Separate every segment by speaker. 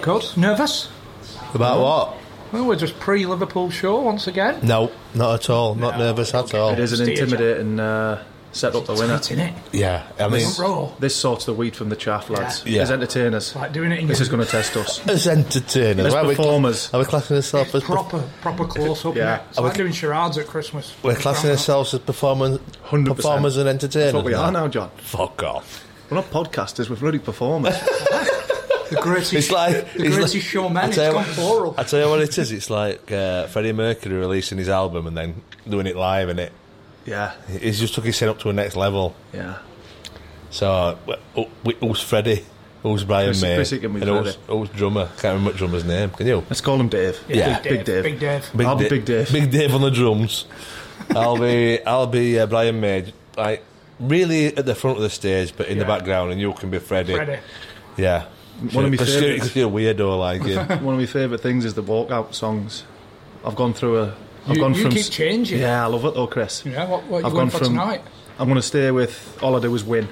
Speaker 1: good. Nervous?
Speaker 2: About what?
Speaker 1: Well, we're just pre Liverpool show once again.
Speaker 2: No, not at all. Not nervous at all.
Speaker 3: It is an intimidating uh, set up, though, isn't it?
Speaker 1: That's in it.
Speaker 2: Yeah, I mean,
Speaker 1: Raw.
Speaker 3: This sorts the weed from the chaff, lads.
Speaker 2: Yeah.
Speaker 3: As entertainers,
Speaker 1: Like doing it in
Speaker 3: this
Speaker 1: your-
Speaker 3: is going to test us.
Speaker 2: as entertainers,
Speaker 3: As
Speaker 2: right?
Speaker 3: performers.
Speaker 2: We're, are we classing ourselves as per-
Speaker 1: Proper, proper close up.
Speaker 3: Yeah.
Speaker 1: Yeah. It's like doing charades at Christmas.
Speaker 2: we're classing ourselves as performers,
Speaker 3: 100%.
Speaker 2: performers and entertainers.
Speaker 3: That's what we
Speaker 2: now.
Speaker 3: are now, John.
Speaker 2: Fuck off.
Speaker 3: We're not podcasters, we're bloody performers.
Speaker 1: The greatest,
Speaker 2: It's like
Speaker 1: the
Speaker 2: it's
Speaker 1: greatest
Speaker 2: like-
Speaker 1: showman.
Speaker 2: I
Speaker 1: It's
Speaker 2: tell you
Speaker 1: gone
Speaker 2: what-
Speaker 1: plural.
Speaker 2: I tell you what it is. It's like uh, Freddie Mercury releasing his album and then doing it live, and it
Speaker 3: yeah,
Speaker 2: he's just took his set up to a next level.
Speaker 3: yeah.
Speaker 2: So wh- wh- who's Freddie? Who's Brian
Speaker 3: Who's-
Speaker 2: May?
Speaker 3: who's it gonna be
Speaker 2: and who's,
Speaker 3: Freddie?
Speaker 2: who's drummer? Can't remember drummer's name. Can you?
Speaker 3: Let's call him Dave.
Speaker 2: Yeah.
Speaker 3: Big, Dave.
Speaker 1: Big Dave.
Speaker 3: I'll be
Speaker 2: Di-
Speaker 3: Big Dave.
Speaker 2: Big Dave on the drums. I'll be I'll be uh, Brian May. Like really at the front of the stage, but in the
Speaker 1: Yeah.
Speaker 2: background, and you can be Freddie.
Speaker 1: Freddie.
Speaker 2: Yeah.
Speaker 3: One of my
Speaker 2: Because you're-
Speaker 3: favourites.
Speaker 2: because you're a weirdo like him.
Speaker 3: One of my favourite things is the walkout songs. I've gone through a. I've
Speaker 1: You-
Speaker 3: gone
Speaker 1: you
Speaker 3: from
Speaker 1: keep
Speaker 3: s-
Speaker 1: changing.
Speaker 3: Yeah, I love it though, Chris.
Speaker 1: Yeah, what- what you
Speaker 3: I've
Speaker 1: going
Speaker 3: gone
Speaker 1: for
Speaker 3: from,
Speaker 1: tonight?
Speaker 3: I'm going to stay with all I do is win.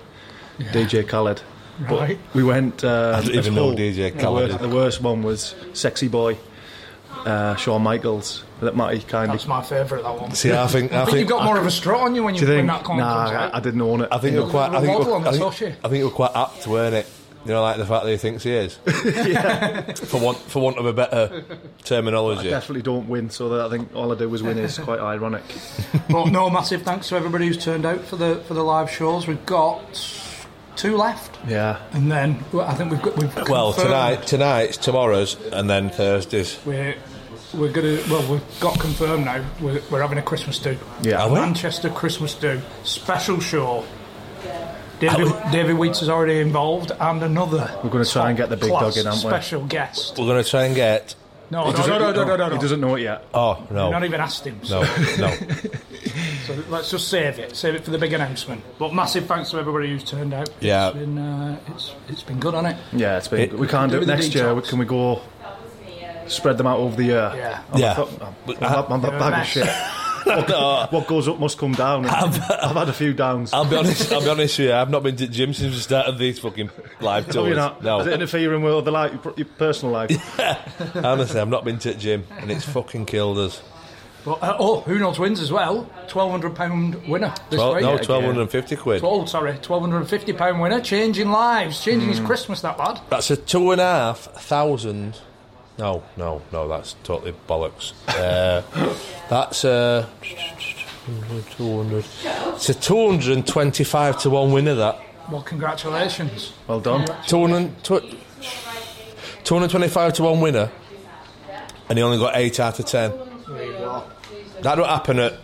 Speaker 3: DJ Khaled. But
Speaker 1: Right.
Speaker 3: we went. Uh,
Speaker 2: I don't even
Speaker 3: as
Speaker 2: know
Speaker 3: Hull.
Speaker 2: DJ
Speaker 3: The
Speaker 2: Khaled
Speaker 3: worst-
Speaker 2: is.
Speaker 3: The worst one was Sexy Boy, uh, Shawn Michaels. That Matty kind of.
Speaker 1: That's my favourite, that one.
Speaker 2: See, I think I
Speaker 1: I think
Speaker 2: think
Speaker 1: you've got more of a strut on you when, you,
Speaker 3: Do you
Speaker 1: when
Speaker 3: think?
Speaker 1: that con
Speaker 3: Nah,
Speaker 1: comes out.
Speaker 3: I, I didn't own it.
Speaker 2: I think you're quite. I think
Speaker 1: Model
Speaker 2: you're,
Speaker 1: on the
Speaker 2: I, think,
Speaker 1: social.
Speaker 2: I think you're quite apt, weren't it? You know, like the fact that he thinks he is. For want for want of a better terminology.
Speaker 3: Definitely don't win, so that I think all I do is win is quite ironic.
Speaker 1: But no, massive thanks to everybody who's turned out for the for the live shows. We've got two left,
Speaker 3: Yeah.
Speaker 1: and then well, I think we've got we've
Speaker 2: Well,
Speaker 1: confirmed
Speaker 2: tonight, tonight's tomorrow's, and then Thursday's.
Speaker 1: we're we're gonna well we've got confirmed now. We're, we're having a Christmas do.
Speaker 3: Yeah.
Speaker 2: Are we?
Speaker 1: Manchester Christmas do special show. David, David Weeks is already involved, and another.
Speaker 3: We're gonna try and get the big
Speaker 1: top
Speaker 3: dog
Speaker 1: class
Speaker 3: in, aren't we?
Speaker 1: Special guest.
Speaker 2: We're going to try and get.
Speaker 1: No, no, no,
Speaker 3: He doesn't-
Speaker 1: no, no, no, no,
Speaker 3: He doesn't know it yet.
Speaker 2: Oh no,
Speaker 1: We've Not even asked him. So.
Speaker 2: no, no.
Speaker 1: So let's just save it. Save it for the big announcement. But massive thanks to everybody who's turned out.
Speaker 2: Yeah.
Speaker 1: it's been, uh, it's, it's been good, hasn't it?
Speaker 3: Yeah, it's been.
Speaker 2: It-
Speaker 3: we can't do it
Speaker 1: Do the
Speaker 3: next year.
Speaker 1: detox.
Speaker 3: Can we go spread them out over the year?
Speaker 1: Yeah.
Speaker 3: I'm
Speaker 2: Yeah.
Speaker 3: a fuck- I'm- I'm, a
Speaker 1: They're a
Speaker 3: bag of
Speaker 1: mess.
Speaker 3: shit. what, what goes up must come down. I've, had a few downs.
Speaker 2: I'll be honest. I'll be honest with you. I've not been to the gym since the start of these fucking live
Speaker 3: Have you
Speaker 2: tours.
Speaker 3: not? Is
Speaker 2: No,
Speaker 3: it interfering with other life, your pr- your personal life?
Speaker 2: honestly, I've not been to the gym, and it's fucking killed us.
Speaker 1: But uh, oh, who knows wins as well? Twelve hundred pound winner this
Speaker 2: Well,
Speaker 1: week.
Speaker 2: no, twelve hundred and fifty quid.
Speaker 1: Oh, sorry, twelve hundred and fifty pound winner, changing lives, changing
Speaker 2: Hmm.
Speaker 1: his Christmas. That lad.
Speaker 2: That's a two and a half thousand. No, no, no. That's totally bollocks. Uh, that's a two hundred. It's a two hundred and twenty-five to one winner. That
Speaker 1: Well, congratulations.
Speaker 3: Well done.
Speaker 2: two hundred two hundred twenty-five to one winner, and he only got eight out of ten.
Speaker 1: There you go.
Speaker 2: That don't happen at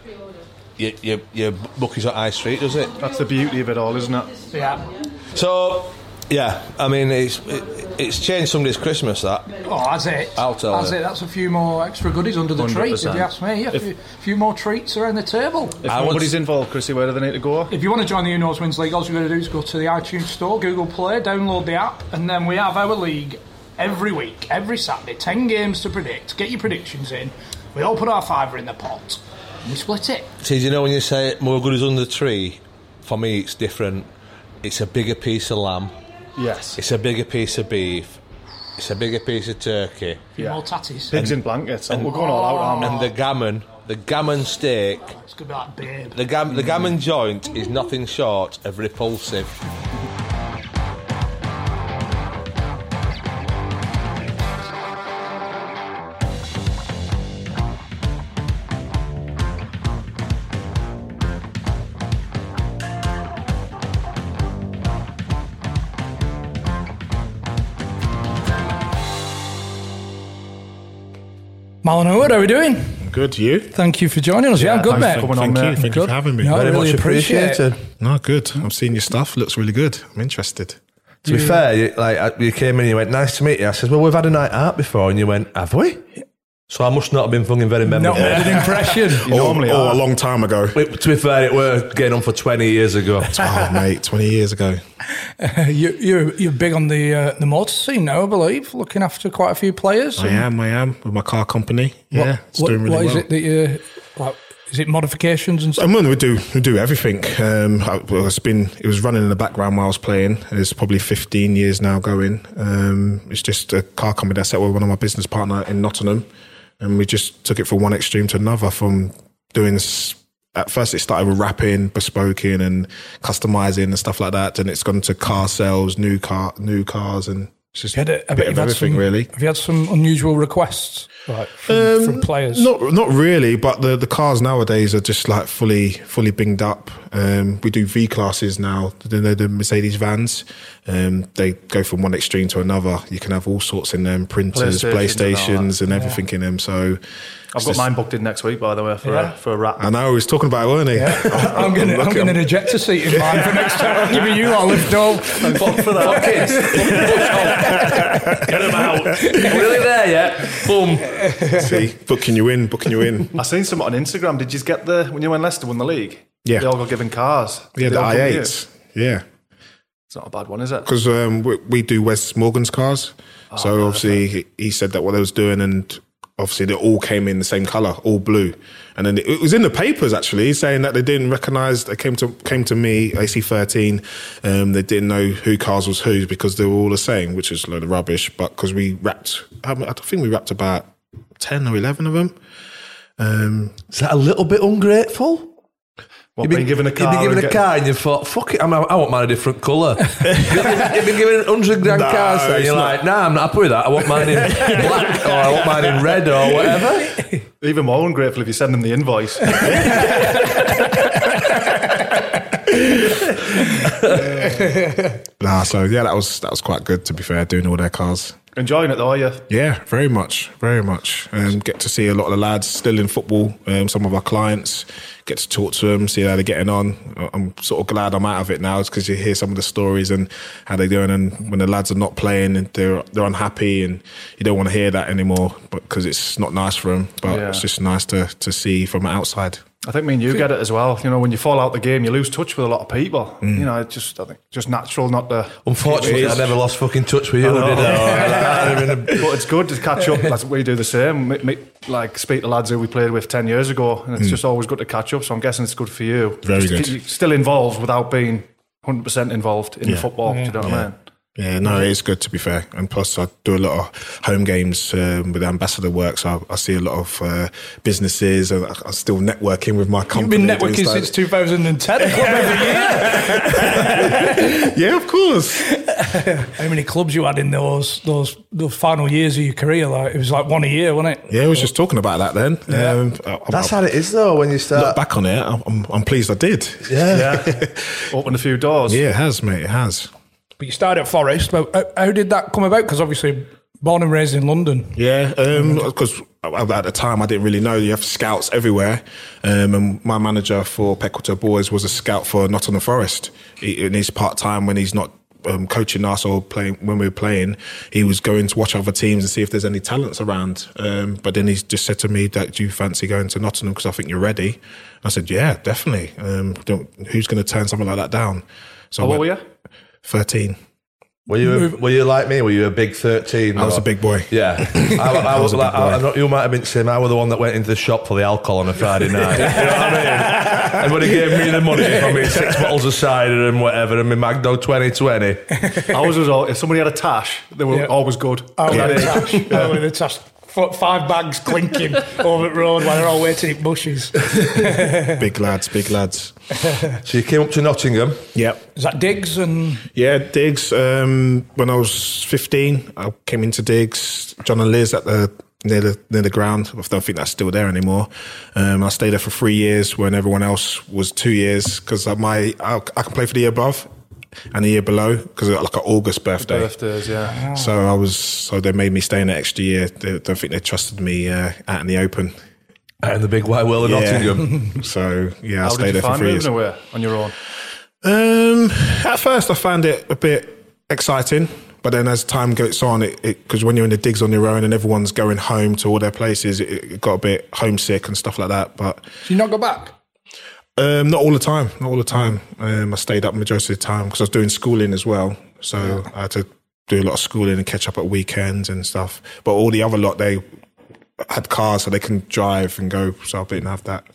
Speaker 2: your, your, your bookies at High Street, does it?
Speaker 3: That's the beauty of it all, isn't it?
Speaker 1: Yeah.
Speaker 2: So, yeah, I mean, it's it, it's changed somebody's Christmas. That
Speaker 1: Oh, that's it.
Speaker 2: I'll tell
Speaker 1: That's
Speaker 2: you.
Speaker 1: it. That's a few more extra goodies under the tree, if you
Speaker 3: 100%.
Speaker 1: ask me. A
Speaker 3: If-
Speaker 1: few, few more treats around the table.
Speaker 3: If
Speaker 2: I would-
Speaker 3: nobody's involved, Chrissy, where do they need to go?
Speaker 1: If you want to join the Who Knows Wins League, all you've got to do is go to the iTunes Store, Google Play, download the app, and then we have our league every week, every Saturday. 10 games to predict. Get your predictions in. We all put our fiver in the pot, and we split it.
Speaker 2: see, do you know when you say more good is under the tree? For me, it's different. It's a bigger piece of lamb.
Speaker 3: Yes.
Speaker 2: It's a bigger piece of beef. It's a bigger piece of turkey.
Speaker 1: A few more tatties.
Speaker 3: Pigs in blankets. Oh, we're going all out, aren't we?
Speaker 2: And the gammon,
Speaker 4: The gammon steak,
Speaker 1: It's gonna be like babe.
Speaker 4: the, gam- the gammon joint is nothing short of repulsive.
Speaker 1: Malinowood, how are we doing?
Speaker 5: Good, you?
Speaker 1: Thank you for joining us. Yeah, I'm good,
Speaker 5: thanks
Speaker 1: mate.
Speaker 5: for coming on, Thank you. mate. Thank you for
Speaker 1: Good.
Speaker 5: having me.
Speaker 1: No, I
Speaker 5: Very
Speaker 1: really
Speaker 5: much
Speaker 1: appreciate it.
Speaker 5: No, good. I've seen your stuff. Looks really good. I'm interested.
Speaker 2: To be fair, you, like I- you came in and you went, "Nice to meet you." I says, "Well, we've had a night out before," and you went, "Have we?" So I must not have been fucking very
Speaker 1: Not
Speaker 2: memorable.
Speaker 1: made an impression.
Speaker 5: Oh, oh, a long time ago.
Speaker 2: It- to be fair, it were getting on for twenty years ago.
Speaker 5: oh, mate, 20 years ago.
Speaker 1: You, you're, you're big on the uh, the motor scene now, I believe, looking after quite a few players.
Speaker 5: I am, I am, with my car company. yeah, it's
Speaker 1: What-
Speaker 5: doing really
Speaker 1: what
Speaker 5: well.
Speaker 1: is it that you like? Is it modifications and
Speaker 5: I
Speaker 1: stuff?
Speaker 5: mean, uh, we do we do everything. Um, I, well, it's been it was running in the background while I was playing. It's probably 15 years now going. Um, it's just a car company that I set with one of my business partner in Nottingham, and we just took it from one extreme to another. From doing s- at first, it started with wrapping, bespoking, and customizing and stuff like that. Then it's gone to car sales, new car, new cars, and it's just
Speaker 1: You had
Speaker 5: a,
Speaker 1: I bet
Speaker 5: bit
Speaker 1: you've
Speaker 5: of
Speaker 1: had
Speaker 5: everything
Speaker 1: some-
Speaker 5: really. Um,
Speaker 1: Have you had some unusual requests like, from, from players?
Speaker 5: Not not really, but the, the cars nowadays are just like fully fully binged up. Um, we do V classes now. They're the Mercedes vans. Um, they go from one extreme to another. You can have all sorts in them, printers,
Speaker 3: PlayStations and all
Speaker 5: PlayStations, and everything in them. So
Speaker 3: I've got mine booked in next week, by the way, for,
Speaker 1: Yeah.
Speaker 3: a, for a wrap.
Speaker 5: I know he was talking about it, weren't he?
Speaker 1: I'm going to I'm going an ejector seat in mine for next time. I'm giving you all lift up.
Speaker 4: Fuck for that. kids. Get them out. Really there yet? Boom.
Speaker 5: See, booking you in, booking you in.
Speaker 3: I seen some on Instagram. Did you get the when you when Leicester won the league?
Speaker 5: Yeah.
Speaker 3: they all got given cars. They
Speaker 5: Yeah, the
Speaker 3: all come here.
Speaker 5: i8s. Yeah.
Speaker 3: It's not a bad one, is it?
Speaker 5: because um, we, we do Wes Morgan's cars. so obviously he, he said that what they was doing, and obviously they all came in the same color, all blue. And then it, it was in the papers actually saying that they didn't recognize. They came to came to me AC thirteen. Um, they didn't know who cars was whose because they were all the same, which is a load of rubbish. But because we wrapped, I mean, I think we wrapped about ten or eleven of them. Um,
Speaker 2: Is that a little bit ungrateful?
Speaker 3: What, being given a car.
Speaker 2: You've been given
Speaker 3: and
Speaker 2: a
Speaker 3: get-
Speaker 2: car and you thought, fuck it, I'm, I want mine a different colour. you've, been, you've been given 100 grand
Speaker 5: No,
Speaker 2: cars and
Speaker 5: it's
Speaker 2: you're
Speaker 5: not.
Speaker 2: like, nah, I'm not happy with that. I want mine in black or I want mine in red or whatever.
Speaker 3: Even more ungrateful if you send them the invoice.
Speaker 5: nah, so yeah, that was that was quite good to be fair. Doing all their cars.
Speaker 3: Enjoying it though, are you?
Speaker 5: Yeah, very much, very much. Um, get to see a lot of the lads still in football. Um, some of our clients get to talk to them, see how they're getting on. I- I'm sort of glad I'm out of it now because you hear some of the stories and how they're doing. And when the lads are not playing, and they're they're unhappy, and you don't want to hear that anymore, but because it's not nice for them. But
Speaker 3: Yeah.
Speaker 5: it's just nice to to see from outside.
Speaker 3: I think me and you get it as well. You know, when you fall out the game, you lose touch with a lot of people. You know, it's just I think just natural not to.
Speaker 2: Unfortunately, I never lost fucking touch with you, did I? I'd have been a-
Speaker 3: But it's good to catch up. That's, we do the same. Me- me- like speak to lads who we played with ten years ago, and it's just always good to catch up. So I'm guessing it's good for you.
Speaker 5: Very
Speaker 3: Just
Speaker 5: good.
Speaker 3: keep- you're still involved without being 100 percent involved in
Speaker 5: Yeah.
Speaker 3: football. Do you know what I mean?
Speaker 5: Yeah, no, it is good to be fair. And plus, I do a lot of home games um, with ambassador work, so I, I see a lot of uh, businesses, and I, I'm still networking with my
Speaker 1: You've
Speaker 5: company.
Speaker 1: been
Speaker 5: doing
Speaker 1: networking
Speaker 5: stuff.
Speaker 1: since 2010. A club every year.
Speaker 5: Yeah, of course.
Speaker 1: How many clubs you had in those those those final years of your career? Like it was like one a year, wasn't it?
Speaker 5: Yeah, I was just talking about that then. Um, I, I-
Speaker 2: That's
Speaker 5: I,
Speaker 2: how it is, though, when you
Speaker 5: look
Speaker 2: start.
Speaker 5: back on it. I'm, I'm, I'm pleased I did.
Speaker 2: Yeah.
Speaker 3: Yeah, open a few doors.
Speaker 5: Yeah, it has, mate. It has.
Speaker 1: But you started at Forest. But how- how did that come about? Because obviously, born and raised in London.
Speaker 5: Yeah, because at the time I didn't really know. You have scouts everywhere, um, and my manager for Peckwater Boys was a scout for Nottingham Forest. He, in his part time when he's not um, coaching us or playing when we were playing, he was going to watch other teams and see if there's any talents around. Um, but then he just said to me that do you fancy going to Nottingham because I think you're ready. I said yeah, definitely. Um, don't, who's going to turn something like that down? So I
Speaker 3: How old were
Speaker 5: went
Speaker 3: you?
Speaker 5: thirteen.
Speaker 2: Were you, were you like me? Were you a big 13?
Speaker 5: I was
Speaker 2: or-
Speaker 5: a big boy.
Speaker 2: Yeah, I, I, was
Speaker 5: was a big
Speaker 2: like, I,
Speaker 5: boy.
Speaker 2: I know you might have been the same. I was the one that went into the shop for the alcohol on a Friday night. you know what I mean? And when he gave me the money for me, six bottles of cider and whatever, and my Magno 2020.
Speaker 3: Ours was all. If somebody had a tash, they were
Speaker 1: Yeah.
Speaker 3: always good.
Speaker 1: Oh,
Speaker 3: At
Speaker 1: yeah.
Speaker 3: that
Speaker 1: the
Speaker 3: age.
Speaker 1: tash. Oh, the tash. f- five bags clinking over the road while they're all waiting in bushes.
Speaker 5: big lads, big lads.
Speaker 2: So you came up to Nottingham.
Speaker 5: Yep.
Speaker 1: Is that digs and
Speaker 5: Yeah, Diggs. Um, when I was 15, I came into Diggs. John and Liz at the near the near the ground. I don't think that's still there anymore. Um, I stayed there for three years when everyone else was two years because my I, I can play for the year above and the year below because like an August birthday.
Speaker 4: Birthdays, yeah.
Speaker 3: Oh.
Speaker 5: So I was so they made me stay an extra year. They, don't think they trusted me uh, out in the open.
Speaker 2: And the big white whale of Nottingham.
Speaker 5: so yeah, I
Speaker 3: How
Speaker 5: stayed
Speaker 3: did you
Speaker 5: there for
Speaker 3: find
Speaker 5: three
Speaker 3: moving
Speaker 5: years.
Speaker 3: away on your own?
Speaker 5: Um, at first, I found it a bit exciting, but then as time goes on, it because when you're in the digs on your own and everyone's going home to all their places, it, it got a bit homesick and stuff like that. But
Speaker 1: do you not go back?
Speaker 5: um, not all the time, not all the time. Um, I stayed up majority of the time because I was doing schooling as well, so I had to do a lot of schooling and catch up at weekends and stuff. But all the other lot, they had cars so they can drive and go. So I didn't have that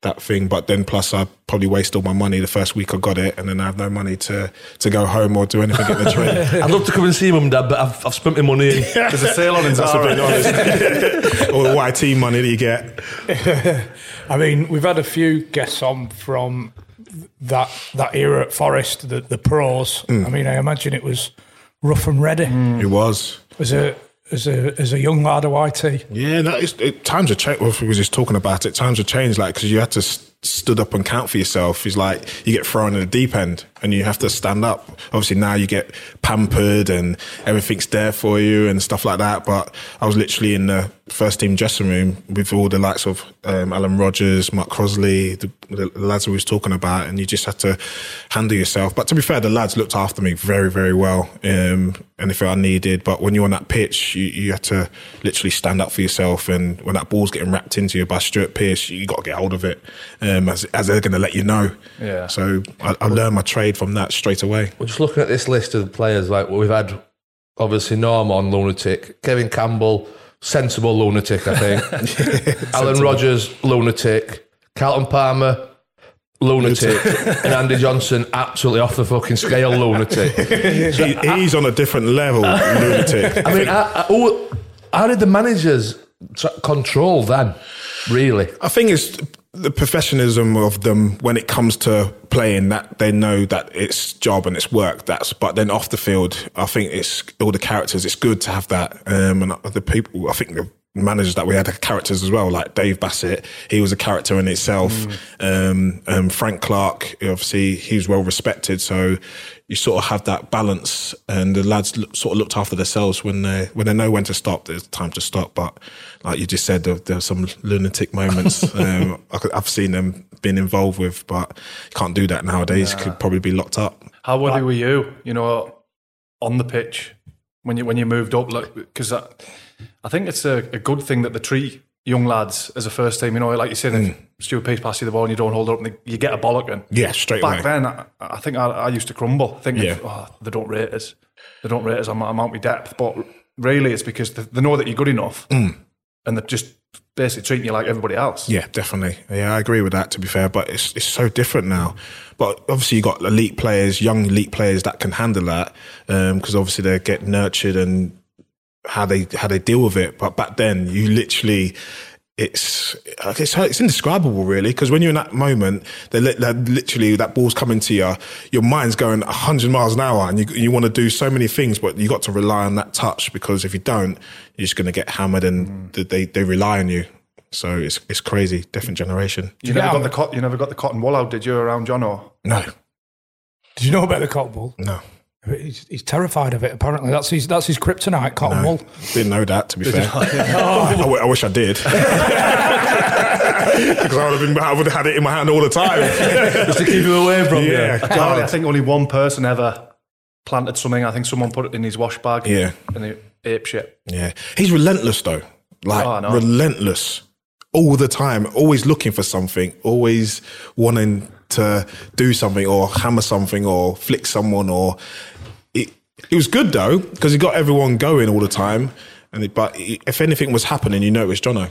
Speaker 5: that thing. But then plus I probably waste all my money the first week I got it and then I have no money to to go home or do anything at the train.
Speaker 2: I'd love to come and see mum, dad, but I've, I've spent my money. In.
Speaker 3: There's a sale on in
Speaker 5: That's a
Speaker 3: Zara.
Speaker 5: bit honest. all the YT money that you get.
Speaker 1: I mean, we've had a few guests on from th- that that era at Forest, the, the pros. I mean, I imagine it was rough and ready
Speaker 5: It was.
Speaker 1: as a as a as a young lad of YT.
Speaker 5: Yeah, no, it's, it, times have changed. Well, we were just talking about it. Times have changed, like because you had to st- stood up and count for yourself. It's like you get thrown in the deep end, and you have to stand up. Obviously, now you get pampered, and everything's there for you and stuff like that. But I was literally in the first team dressing room with all the likes of um, Alan Rogers, Mark Crosley, the, the lads we was talking about, and you just had to handle yourself. But to be fair, the lads looked after me very, very well. Um, anything I needed, but when you're on that pitch, you, you had to literally stand up for yourself. And when that ball's getting wrapped into you by Stuart Pearce, you got to get hold of it, um, as, as they're going to let you know.
Speaker 3: Yeah.
Speaker 5: So I, I learned my trade from that straight away.
Speaker 2: We're just looking at this list of the players. Like we've had, obviously Norman lunatic, Kevin Campbell sensible lunatic, I think. Alan Rogers lunatic, Carlton Palmer lunatic, and Andy Johnson absolutely off the fucking scale lunatic.
Speaker 5: He, he's on a different level, lunatic.
Speaker 2: I mean, I, I, who- how did the managers tr control then? Really,
Speaker 5: I think it's the professionalism of them when it comes to playing that they know that it's job and it's work. That's but then off the field, I think it's all the characters. It's good to have that, um, and the people. I think the managers that we had had characters as well, like Dave Bassett. He was a character in itself. Um, um, Frank Clark, obviously, he was well respected, so you sort of have that balance, and the lads look, sort of looked after themselves when they when they know when to stop. There's time to stop, but like you just said, there, there are some lunatic moments um, I could- I've seen them being involved with, but you can't do that nowadays. Could probably be locked up.
Speaker 3: How worried were you? You know, on the pitch when you when you moved up, like because I think it's a, a good thing that they treat young lads as a first team. You know, like you said, if Stuart Pearce passes you the ball and you don't hold it up, and you get a bollocking.
Speaker 5: Yeah, straight
Speaker 3: Back
Speaker 5: away.
Speaker 3: then, I, I think I, I used to crumble, thinking,
Speaker 5: Yeah.
Speaker 3: "Oh, they don't rate us. They don't rate us. I'm, I'm out my depth." But really, it's because they, they know that you're good enough, and they're just basically treating you like everybody else.
Speaker 5: Yeah, definitely. Yeah, I agree with that. To be fair, but it's it's so different now. But obviously, you got elite players, young elite players that can handle that because obviously they get nurtured and how they how they deal with it. But back then, you literally. It's it's it's indescribable, really, because when you're in that moment, they li- they're literally that ball's coming to you, your mind's going 100 miles an hour, and you you want to do so many things, but you got to rely on that touch because if you don't, you're just going to get hammered, and th they they rely on you. So it's it's crazy, different generation.
Speaker 3: You never got the cot, you never got the cotton wool out, did you, around John? Or
Speaker 5: No,
Speaker 1: Did you know about the cotton wool?
Speaker 5: no,
Speaker 1: He's, he's terrified of it. Apparently, that's his that's his kryptonite. Cotton
Speaker 5: no.
Speaker 1: wool.
Speaker 5: didn't know that. To be fair, I, w- I wish I did. Because I would have been, I would have had it in my hand all the time.
Speaker 2: just to keep you away from
Speaker 5: yeah,
Speaker 2: you.
Speaker 5: God.
Speaker 3: I think only one person ever planted something. I think someone put it in his wash bag.
Speaker 5: Yeah.
Speaker 3: And the ape shit.
Speaker 5: Yeah. He's relentless though. Like
Speaker 3: Oh, I know.
Speaker 5: relentless. All the time. Always looking for something. Always wanting to do something or hammer something or flick someone or it it was good though, because he got everyone going all the time. And it, but if anything was happening, you know it was Jono.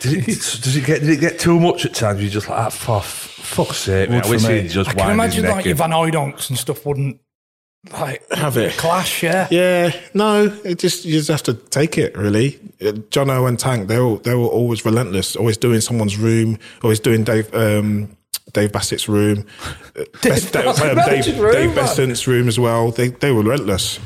Speaker 2: Did it, does it get did it get too much at times? You're just like, ah, for f- fuck's sake, man. I
Speaker 3: for
Speaker 2: wish
Speaker 3: me.
Speaker 2: he'd just
Speaker 1: I can
Speaker 2: wind his
Speaker 1: imagine
Speaker 2: neck
Speaker 1: like
Speaker 2: in.
Speaker 1: your Van Oydonks and stuff wouldn't
Speaker 5: like have it.
Speaker 4: Clash, yeah.
Speaker 5: Yeah, no, it just you just have to take it really. Uh, Jono and Tank, they were they were always relentless, always doing someone's room, always doing Dave um, Dave Bassett's room, Uh, Best- Dave, um, Dave,
Speaker 4: Bassett's room,
Speaker 5: Dave
Speaker 4: man.
Speaker 5: Besant's room as well. They they were relentless.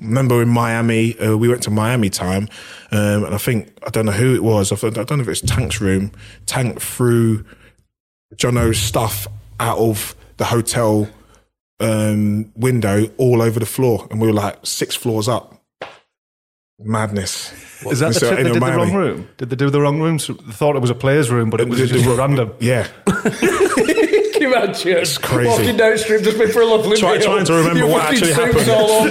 Speaker 5: Remember in Miami, uh, we went to Miami time, um, and I think I don't know who it was. I, thought, I don't know if it's Tank's room. Tank threw Jono's stuff out of the hotel um, window all over the floor, and we were like six floors up. Madness.
Speaker 3: Is that the
Speaker 5: So,
Speaker 3: trip they
Speaker 5: in
Speaker 3: did the
Speaker 5: Miami.
Speaker 3: wrong room? Did they do the wrong room? So they thought it was a player's room, but it was
Speaker 5: They
Speaker 3: just
Speaker 5: did the-
Speaker 3: random.
Speaker 5: Yeah,
Speaker 4: Can you imagine? It's
Speaker 5: crazy.
Speaker 4: Walking down the street just before a lovely
Speaker 5: Try-
Speaker 4: meal.
Speaker 5: trying to remember
Speaker 4: Your
Speaker 5: what
Speaker 4: fucking
Speaker 5: actually
Speaker 4: soup's All
Speaker 5: happened.
Speaker 4: over.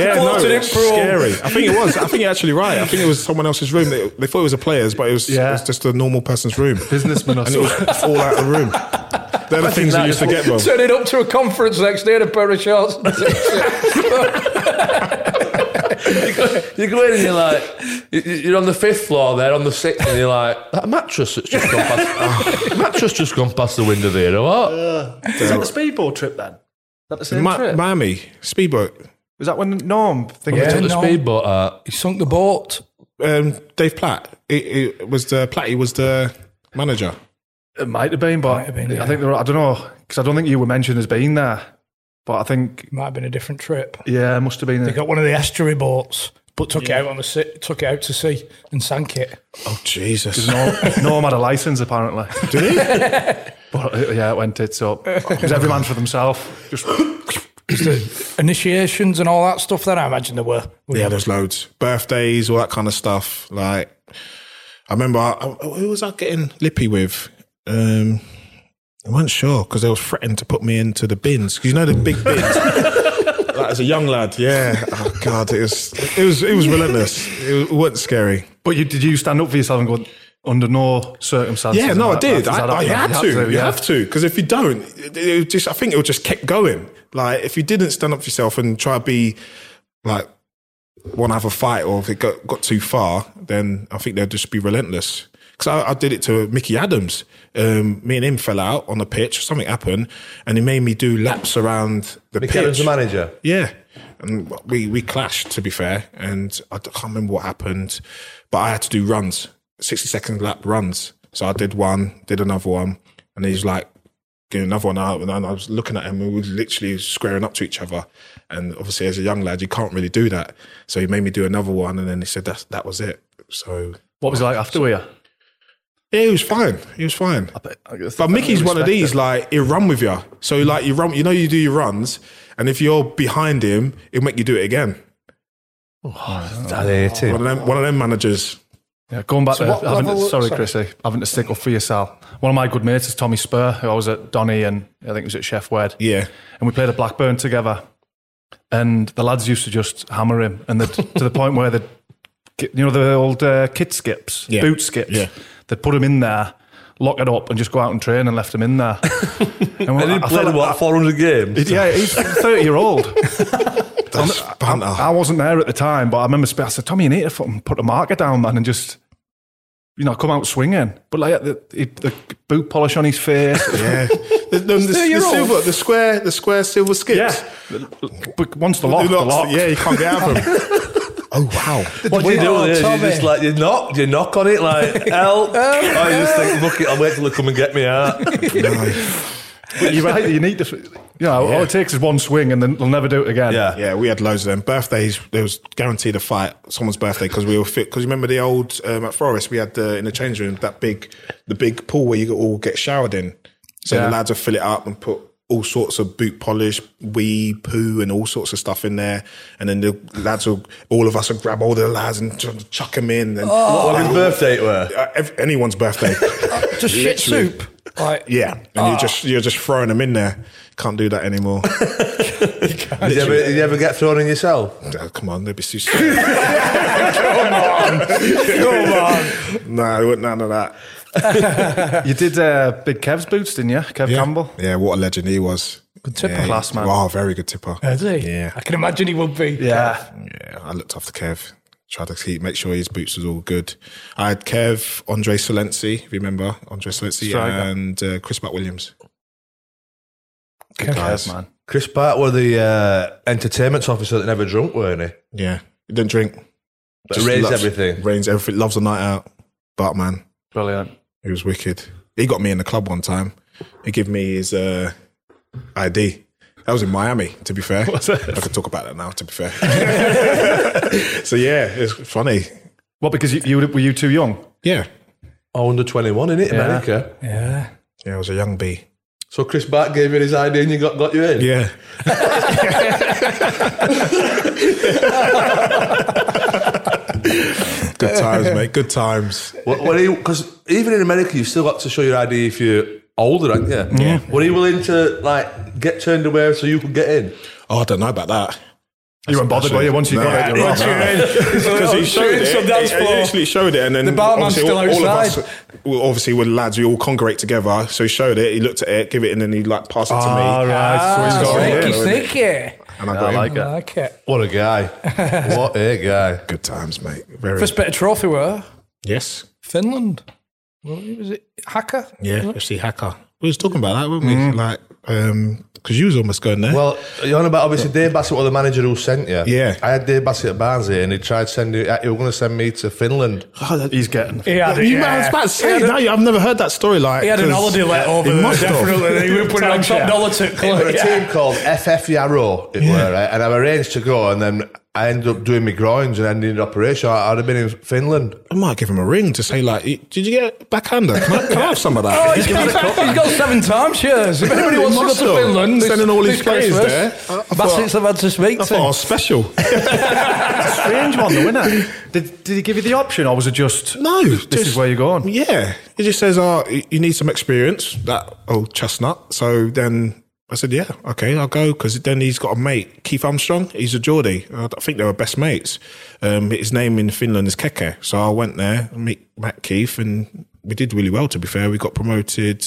Speaker 5: yeah, no,
Speaker 4: Floating in
Speaker 5: it's
Speaker 4: pro.
Speaker 5: scary. I think it was. I think you're actually right. I think it was someone else's room. They, they thought it was a player's, but it was,
Speaker 3: Yeah.
Speaker 5: it was just a normal person's room.
Speaker 3: Businessman or
Speaker 5: and it was all out of the room. They're the things we used to get, bro.
Speaker 4: Turning up to a conference next day in a pair of shorts. and t-shirt. you, go, you go in and you're like, you- you're on the fifth floor there, on the sixth, and you're like, that mattress that's just gone past, mattress just gone past the window there, or what?
Speaker 3: Is that the speedboat trip then? Is that the same
Speaker 5: Mi-
Speaker 3: trip?
Speaker 5: Miami speedboat.
Speaker 3: was that when Norm thing?
Speaker 2: They took
Speaker 3: Yeah.
Speaker 2: the
Speaker 4: no.
Speaker 2: speedboat out.
Speaker 4: He sunk the boat.
Speaker 5: Um, Dave Platt. It, it was the Platty was the manager.
Speaker 3: It might have been, but
Speaker 1: Might have been, yeah.
Speaker 3: I think there. Were, I don't know because I don't think you were mentioned as being there. But I think
Speaker 1: Might have been a different trip.
Speaker 3: yeah, it must have been.
Speaker 1: They got one of the estuary boats, but took it out on the sea, took it out to sea and sank it.
Speaker 5: Oh Jesus!
Speaker 3: Norm, Norm had a license apparently. Did he? but uh, yeah, it went tits up. It was every man for themselves. Just
Speaker 1: Initiations and all that stuff. Then I imagine there were.
Speaker 5: Yeah, there's loads. Birthdays, all that kind of stuff. Like, I remember I, I- who was I getting lippy with? Um, I wasn't sure because they was threatening to put me into the bins. 'Cause you know the big bins. like, as a young lad, yeah. Oh God, it was it was it was relentless. It wasn't scary.
Speaker 3: but you did you stand up for yourself and go under no circumstances?
Speaker 5: Yeah,
Speaker 3: am
Speaker 5: no, I
Speaker 3: like
Speaker 5: did.
Speaker 3: that? Is
Speaker 5: I,
Speaker 3: that
Speaker 5: I
Speaker 3: happening?
Speaker 5: had, to. You have to, because if you don't, it, it would just I think it would just keep going. Like if you didn't stand up for yourself and try to be like want to have a fight, or if it got, got too far, then I think they'd just be relentless. Because I, I did it to Mickey Adams. Um, me and him fell out on the pitch. Something happened, and he made me do laps around the
Speaker 2: Mick
Speaker 5: pitch.
Speaker 2: Adams, the manager.
Speaker 5: Yeah, and we we clashed to be fair, and I d- can't remember what happened, but I had to do runs, sixty second lap runs. So I did one, did another one, and he's like, get another one out, and I was looking at him, and we were literally squaring up to each other. And obviously, as a young lad, you can't really do that. So he made me do another one, and then he said that that was it. So
Speaker 3: What was it like after we?
Speaker 5: yeah, he was fine. He was fine. But Mickey's one of these, like, he'll run with you. So, like, you run, you know, you do your runs, and if you're behind him, he'll make you do it again.
Speaker 2: I hate it.
Speaker 5: One of them, one of them managers.
Speaker 3: Yeah, going back
Speaker 1: So
Speaker 3: to
Speaker 1: what
Speaker 3: having to,
Speaker 1: level-
Speaker 3: sorry,
Speaker 1: sorry.
Speaker 3: Chrissy, having to stick up for yourself. One of my good mates is Tommy Spur, who I was at Donny and I think it was at Chef Wed.
Speaker 5: Yeah.
Speaker 3: And we played at Blackburn together. And the lads used to just hammer him. And they'd, to the point where they'd, get- you know, the old uh, kid skips,
Speaker 5: Yeah.
Speaker 3: boot skips,
Speaker 5: Yeah.
Speaker 3: they'd put him in there, lock it up, and just go out and train and left him in there. and
Speaker 2: And
Speaker 3: we-
Speaker 2: he
Speaker 3: I- I
Speaker 2: played
Speaker 3: felt
Speaker 2: what
Speaker 3: like-
Speaker 2: four hundred games.
Speaker 3: Yeah, he's 30 year old.
Speaker 5: That's banter.
Speaker 3: I wasn't there at the time, but I remember sp- I said, Tommy, you need to fucking put a marker down, man, and just, you know, come out swinging. But like the, the, the boot polish on his face.
Speaker 5: yeah. The, the, the, the
Speaker 3: Two-year-old.
Speaker 5: silver, the square, the square silver skips.
Speaker 3: yeah. But once the lock,
Speaker 5: Lock,
Speaker 3: the lock.
Speaker 5: Yeah, you can't get out of them. oh, wow.
Speaker 2: What do you do?
Speaker 4: Oh,
Speaker 2: with it? You
Speaker 4: Tommy.
Speaker 2: just like you knock, you knock on it like help. I just think, look it, I'll wait till they come and get me out.
Speaker 5: No.
Speaker 3: You're right, you need to, you know, all
Speaker 5: Yeah.
Speaker 3: it takes is one swing and then they'll never do it again.
Speaker 2: Yeah.
Speaker 5: Yeah, we had loads of them. Birthdays, there was guaranteed a fight. Someone's birthday because we were fit. Because remember the old um, at Forest, we had the in the change room that big, the big pool where you all get showered in. So
Speaker 3: Yeah.
Speaker 5: the lads would fill it up and put all sorts of boot polish, wee, poo, and all sorts of stuff in there. And then the lads will, all of us would grab all the lads and tr- chuck them in. And
Speaker 2: What his birthday it were?
Speaker 5: Uh, ev- anyone's birthday.
Speaker 1: Just shit
Speaker 5: Literally.
Speaker 1: soup. Like
Speaker 5: Yeah, and you're just you're just throwing them in there. Can't do that anymore.
Speaker 2: Did you, ever, did you ever get thrown in yourself?
Speaker 5: Oh, come on, they'd be too stupid. come on, come on. No, it wasn't none of that.
Speaker 3: You did uh, Big Kev's boots, didn't you? Kev Campbell.
Speaker 5: Yeah, what a legend he was. Good
Speaker 3: tipper.
Speaker 5: yeah,
Speaker 3: Class man.
Speaker 5: Wow, very good tipper.
Speaker 1: Is he?
Speaker 5: Yeah.
Speaker 1: I can imagine he would be.
Speaker 3: Yeah.
Speaker 5: Yeah, I looked after Kev. Tried to keep, make sure his boots was all good. I had Kev, Andre Solensi, if you remember, Andre Solensi,
Speaker 3: Striker.
Speaker 5: and uh, Chris Butt Williams.
Speaker 3: Kev,
Speaker 5: guys.
Speaker 3: man.
Speaker 2: Chris Park were the uh, entertainment officer that never drunk, weren't he?
Speaker 5: Yeah. He didn't drink.
Speaker 2: But
Speaker 5: Just
Speaker 2: raised
Speaker 5: loves-
Speaker 2: everything.
Speaker 5: Raised everything. Loves a night out. But man,
Speaker 3: Brilliant.
Speaker 5: he was wicked. He got me in the club one time. He gave me his uh, ID. That was in Miami, to be fair. I could talk about that now, to be fair. so yeah, it's funny.
Speaker 3: What? Because you, you were you too young?
Speaker 5: Yeah.
Speaker 2: Oh, under 21, innit, America?
Speaker 3: Yeah.
Speaker 5: Yeah, I was a young bee.
Speaker 2: So Chris Park gave you his ID and you got, got you in?
Speaker 5: Yeah. Good times, mate. Good times.
Speaker 2: What, what are you, because even in America, you've still got to show your ID if you're older, aren't you? Yeah. Were you willing to, like, get turned away so you could get in?
Speaker 5: Oh, I don't know about that.
Speaker 3: You weren't bothered, were you? Once you got it, you were
Speaker 5: Once you're in. Because he showed
Speaker 1: shooting
Speaker 5: it.
Speaker 1: some
Speaker 5: He-
Speaker 1: dance
Speaker 5: He
Speaker 1: floor.
Speaker 5: literally showed it, and then
Speaker 1: The barman's
Speaker 5: obviously
Speaker 1: still
Speaker 5: all, all of us,
Speaker 1: outside.
Speaker 5: well, obviously we're lads, we all congregate together. So he showed it. He looked at it, give it, and then he like passed it to me. Ah.
Speaker 3: All right. so he's got
Speaker 1: Sneaky,
Speaker 3: it.
Speaker 1: sneaky.
Speaker 5: And Ah, I got
Speaker 3: I like
Speaker 5: in.
Speaker 1: I
Speaker 3: it.
Speaker 1: like it.
Speaker 2: What a guy. what a guy.
Speaker 5: Good times, mate. Very
Speaker 1: First bit of trophy were
Speaker 5: yes.
Speaker 1: Finland. Well, was it Hacker?
Speaker 5: Yeah, FC Hacker. We was talking about that, weren't we?
Speaker 1: Mm.
Speaker 5: Like, um, because you was almost going there.
Speaker 2: Well, you're on about obviously Dave Bassett was the manager who sent you.
Speaker 5: Yeah.
Speaker 2: I had Dave Bassett at Barnsley and he tried sending, he was going to send me to Finland.
Speaker 3: He's getting.
Speaker 1: He had it,
Speaker 5: Oh, you man, I was
Speaker 1: yeah.
Speaker 5: about to say, no, I've never heard that story. Like,
Speaker 1: He had an
Speaker 5: 'cause
Speaker 1: holiday let
Speaker 5: he
Speaker 1: over there,
Speaker 5: must have.
Speaker 1: definitely. He would put it on top dollar to
Speaker 2: It were
Speaker 1: club.
Speaker 2: a team called FF Yarrow, it were, right? and I've arranged to go, and then I ended up doing my groins and ended an operation. I, I'd have been in Finland.
Speaker 5: I might give him a ring to say, like, did you get a backhander? Can I, can I have some of that?
Speaker 1: Oh, he's got, he's got seven timeshares. If anybody wants to go
Speaker 5: Muscle.
Speaker 1: to Finland, this-
Speaker 5: Sending all his
Speaker 1: this
Speaker 5: players
Speaker 1: Christmas,
Speaker 5: there. I- I
Speaker 1: Bassett's
Speaker 5: thought-
Speaker 1: about to speak
Speaker 5: I
Speaker 1: to.
Speaker 5: thought I was special.
Speaker 3: Strange one, the winner. Did, did he give you the option, or was it just
Speaker 5: No,
Speaker 3: This is where you're going.
Speaker 5: Yeah, he just says, "Oh, y- you need some experience." That old chestnut. So then I said, "Yeah, okay, I'll go." Because then he's got a mate, Keith Armstrong. He's a Geordie. I d- I think they were best mates. Um, his name in Finland is Keke. So I went there, meet Matt Keith, and we did really well. To be fair, we got promoted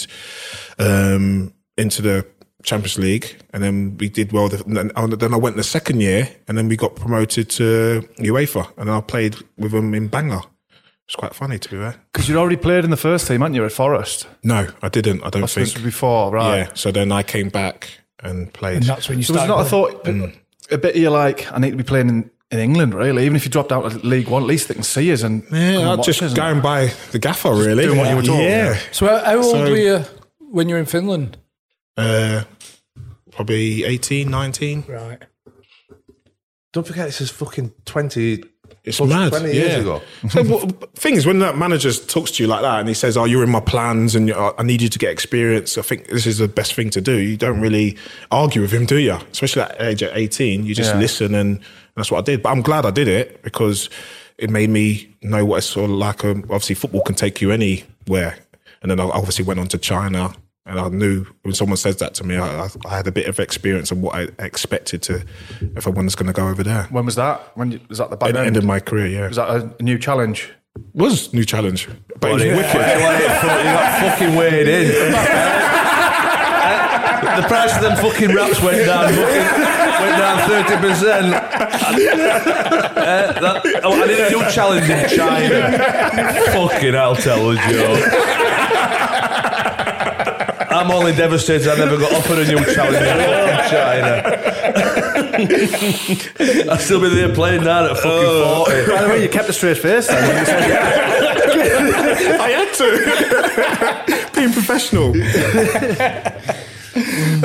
Speaker 5: um, into the Champions League, and then we did well. The, and then, and then I went the second year, and then we got promoted to UEFA, and I played with them in Bangor. It's quite funny to be fair.
Speaker 3: because you'd already played in the first team, hadn't you, at Forest?
Speaker 5: No, I didn't. I don't
Speaker 3: That's
Speaker 5: think.
Speaker 3: this was before, right?
Speaker 5: Yeah. So then I came back and played.
Speaker 1: And that's when you
Speaker 3: So it's
Speaker 1: started.
Speaker 3: not a thought. Mm. A bit of you like, I need to be playing in, in England, really. Even if you dropped out of League One, at least they can see us and come
Speaker 5: yeah,
Speaker 3: and
Speaker 5: I'm
Speaker 3: watch
Speaker 5: just
Speaker 3: us and-
Speaker 5: going by the gaffer, really.
Speaker 3: doing what you were told,
Speaker 5: Yeah.
Speaker 1: so how, how old
Speaker 5: So-
Speaker 1: were you when you were in Finland?
Speaker 5: Uh, probably 18, 19.
Speaker 1: Right.
Speaker 2: Don't forget, this is fucking 20.
Speaker 5: It's
Speaker 2: plus
Speaker 5: mad.
Speaker 2: 20
Speaker 5: yeah.
Speaker 2: years ago.
Speaker 5: so, what, thing is, when that manager talks to you like that and he says, "Oh, you're in my plans and you're, I need you to get experience," I think this is the best thing to do. You don't really argue with him, do you? Especially at age at 18, you just
Speaker 3: Yeah.
Speaker 5: listen, and that's what I did. But I'm glad I did it because it made me know what it's sort of like. Um, obviously, football can take you anywhere, and then I obviously went on to China. And I knew when someone says that to me, I, I, I had a bit of experience and what I expected to, if I was going to go over there.
Speaker 3: When was that? When you, was that the back
Speaker 5: It
Speaker 3: end?
Speaker 5: ended my career, yeah
Speaker 3: was that a, new challenge?
Speaker 5: was new challenge, but it was wicked.
Speaker 2: you got fucking weighed in. the price of them fucking wraps went down, fucking, went down thirty percent. Uh, oh, I did a new challenge in China. fucking, I'll tell a joke. I'm only devastated I never got offered a new challenge in fucking China. I'd still be there playing now at fucking 40.
Speaker 3: By the way, you kept a straight face then. when you said-
Speaker 5: I had to. Being professional.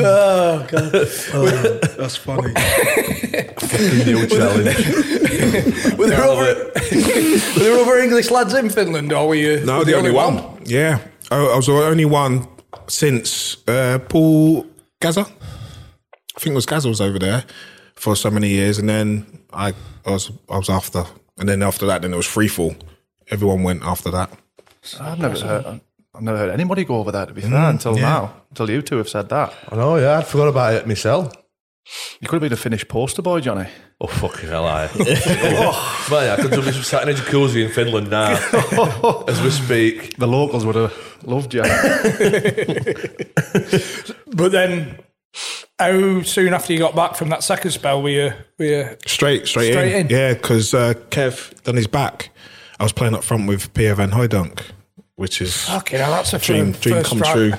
Speaker 1: Oh, God.
Speaker 5: That's funny.
Speaker 2: new challenge.
Speaker 1: Were there, other, were there other English lads in Finland, or were you
Speaker 5: No,
Speaker 1: were
Speaker 5: the,
Speaker 1: you
Speaker 5: only one. Yeah. Oh, I was the only one since uh, Paul Gaza. I think it was Gaza was over there for so many years, and then I, I was I was after, and then after that, then it was free fall. Everyone went after that.
Speaker 3: I've never Mm, heard. I've never heard anybody go over there to be fair until now. Until you two have said that.
Speaker 2: I know, yeah, I forgot about it myself.
Speaker 3: You could have been a Finnish poster boy, Johnny.
Speaker 2: Oh, fucking hell, I. oh, man, I could be sat in a jacuzzi in Finland now, as we speak.
Speaker 3: The locals would have loved you.
Speaker 1: But then, how soon after you got back from that second spell were you? Were you
Speaker 5: Straight, straight,
Speaker 1: Straight in.
Speaker 5: in. Yeah, because uh, Kev done his back. I was playing up front with Pierre Van Hooydonk, which is
Speaker 1: okay, now that's a
Speaker 5: dream
Speaker 1: fir-
Speaker 5: dream
Speaker 1: first
Speaker 5: come
Speaker 1: strike.
Speaker 5: true.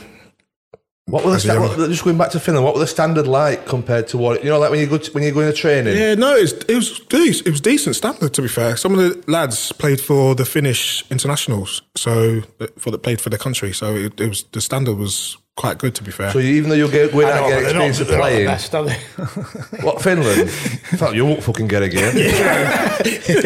Speaker 2: What were the
Speaker 5: As
Speaker 2: sta-
Speaker 5: the
Speaker 2: what- just going back to Finland? What were the standard like compared to what you know, like when you go to, when you go into training?
Speaker 5: Yeah, no, it's, it was de- it was decent standard to be fair. Some of the lads played for the Finnish internationals, so for the played for the country, so it, it was the standard was quite good to be fair.
Speaker 2: So you, even though you're get- going
Speaker 1: I
Speaker 2: out
Speaker 1: know,
Speaker 2: and
Speaker 1: but
Speaker 2: get
Speaker 1: they're not-
Speaker 2: experience
Speaker 1: they're not
Speaker 2: of
Speaker 1: the
Speaker 2: playing,
Speaker 1: best, are they?
Speaker 2: what Finland? Fuck, you won't fucking get again.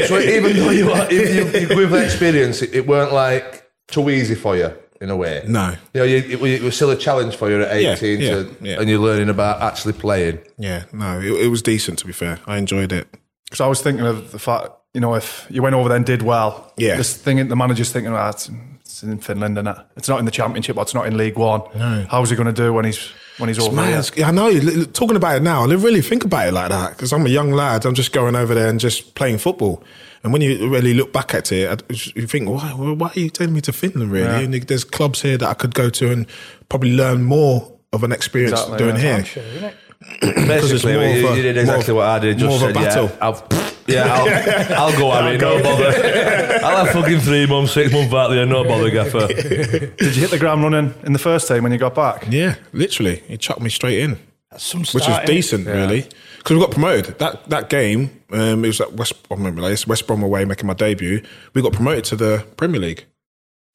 Speaker 2: so even though you are, if you, you go with experience, it, it weren't like too easy for you in a way.
Speaker 5: No.
Speaker 2: you know, you, it, was- it was still a challenge for you at
Speaker 5: Yeah,
Speaker 2: 18,
Speaker 5: yeah,
Speaker 2: to,
Speaker 5: yeah.
Speaker 2: and you're learning about actually playing.
Speaker 5: yeah, no, it, it was decent to be fair. I enjoyed it.
Speaker 3: Because I was thinking of the fact, you know, if you went over there and did well,
Speaker 5: Yeah.
Speaker 3: this thing the manager's thinking, well, it's, it's in Finland, is it? It's not in the championship, or it's not in League One.
Speaker 5: No.
Speaker 3: How's he going to do when he's when he's over
Speaker 5: Man,
Speaker 3: there?
Speaker 5: it's- I know. li- li- Talking about it now, I didn't really think about it like that because I'm a young lad. I'm just going over there and just playing football. And when you really look back at it, I- you think, why, why are you taking me to Finland, really? And there's clubs here that I could go to and probably learn more of an experience
Speaker 3: Exactly,
Speaker 5: doing
Speaker 3: yeah.
Speaker 5: here. it's
Speaker 2: Basically,
Speaker 5: more
Speaker 2: you,
Speaker 5: of a-
Speaker 2: you did exactly
Speaker 5: more of-
Speaker 2: what I did. Just
Speaker 5: more of a
Speaker 2: said,
Speaker 5: battle.
Speaker 2: Yeah, I'll, yeah, I'll, I'll go at it. No bother. I'll have fucking three months, six months out there. No bother, gaffer.
Speaker 3: Did you hit the ground running in the first team when you got back?
Speaker 5: Yeah, literally, he chucked me straight in,
Speaker 1: Some
Speaker 5: which was
Speaker 1: starting-
Speaker 5: decent, really. 'Cause really. Because we got promoted that that game. Um, it was at West. I remember like, it's West Brom away, making my debut. We got promoted to the Premier League,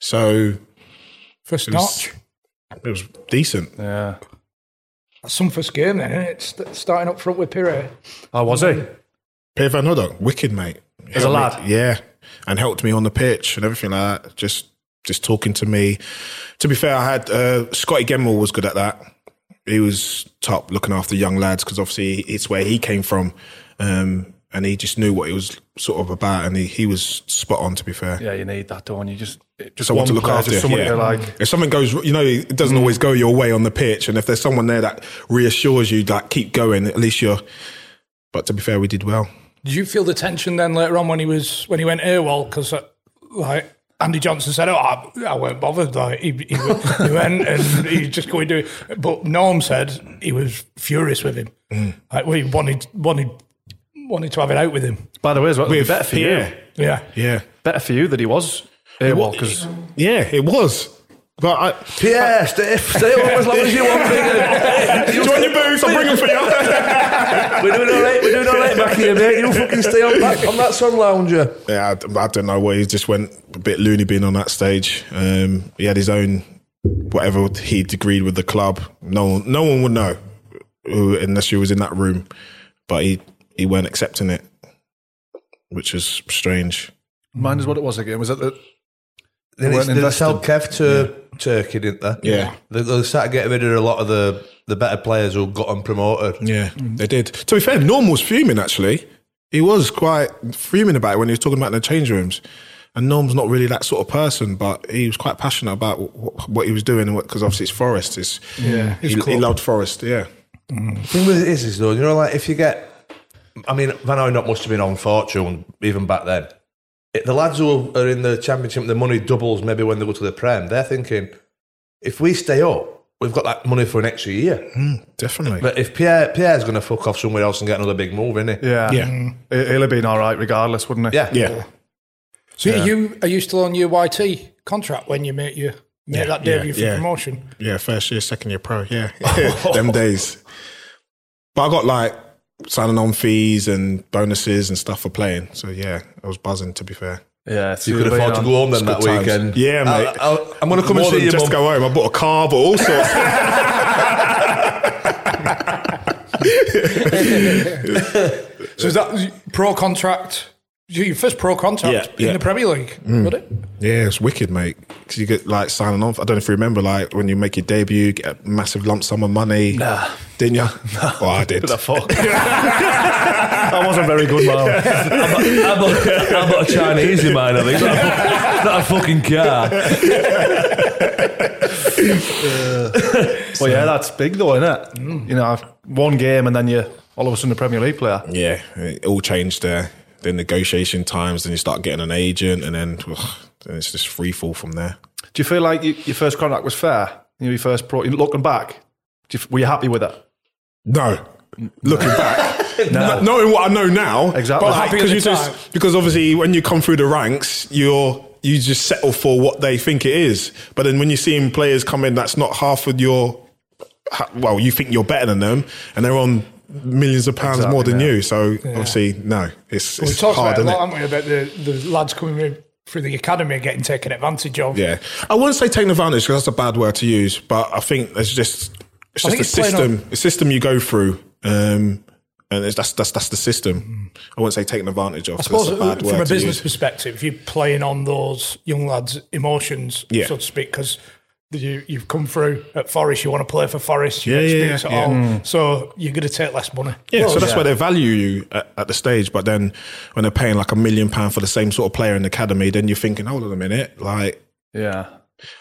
Speaker 5: so
Speaker 1: First
Speaker 5: it was-
Speaker 1: notch.
Speaker 5: it was decent.
Speaker 3: Yeah.
Speaker 1: That's some first game then, isn't it? St- starting up front with Pire.
Speaker 3: Oh, was he?
Speaker 5: Pierre Van Hoddock, wicked mate.
Speaker 3: As a
Speaker 5: Helped me-
Speaker 3: lad?
Speaker 5: yeah, and helped me on the pitch and everything like that. Just, just talking to me. To be fair, I had uh, Scotty Gemmell was good at that. He was top looking after young lads because obviously it's where he came from, um, and he just knew what he was sort of about, and he, he was spot on. To be fair,
Speaker 3: Yeah, you need that, don't you? Just just
Speaker 5: someone
Speaker 3: one
Speaker 5: to look
Speaker 3: player,
Speaker 5: after.
Speaker 3: just someone
Speaker 5: yeah.
Speaker 3: to like. Mm.
Speaker 5: if something goes, you know, it doesn't always go your way on the pitch, and if there's someone there that reassures you, that keep going, at least you're. But to be fair, we did well.
Speaker 1: Did you feel the tension then later on when he was when he went AWOL? Because uh, like Andy Johnson said, oh, I, I weren't bothered. Like he, he, went- he went and he was just going to do it. But Norm said he was furious with him.
Speaker 5: Mm.
Speaker 1: Like we wanted wanted wanted to have it out with him.
Speaker 3: By the way, as well, it'd be better for you.
Speaker 5: Pierre.
Speaker 1: Yeah,
Speaker 5: Yeah.
Speaker 3: Better for you that he was. AWOL, because
Speaker 5: Yeah, it was. But I,
Speaker 2: Yeah, stay, stay over as long as you want. Peter. You-
Speaker 5: your boots, I'll bring them for you.
Speaker 2: We're doing all right. We're doing all right back here, mate. You fucking stay on that on that sun lounger.
Speaker 5: yeah, I, I don't know what he just went a bit loony bin on that stage. Um, he had his own whatever he agreed with the club. No, one- no one would know who, unless you was in that room. But he he weren't accepting it, which was strange.
Speaker 3: mine is what it was again. Was it the
Speaker 2: Then it's,
Speaker 3: weren't
Speaker 2: they
Speaker 3: invested.
Speaker 2: sell Kev to Turkey, didn't they?
Speaker 5: Yeah.
Speaker 2: They, they started getting rid of a lot of the, the better players who got them promoted.
Speaker 5: Yeah, they did. To be fair, Norm was fuming actually. He was quite fuming about it when he was talking about the change rooms. And Norm's not really that sort of person, but he was quite passionate about what, what he was doing because obviously it's Forest. It's, yeah, he, he loved Forest. Yeah,
Speaker 2: thing with it is, is though, you know, like if you get, I mean, Van Hooydonk must have been on fortune even back then. It, the lads who are in the championship, the money doubles maybe when they go to the prem. They're thinking, if we stay up, we've got that money for an extra year.
Speaker 5: Mm-hmm. definitely.
Speaker 2: But if Pierre Pierre's going to fuck off somewhere else and get another big move, isn't he?
Speaker 3: yeah
Speaker 5: Yeah.
Speaker 3: He- He'll have been all right regardless, wouldn't he?
Speaker 2: Yeah.
Speaker 5: yeah,
Speaker 1: So are you are you still on your YT contract when you make your make that
Speaker 5: yeah,
Speaker 1: debut for
Speaker 5: yeah.
Speaker 1: promotion?
Speaker 5: yeah. First year, second year pro. Yeah, them days. But I got like signing on fees and bonuses and stuff for playing. So yeah, I was buzzing. To be fair.
Speaker 3: yeah. it's-
Speaker 2: You could
Speaker 3: he'll have
Speaker 2: afford to
Speaker 3: been
Speaker 2: go
Speaker 3: on.
Speaker 2: home then that
Speaker 5: Good times.
Speaker 2: weekend.
Speaker 5: Yeah, mate.
Speaker 2: I, I, I'm going to come
Speaker 5: More
Speaker 2: and
Speaker 5: than
Speaker 2: see you,
Speaker 5: just
Speaker 2: mum.
Speaker 5: to go home. I bought a car, but all sorts.
Speaker 1: So is that pro contract? Your first pro contract
Speaker 5: Yeah,
Speaker 1: in
Speaker 5: yeah. Mm.
Speaker 1: the Premier League, would it?
Speaker 5: Yeah, it's wicked, mate. Because you get like signing off. I don't know if you remember, like when you make your debut, you get a massive lump sum of money. Nah, didn't you? Well, I did.
Speaker 3: What the fuck? that wasn't very good, man.
Speaker 2: How about, how about a Chinese in mine, I think? Not a, not a fucking car.
Speaker 3: Well, yeah, that's big though, isn't it? You know, I've- one game and then you all of a sudden a Premier League player.
Speaker 5: Yeah, it all changed there. Then negotiation times. Then you start getting an agent, and then, ugh, then it's just free fall from there.
Speaker 3: Do you feel like you, your first contract was fair? You know, your first pro. Looking back, do you, f- were you happy with it?
Speaker 5: No, looking back, no. knowing what I know now,
Speaker 3: Exactly.
Speaker 5: but
Speaker 3: Happy
Speaker 1: at
Speaker 5: because
Speaker 1: the
Speaker 5: you
Speaker 1: time.
Speaker 5: just because obviously when you come through the ranks, you're you just settle for what they think it is. But then when you see players come in, that's not half of your ha- well, you think you're better than them, and they're on millions of pounds more than you. So obviously, no, it's,
Speaker 1: we
Speaker 5: it's
Speaker 1: talked
Speaker 5: hard,
Speaker 1: about it a
Speaker 5: isn't it?
Speaker 1: lot, haven't we, about the, the lads coming in through the academy getting taken advantage of.
Speaker 5: Yeah, I wouldn't say taking advantage because that's a bad word to use, but I think there's just it's
Speaker 1: I think
Speaker 5: just a
Speaker 1: it's playing
Speaker 5: system, a system you go through, um, and it's, that's that's that's the system. I wouldn't say taking advantage
Speaker 1: I
Speaker 5: of. 'cause
Speaker 1: suppose uh,
Speaker 5: that's a bad
Speaker 1: from
Speaker 5: word
Speaker 1: a
Speaker 5: to
Speaker 1: business
Speaker 5: use.
Speaker 1: perspective, you're playing on those young lads' emotions,
Speaker 5: Yeah.
Speaker 1: so to speak, because you, you've come through at Forest, you want to play for Forest, you
Speaker 5: Yeah,
Speaker 1: yeah,
Speaker 5: yeah,
Speaker 1: experience it
Speaker 5: yeah, yeah.
Speaker 1: all, so you're going to take less money.
Speaker 5: Yeah, so that's why they value you at, at the stage. But then when they're paying like a million pound for the same sort of player in the academy, then you're thinking, hold on a minute, like
Speaker 3: Yeah.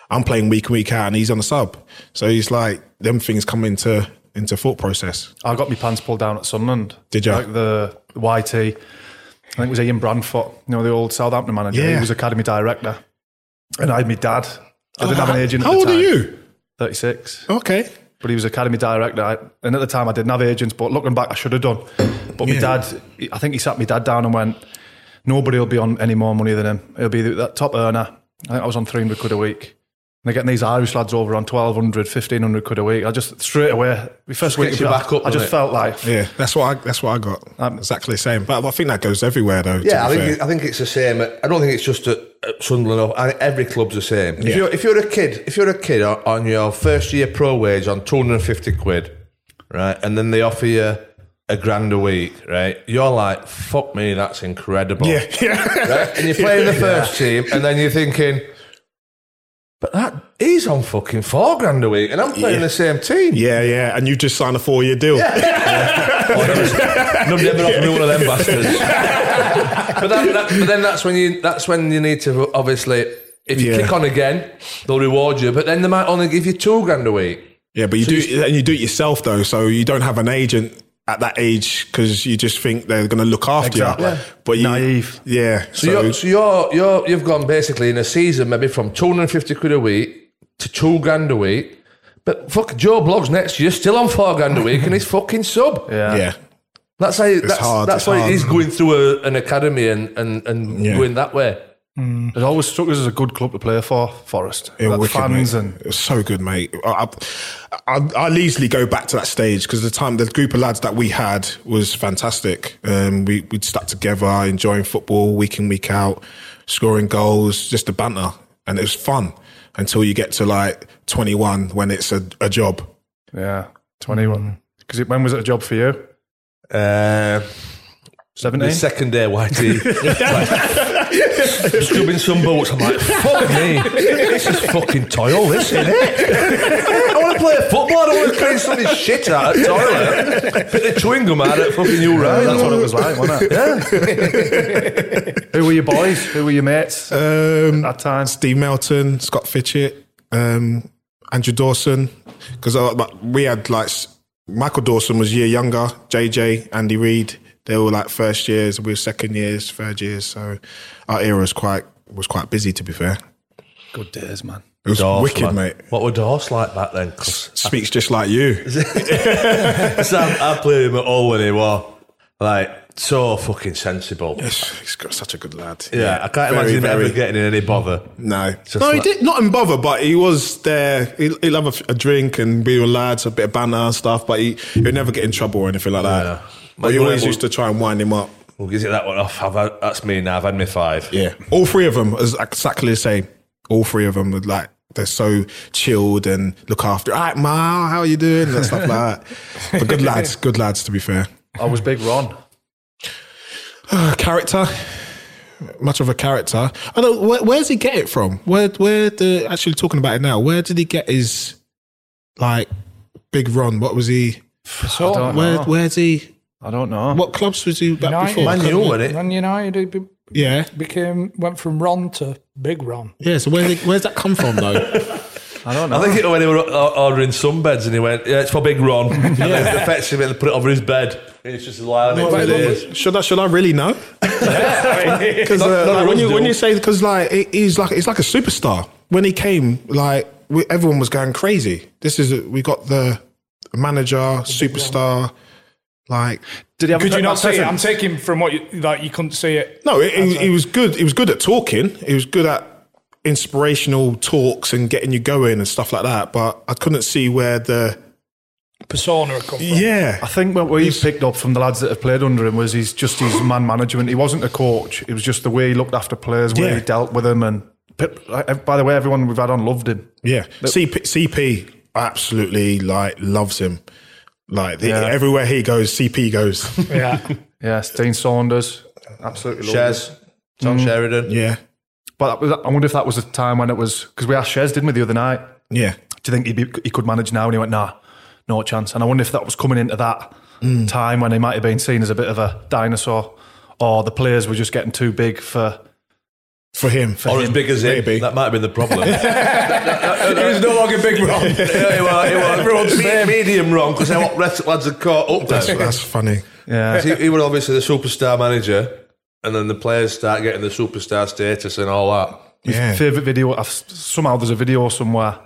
Speaker 5: I'm playing week in week out, and he's on the sub. So he's like them things come into into thought process.
Speaker 3: I got my pants pulled down at Sunderland.
Speaker 5: Did ya?
Speaker 3: Like the, the YT. I think it was Ian Brandfoot, you know, the old Southampton manager.
Speaker 5: Yeah.
Speaker 3: He was academy director. And I had my dad. I
Speaker 1: Oh,
Speaker 3: didn't have an agent at
Speaker 5: Oh, How
Speaker 3: the
Speaker 5: old
Speaker 3: time.
Speaker 5: are you?
Speaker 3: 36.
Speaker 5: Okay.
Speaker 3: But he was academy director. I, and at the time, I didn't have agents, but looking back, I should have done. But my dad, I think he sat my dad down and went, nobody will be on any more money than him. He'll be that top earner. I think I was on 300 quid a week. And they're getting these Irish lads over on 1,200, 1,500 quid a week. I just, straight away, my first week,
Speaker 2: gets you back up,
Speaker 3: I
Speaker 2: doesn't
Speaker 3: just
Speaker 2: it?
Speaker 3: felt like,
Speaker 5: Yeah, that's what I, that's what I got. exactly the same. But I think that goes everywhere though.
Speaker 2: Yeah, I
Speaker 5: to be
Speaker 2: think oh.
Speaker 5: fair.
Speaker 2: I think it's the same. I don't think it's just at, at Sunderland. I think every club's the same. If,
Speaker 5: Yeah.
Speaker 2: you're, if you're a kid, if you're a kid on, on your first year pro wage on two hundred and fifty quid, right, and then they offer you a grand a week, right, you're like, fuck me, that's incredible.
Speaker 5: yeah, yeah.
Speaker 2: Right? And you're playing the first team, and then you're thinking, but that he's on fucking four grand a week, and I'm playing
Speaker 5: Yeah.
Speaker 2: the same team.
Speaker 5: yeah, yeah. And you just signed a four year deal.
Speaker 2: Oh, never, no, never offered me one of them bastards. but, that, that, but then that's when you that's when you need to obviously if you
Speaker 5: Yeah.
Speaker 2: kick on again, they'll reward you. But then they might only give you two grand a week.
Speaker 5: Yeah, but you do, and you do it yourself though. So you don't have an agent at that age because you just think they're going to look after
Speaker 3: Exactly.
Speaker 5: you.
Speaker 3: Yeah.
Speaker 5: But you,
Speaker 3: Naive.
Speaker 5: Yeah.
Speaker 2: So, you're, so you're you're you've gone basically in a season maybe from two hundred and fifty quid a week to two grand a week. But fuck Joe Blogs next year still on four grand a week and he's fucking sub.
Speaker 3: yeah.
Speaker 5: yeah.
Speaker 2: That's how that's,
Speaker 5: hard,
Speaker 2: that's
Speaker 5: it's
Speaker 2: why
Speaker 5: hard.
Speaker 2: he's going through a, an academy and and, and
Speaker 5: Yeah.
Speaker 2: going that way.
Speaker 3: It always struck us as a good club to play for, Forest.
Speaker 5: It was
Speaker 3: Like
Speaker 5: wicked,
Speaker 3: fans
Speaker 5: mate.
Speaker 3: and
Speaker 5: it was so good, mate. I, I, I- I'll easily go back to that stage because the time, the group of lads that we had was fantastic. Um, we, we'd stuck together, enjoying football week in, week out, scoring goals, just the banter. And it was fun until you get to like 21 when it's a, a job.
Speaker 3: yeah, twenty one. Because when was it a job for you?
Speaker 2: Uh,
Speaker 3: Seventeen.
Speaker 2: The second day, YT. like, scrubbing some boots. I'm like, fuck me. This is fucking toil, this, isn't it? I want to play football. I don't want to clean somebody's shit out at toilet. Bit of chewing gum out at fucking you, right?
Speaker 3: That's what it was like, wasn't it? Who were your boys? Who were your mates at
Speaker 5: Um,
Speaker 3: that time?
Speaker 5: Steve Melton, Scott Fitchett, um, Andrew Dawson, because we had like s- Michael Dawson was a year younger, JJ, Andy Reid. They were like first years, we were second years, third years. So our era was quite was quite busy. To be fair,
Speaker 3: Good days, man.
Speaker 5: it was
Speaker 2: Dorse,
Speaker 5: wicked,
Speaker 2: man.
Speaker 5: mate.
Speaker 2: What were Dorse like back then? Cause
Speaker 5: Speaks just like you.
Speaker 2: I, I played him at all when he was like so fucking sensible. Yeah,
Speaker 5: He's got such a good lad.
Speaker 2: I can't
Speaker 5: Very,
Speaker 2: imagine him
Speaker 5: very-
Speaker 2: ever getting in any bother.
Speaker 5: No,
Speaker 2: Just
Speaker 5: no, he
Speaker 2: like-
Speaker 5: did not in bother, but he was there. He, he'd have a, f- a drink and be with lads, a bit of banter and stuff, but he he'd never get in trouble or anything like that.
Speaker 2: Yeah.
Speaker 5: But you
Speaker 2: Like,
Speaker 5: always
Speaker 2: well-
Speaker 5: used to try and wind him up.
Speaker 2: We'll get that one off. I've had, that's me now. I've had me five.
Speaker 5: Yeah, all three of them is exactly the same. All three of them were like they're so chilled and look after. All right, ma, how are you doing? And stuff like that. But good lads, good lads. To be fair,
Speaker 3: I was Big Ron.
Speaker 5: Uh, character. Much of a character. I don't. Where, where does he get it from? Where? Where the actually talking about it now? Where did he get his like big Ron? What was he?
Speaker 1: So,
Speaker 3: I don't
Speaker 5: Where?
Speaker 3: know.
Speaker 5: Where's he?
Speaker 3: I don't know.
Speaker 5: What clubs was he back
Speaker 1: United.
Speaker 5: before?
Speaker 2: Man U, wasn't it?
Speaker 1: Man United be-
Speaker 5: Yeah,
Speaker 1: became went from Ron to Big Ron.
Speaker 5: yeah. So where? Where's that come from though?
Speaker 3: I don't know.
Speaker 2: I think it, when they were o- ordering sunbeds and he went, yeah, it's for Big Ron. And then they fetched him and put it over his bed. And it's just lying on it for days.
Speaker 5: should I? Should I really know? Because
Speaker 2: None- none of
Speaker 5: uh, when
Speaker 2: us
Speaker 5: you
Speaker 2: do.
Speaker 5: when you say because like it, he's like it's like a superstar. When he came, like we, everyone was going crazy. This is we got the manager, superstar. Like
Speaker 3: Did he have
Speaker 1: Could
Speaker 3: a
Speaker 1: you not
Speaker 3: pre-
Speaker 1: see it? I'm
Speaker 3: preference?
Speaker 1: taking from what you, like you couldn't see it.
Speaker 5: No, it, he, he was good. He was good at talking. He was good at inspirational talks and getting you going and stuff like that. But I couldn't see where the
Speaker 1: persona had come from.
Speaker 5: Yeah.
Speaker 3: I think what we've picked up from the lads that have played under him was he's just his man management. He wasn't a coach. It was just the way he looked after players, where
Speaker 5: Yeah.
Speaker 3: he dealt with them. And Pip, like, by the way, everyone we've had on loved him.
Speaker 5: Yeah, CP, CP absolutely like loves him. Like the,
Speaker 3: Yeah.
Speaker 5: everywhere he goes, CP goes.
Speaker 1: Yeah.
Speaker 3: Yes, Dean Saunders, absolutely loved him.
Speaker 2: Shares. Tom Sheridan.
Speaker 5: Mm. yeah,
Speaker 3: But that was, I wonder if that was a time when it was because we asked Shares, didn't we, the other night?
Speaker 5: yeah,
Speaker 3: Do you think he'd be, he could manage now? And he went, Nah, no chance. And I wonder if that was coming into that
Speaker 2: Mm.
Speaker 3: time when he might have been seen as a bit of a dinosaur, or the players were just getting too big for.
Speaker 5: for him. For
Speaker 2: Or
Speaker 5: him.
Speaker 2: as big as him.
Speaker 5: Maybe.
Speaker 2: That might be the problem.
Speaker 5: He's no longer big, bro.
Speaker 2: Yeah, well, well, everyone's me- medium wrong because how rest lads had caught up
Speaker 5: that's,
Speaker 2: there.
Speaker 5: that's funny.
Speaker 3: Yeah,
Speaker 2: he, he was obviously the superstar manager, and then the players start getting the superstar status and all that.
Speaker 5: Yeah.
Speaker 3: favorite video. I've, somehow there's a video somewhere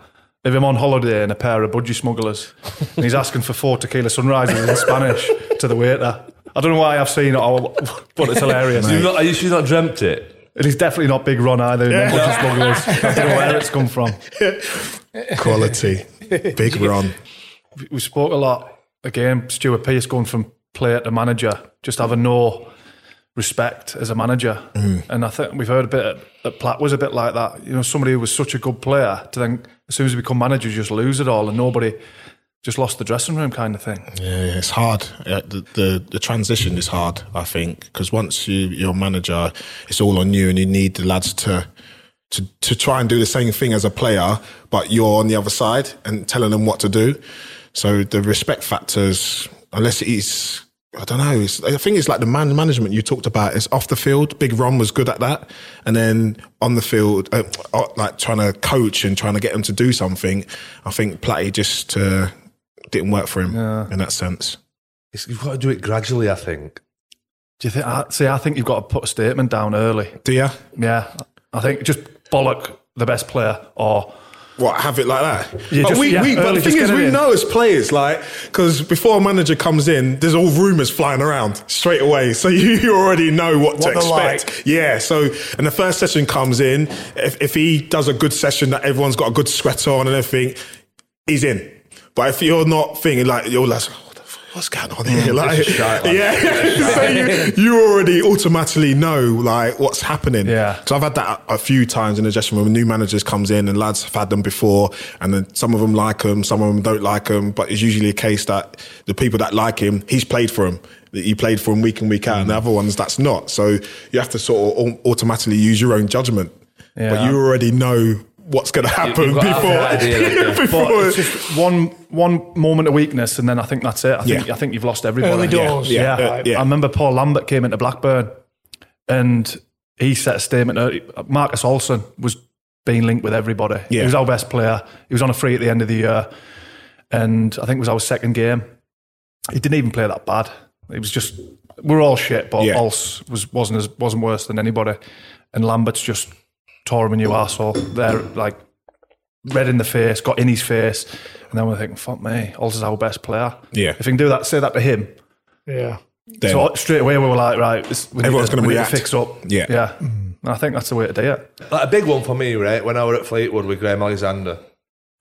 Speaker 3: of him on holiday in a pair of budgie smugglers, and he's asking for four tequila sunrises in Spanish to the waiter. I don't know why I've seen it, or- but it's hilarious.
Speaker 2: You've not, you should not dreamt it.
Speaker 3: And he's definitely not Big Ron either. in them budgie smugglers. I don't know where it's come from.
Speaker 5: Quality, big Ron.
Speaker 3: we spoke a lot again. Stuart Pearce going from player to manager, just having no respect as a manager, and I think we've heard a bit that Platt was a bit like that. You know, somebody who was such a good player to then as soon as you become manager, you just lose it all, and nobody just lost the dressing room kind of thing.
Speaker 5: Yeah, yeah, it's hard. Uh, The, the the transition is hard, I think, because once you you're manager, it's all on you, and you need the lads to to to try and do the same thing as a player, but you're on the other side and telling them what to do. So the respect factors, unless it's I don't know. It's, I think it's like the man management you talked about. It's off the field. Big Ron was good at that, and then on the field, uh, uh, like trying to coach and trying to get them to do something. I think Platty just uh, didn't work for him in that sense.
Speaker 2: It's, you've got to do it gradually, I think.
Speaker 3: Do you think? I, see, I think you've got to put a statement down early.
Speaker 5: Do you?
Speaker 3: Yeah, I think just bollock the best player or.
Speaker 5: What have it like that?
Speaker 3: Yeah,
Speaker 5: but
Speaker 3: just-
Speaker 5: we,
Speaker 3: yeah,
Speaker 5: we but
Speaker 3: early,
Speaker 5: the
Speaker 3: just
Speaker 5: thing is,
Speaker 3: get it
Speaker 5: we
Speaker 3: in.
Speaker 5: know as players, like, because before a manager comes in, there's all rumors flying around straight away, so you, you already know what, to
Speaker 1: What they're
Speaker 5: expect. Yeah. So, and the first session comes in, if, if he does a good session that everyone's got a good sweater on and everything, he's in. But if you're not thinking like you're like. "Oh, "What the f- What's going on here? like, yeah. so you, you already automatically know like what's happening.
Speaker 3: Yeah.
Speaker 5: So I've had that a a few times in the dressing room. New managers comes in and lads have had them before, and then some of them like him, some of them don't like him. But it's usually a case that the people that like him, he's played for him. He played for him week in week out, and the other ones that's not. So you have to sort of au- automatically use your own judgment, but
Speaker 3: Yeah.
Speaker 5: you already know what's going to happen
Speaker 2: you've got half
Speaker 5: before.
Speaker 2: an idea, haven't you?
Speaker 3: But
Speaker 5: before
Speaker 3: it's just one one moment of weakness, and then I think that's it. I think
Speaker 5: Yeah.
Speaker 3: I think you've lost everybody.
Speaker 1: Early doors.
Speaker 3: Yeah,
Speaker 5: Yeah, uh, yeah.
Speaker 3: I remember Paul Lambert came into Blackburn, and he set a statement. out. Marcus Olsen was being linked with everybody.
Speaker 5: Yeah.
Speaker 3: He was our best player. He was on a free at the end of the year, and I think it was our second game. He didn't even play that bad. It was just we were all shit, but
Speaker 5: Yeah.
Speaker 3: Ols was wasn't as wasn't worse than anybody, and Lambert's just tore him a new arsehole. There, like red in the face, got in his face, and then we're thinking, "Fuck me, Ols is our best player."
Speaker 5: Yeah.
Speaker 3: if you can do that, say that to him.
Speaker 1: Yeah.
Speaker 5: Then-
Speaker 3: So straight away we were like, right, it's, we need
Speaker 5: Everyone's gonna
Speaker 3: we need
Speaker 5: react.
Speaker 3: Fix up.
Speaker 5: Yeah.
Speaker 3: yeah. And I think that's the way to do it.
Speaker 2: Like a big one for me, right? When I were at Fleetwood with Graham Alexander,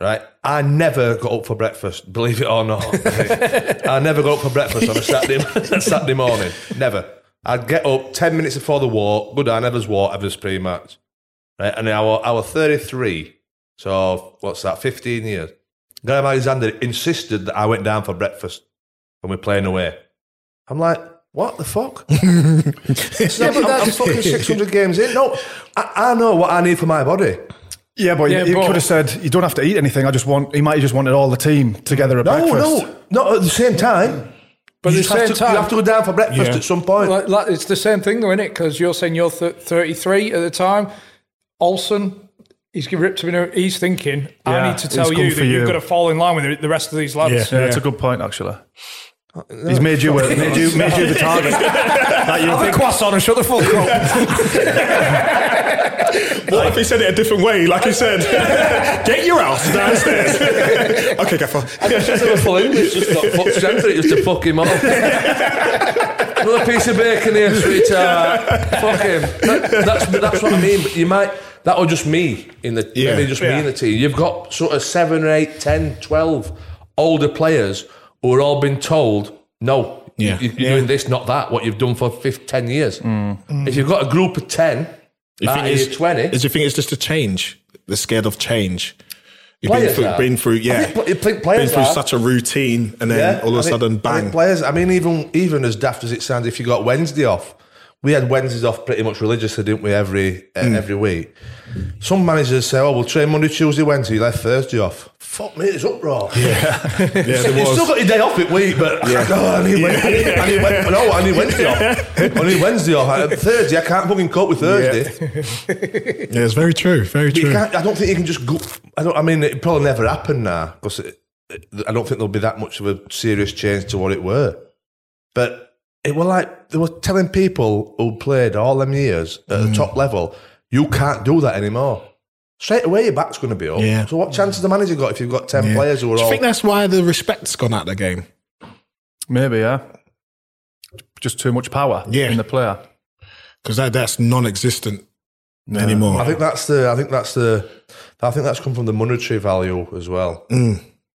Speaker 2: right? I never got up for breakfast, believe it or not. right? I never got up for breakfast on a Saturday, Saturday morning. Never. I'd get up 10 minutes before the walk, good on Evers walk, Evers pre match. Right? And I were, I were 33, so what's that, 15 years. Graham Alexander insisted that I went down for breakfast when we we're playing away. I'm like, what the fuck? So I'm, I'm- I'm fucking 600 games in. No, I, I know what I need for my body.
Speaker 3: Yeah, but
Speaker 1: Yeah,
Speaker 3: you,
Speaker 1: but-
Speaker 3: could have said you don't have to eat anything. I just want. He might have just wanted all the team together at
Speaker 2: No,
Speaker 3: breakfast.
Speaker 2: Oh, no, not at the same time.
Speaker 1: But
Speaker 2: you,
Speaker 1: at
Speaker 2: just
Speaker 1: the
Speaker 2: have
Speaker 1: same
Speaker 2: to,
Speaker 1: time-
Speaker 2: you have to go down for breakfast
Speaker 5: Yeah.
Speaker 2: at some point.
Speaker 1: Like, like, it's the same thing, though, isn't it? Because you're saying you're th- 33 at the time. Olsen, he's g- ripped him in. He's thinking, I
Speaker 3: Yeah,
Speaker 1: need to
Speaker 3: he's
Speaker 1: tell
Speaker 3: come
Speaker 1: you
Speaker 3: for
Speaker 1: that you.
Speaker 3: you.
Speaker 1: have got to fall in line with the- the rest of these lads.
Speaker 3: Yeah, that's a good point actually. He's made you, a, made you, made you the target. That you
Speaker 1: Have a
Speaker 3: think-
Speaker 1: croissant and shut the fuck up.
Speaker 5: What if he said it a different way? Like he said, get your ass downstairs. okay, Gaffer.
Speaker 2: Just have a full English, just got fuck strength in it, just to fuck him off. Another piece of bacon here, sweetheart. Fuck him. That- that's, that's what I mean. But you might, that or just me in the,
Speaker 5: Yeah.
Speaker 2: maybe just me in the team. You've got sort of seven or eight, ten, twelve older players who are all being told, no,
Speaker 5: Yeah.
Speaker 2: you, you're doing this, not that, what you've done for fif- 10 years. If you've got a group of 10,
Speaker 5: You
Speaker 2: Ah,
Speaker 5: it's-
Speaker 2: you're 20?
Speaker 5: Is you think it's just a change? They're scared of change. You've been
Speaker 2: Players
Speaker 5: through,
Speaker 2: are.
Speaker 5: been through, yeah,
Speaker 2: think pl- you think
Speaker 5: been
Speaker 2: players
Speaker 5: through
Speaker 2: are.
Speaker 5: such a routine, and then all of
Speaker 2: I
Speaker 5: a
Speaker 2: think-
Speaker 5: sudden,
Speaker 2: I think
Speaker 5: bang!
Speaker 2: players, I mean, even even as daft as it sounds, if you got Wednesday off, we had Wednesdays off pretty much religiously, didn't we? Every uh,
Speaker 5: Mm.
Speaker 2: every week. Some managers say, "Oh, we'll train Monday, Tuesday, Wednesday. You left Thursday off." Fuck me, it's uproar.
Speaker 5: yeah, there
Speaker 2: You've
Speaker 5: was.
Speaker 2: still got your day off at week, but oh, I need Wednesday. I need Wednesday. No, I need Wednesday off. I need Wednesday off. I- Thursday, I can't fucking cope with Thursday.
Speaker 5: yeah, it's very true, very
Speaker 2: But you
Speaker 5: true.
Speaker 2: can't, I don't think you can just go. I don't. I mean, it probably never happened now because I don't think there'll be that much of a serious change to what it were. But it were like they were telling people who played all them years at
Speaker 5: Mm.
Speaker 2: the top level, you can't do that anymore. Straight away, your back's going to be up.
Speaker 5: Yeah.
Speaker 2: So what chance has the manager got if you've got ten
Speaker 5: Yeah.
Speaker 2: players who are
Speaker 5: Do you
Speaker 2: all?
Speaker 5: think that's why the respect's gone out of the game?
Speaker 3: Maybe, yeah. Just too much power
Speaker 5: Yeah.
Speaker 3: in the player.
Speaker 5: Because that, that's non-existent anymore.
Speaker 2: I think that's the. I think that's the. I think that's come from the monetary value as well.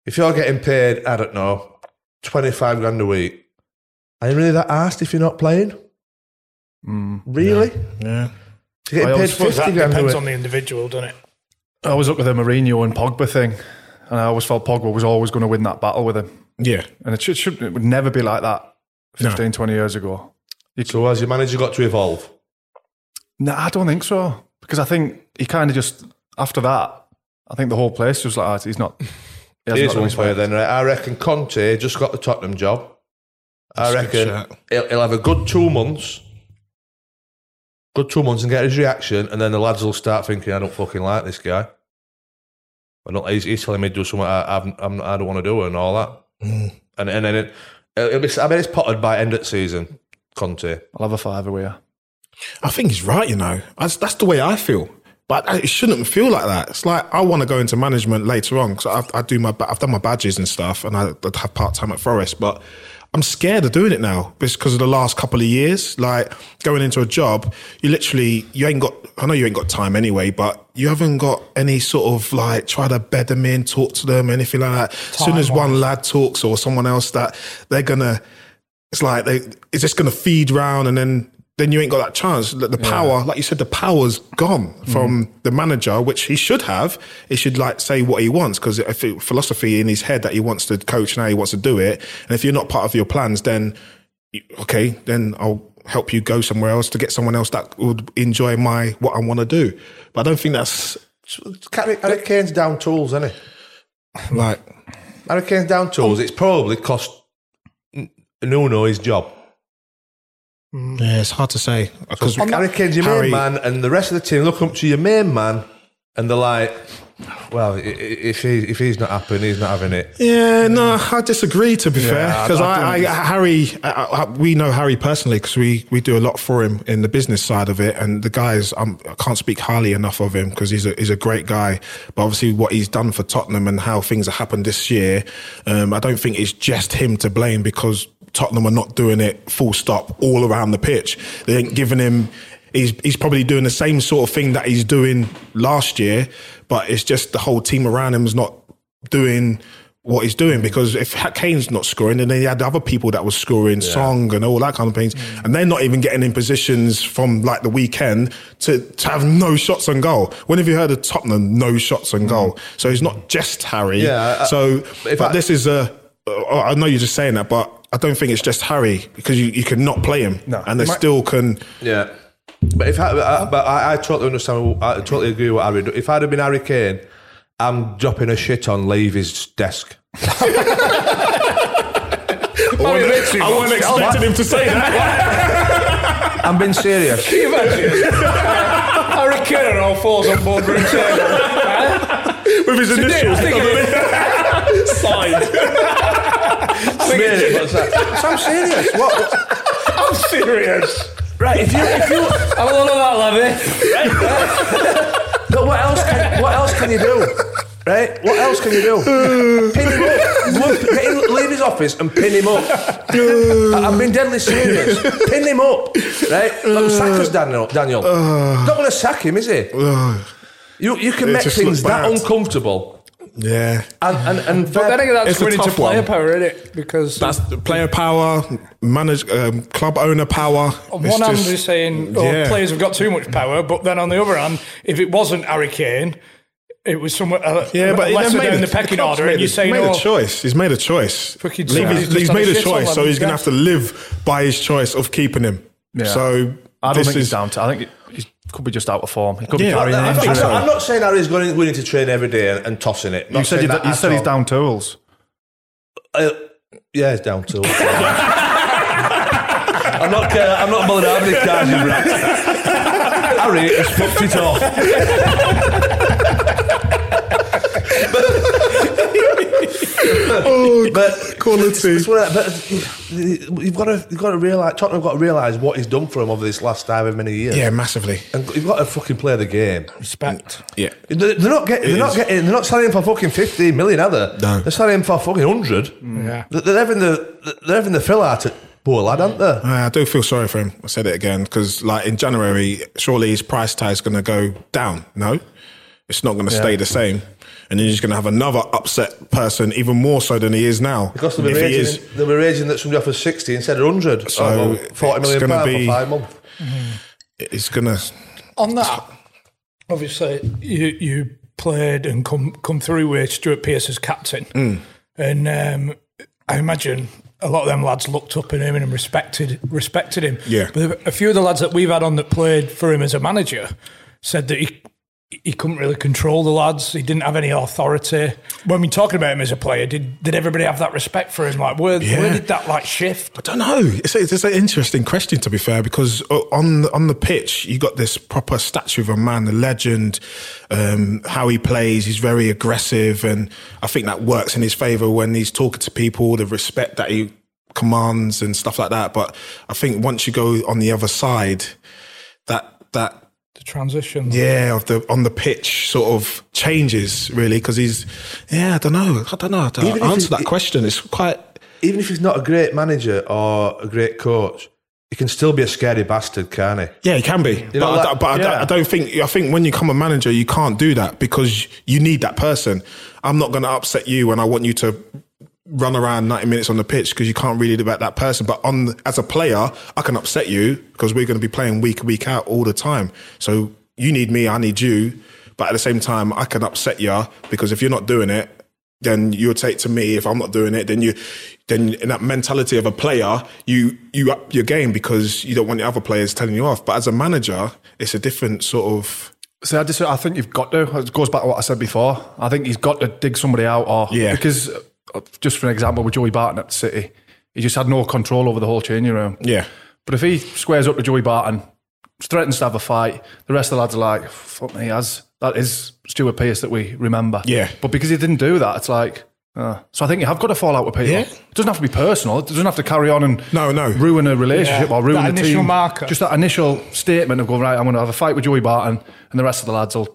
Speaker 2: If you're getting paid, I don't know, twenty five grand a week, are you really that asked if you're not playing? really?
Speaker 5: yeah,
Speaker 2: If you're
Speaker 3: I
Speaker 2: getting paid
Speaker 3: always thought
Speaker 2: fifty
Speaker 3: that
Speaker 2: grand a
Speaker 6: Depends
Speaker 2: week.
Speaker 6: on the individual, doesn't it?
Speaker 3: I was up with the Mourinho and Pogba thing, and I always felt Pogba was always going to win that battle with him.
Speaker 5: yeah.
Speaker 3: And it, should, should, it would never be like that 15, 20 years ago.
Speaker 2: so has your manager got to evolve?
Speaker 3: No, I don't think so. Because I think he kind of just, after that, I think the whole place was like, "Ah, he's not. He hasn't
Speaker 2: Here's
Speaker 3: got the
Speaker 2: one for you
Speaker 3: respect."
Speaker 2: then. Right? I reckon Conte just got the Tottenham job. I reckon
Speaker 5: shout.
Speaker 2: he'll, he'll have a good two months. Good two months and get his reaction, and then the lads will start thinking, "I don't fucking like this guy." I don't. He's, he's telling me to do something I, I've, I'm, I don't want to do, and all that. And and then it, it'll be. I bet it's potted by end of the season. Conte.
Speaker 3: I'll have a five away.
Speaker 5: I think he's right, you know. That's, that's the way I feel. But I- it shouldn't feel like that. It's like I want to go into management later on because I do my ba- I've done my badges and stuff, and I I'd have part time at Forest. But I'm scared of doing it now because of the last couple of years. Like going into a job, you literally you ain't got. I know you ain't got time anyway, but you haven't got any sort of like try to bed them in, talk to them, anything like that. As soon as one lad talks or someone else that they're gonna it's like they, it's just going to feed round and then then you ain't got that chance. The the power, like you said, the power's gone from the manager, which he should have. He should like say what he wants because if it, philosophy in his head that he wants to coach and how he wants to do it. And if you're not part of your plans, then you- okay, then I'll help you go somewhere else to get someone else that would enjoy my what I want to do. But I don't think that's
Speaker 2: Harry Harry Kane's down tools, isn't he? Oh.
Speaker 5: like
Speaker 2: Harry Kane's down tools. It's probably cost N- Nuno his job.
Speaker 5: yeah, it's hard to say because
Speaker 2: Harry Kane's your main man, and the rest of the team look up to your main man, and they're like, "Well, i- i- if he if he's not happy, he's not having it."
Speaker 5: Yeah, no, I disagree. To be fair,
Speaker 2: I-
Speaker 5: 'cause fair, because
Speaker 2: I
Speaker 5: I, I,
Speaker 2: don't-
Speaker 5: Harry, I, I, we know Harry personally because we we do a lot for him in the business side of it, and the guys, um, I can't speak highly enough of him because he's a he's a great guy. But obviously, what he's done for Tottenham and how things have happened this year, um, I don't think it's just him to blame because Tottenham are not doing it full stop all around the pitch. They ain't giving him. He's, he's probably doing the same sort of thing that he's doing last year, but it's just the whole team around him is not doing what he's doing because if Ha- Kane's not scoring, then he had other people that was scoring, Song and all that kind of things, and they're not even getting in positions from like the weekend to, to have no shots on goal. When have you heard of Tottenham no shots on goal? So it's not just Harry.
Speaker 2: Mm. Yeah, I-
Speaker 5: so,
Speaker 2: if
Speaker 5: but
Speaker 2: I-
Speaker 5: this is a. oh, I know you're just saying that, but I don't think it's just Harry because you, you can not play him, and they still can.
Speaker 2: Yeah, but if I, I but I, I totally understand. I totally agree with Harry. If I'd have been Harry Kane, I'm dropping a shit on Levy's desk.
Speaker 5: I wasn't, I wasn't expecting him to say that.
Speaker 2: I'm being serious.
Speaker 6: Can you imagine? Harry Kane all falls on board room table.
Speaker 5: With his initials.
Speaker 6: Signed.
Speaker 2: Really, what's that? So I'm serious. What?
Speaker 6: I'm serious. Right, if you, if you, I will honor that, Levy.
Speaker 2: But what else can what else can you do? Right? What else can you do? Pin him up. Go and get him- leave his office and pin him up. I- I've been deadly serious. Pin him up. Right? Like Saka's Daniel. Daniel. Not going to sack him, is he? You, you can
Speaker 5: Uh. It
Speaker 2: make
Speaker 5: just
Speaker 2: things
Speaker 5: looked
Speaker 2: that
Speaker 5: bad.
Speaker 2: uncomfortable
Speaker 5: Yeah.
Speaker 6: And, and, and but then again,
Speaker 5: It's
Speaker 6: that's
Speaker 5: a
Speaker 6: winning to
Speaker 5: tough
Speaker 6: player
Speaker 5: one.
Speaker 6: power, isn't it? Because
Speaker 5: That's the player power, manage, um, club owner power.
Speaker 1: On
Speaker 5: It's
Speaker 1: one hand,
Speaker 5: just-
Speaker 1: we're saying oh,
Speaker 5: Yeah.
Speaker 1: players have got too much power, but then on the other hand, if it wasn't Harry Kane, it was somewhere uh,
Speaker 5: Yeah, but he
Speaker 1: lesser
Speaker 5: then made
Speaker 1: down
Speaker 5: a-
Speaker 1: the pecking
Speaker 5: club's
Speaker 1: order,
Speaker 5: made
Speaker 1: and
Speaker 5: a-
Speaker 1: you're saying,
Speaker 5: made
Speaker 1: oh,
Speaker 5: a choice. He's made a choice.
Speaker 1: Fucking
Speaker 5: Leave-
Speaker 1: Sarri
Speaker 5: he's,
Speaker 1: just
Speaker 5: he's
Speaker 1: done
Speaker 5: made a
Speaker 1: shit on
Speaker 5: choice,
Speaker 1: him,
Speaker 5: so he's gonna
Speaker 1: yeah.
Speaker 5: have to live by his choice of keeping him.
Speaker 3: Yeah.
Speaker 5: So
Speaker 3: I don't
Speaker 5: this
Speaker 3: think
Speaker 5: is
Speaker 3: he's down to. I think he he could be just out of form. He could
Speaker 5: Yeah,
Speaker 3: be carrying
Speaker 5: I
Speaker 3: an
Speaker 2: I'm,
Speaker 5: think
Speaker 2: not,
Speaker 3: injury.
Speaker 5: so.
Speaker 2: I'm not saying Harry's going, in- going into train every day and, and tossing it. Not
Speaker 3: You said,
Speaker 2: saying
Speaker 3: you,
Speaker 2: that
Speaker 3: you
Speaker 2: at
Speaker 3: said he's
Speaker 2: all.
Speaker 3: down tools.
Speaker 2: Uh, yeah, it's down to. I'm not. Uh, I'm not bothered how many cards you've wrapped. Harry has fucked it off.
Speaker 5: oh,
Speaker 2: But
Speaker 5: quality.
Speaker 2: It's one of that- but you've got to you've got to realise Tottenham have got to realise what he's done for him over this last however many years.
Speaker 5: yeah, massively.
Speaker 2: and you've got to fucking play the game.
Speaker 1: respect.
Speaker 5: Yeah.
Speaker 2: They're they're not getting.
Speaker 5: It
Speaker 2: They're not
Speaker 5: is.
Speaker 2: getting. They're not selling him for fucking fifteen million, are they?
Speaker 5: No.
Speaker 2: They're selling him for fucking hundred. Yeah. They're having the. They're having the fill out at poor lad, aren't they?
Speaker 5: Uh, I do feel sorry for him. I said it again because, like in January, surely his price tag is going to go down. No, it's not going to stay the same, and then you're just going to have another upset person, even more so than he is now.
Speaker 2: Because they'll be,
Speaker 5: If he
Speaker 2: raging,
Speaker 5: is,
Speaker 2: they'll be raging that somebody offers 60 instead of 100.
Speaker 5: So
Speaker 2: oh, well,
Speaker 5: it's
Speaker 2: 40 million
Speaker 5: gonna
Speaker 2: pounds
Speaker 5: be-
Speaker 2: for five months.
Speaker 5: it's going to.
Speaker 1: On that, obviously, you you played and come come through with Stuart Pearce as captain,
Speaker 5: Mm.
Speaker 1: and um, I imagine a lot of them lads looked up at him and respected respected him.
Speaker 5: Yeah.
Speaker 1: but a few of the lads that we've had on that played for him as a manager said that he. He couldn't really control the lads. He didn't have any authority. When we're talking about him as a player, did, did everybody have that respect for him? Like, where, where
Speaker 5: Yeah.
Speaker 1: did that like shift?
Speaker 5: I don't know. It's, a, it's an interesting question, to be fair, because o- on on the pitch you got this proper statue of a man, a legend. Um, how he plays, he's very aggressive, and I think that works in his favour when he's talking to people. The respect that he commands and stuff like that. But I think once you go on the other side, that that
Speaker 1: The transition.
Speaker 5: yeah of the on the pitch sort of changes really because he's yeah. I don't know. I don't know. I
Speaker 2: Even
Speaker 5: don't
Speaker 2: if
Speaker 5: answer
Speaker 2: he-
Speaker 5: that question. It's quite
Speaker 2: Even if he's not a great manager or a great coach, he can still be a scary bastard, can't he?
Speaker 5: Yeah, he can be. but
Speaker 2: know,
Speaker 5: I
Speaker 2: like-
Speaker 5: don't- but I don't-
Speaker 2: yeah.
Speaker 5: I don't think I think when you become a manager, you can't do that because you need that person. I'm not going to upset you when I want you to run around 90 minutes on the pitch because you can't really do about that person. But on as a player, I can upset you because we're going to be playing week week out all the time. So you need me, I need you. But at the same time, I can upset you because if you're not doing it, then you'll take to me. If I'm not doing it, then you, then in that mentality of a player, you you up your game because you don't want the other players telling you off. But as a manager, it's a different sort of
Speaker 3: See, I, just, I think you've got to. It goes back to what I said before. I think he's got to dig somebody out, or
Speaker 5: Yeah.
Speaker 3: because uh, just for an example, with Joey Barton at City, he just had no control over the whole changing room.
Speaker 5: yeah.
Speaker 3: But if he squares up to Joey Barton, threatens to have a fight, the rest of the lads are like, "Fuck me, as that is Stuart Pearce that we remember."
Speaker 5: Yeah.
Speaker 3: But because he didn't do that, it's like. Uh, so I think you have got to fall out with people.
Speaker 5: Yeah.
Speaker 3: It doesn't have to be personal. It doesn't have to carry on and
Speaker 5: No, no.
Speaker 3: ruin a relationship
Speaker 1: Yeah.
Speaker 3: or ruin
Speaker 1: That
Speaker 3: the
Speaker 1: initial
Speaker 3: team.
Speaker 1: marker.
Speaker 3: Just that initial statement of going right. I'm going to have a fight with Joey Barton, and the rest of the lads will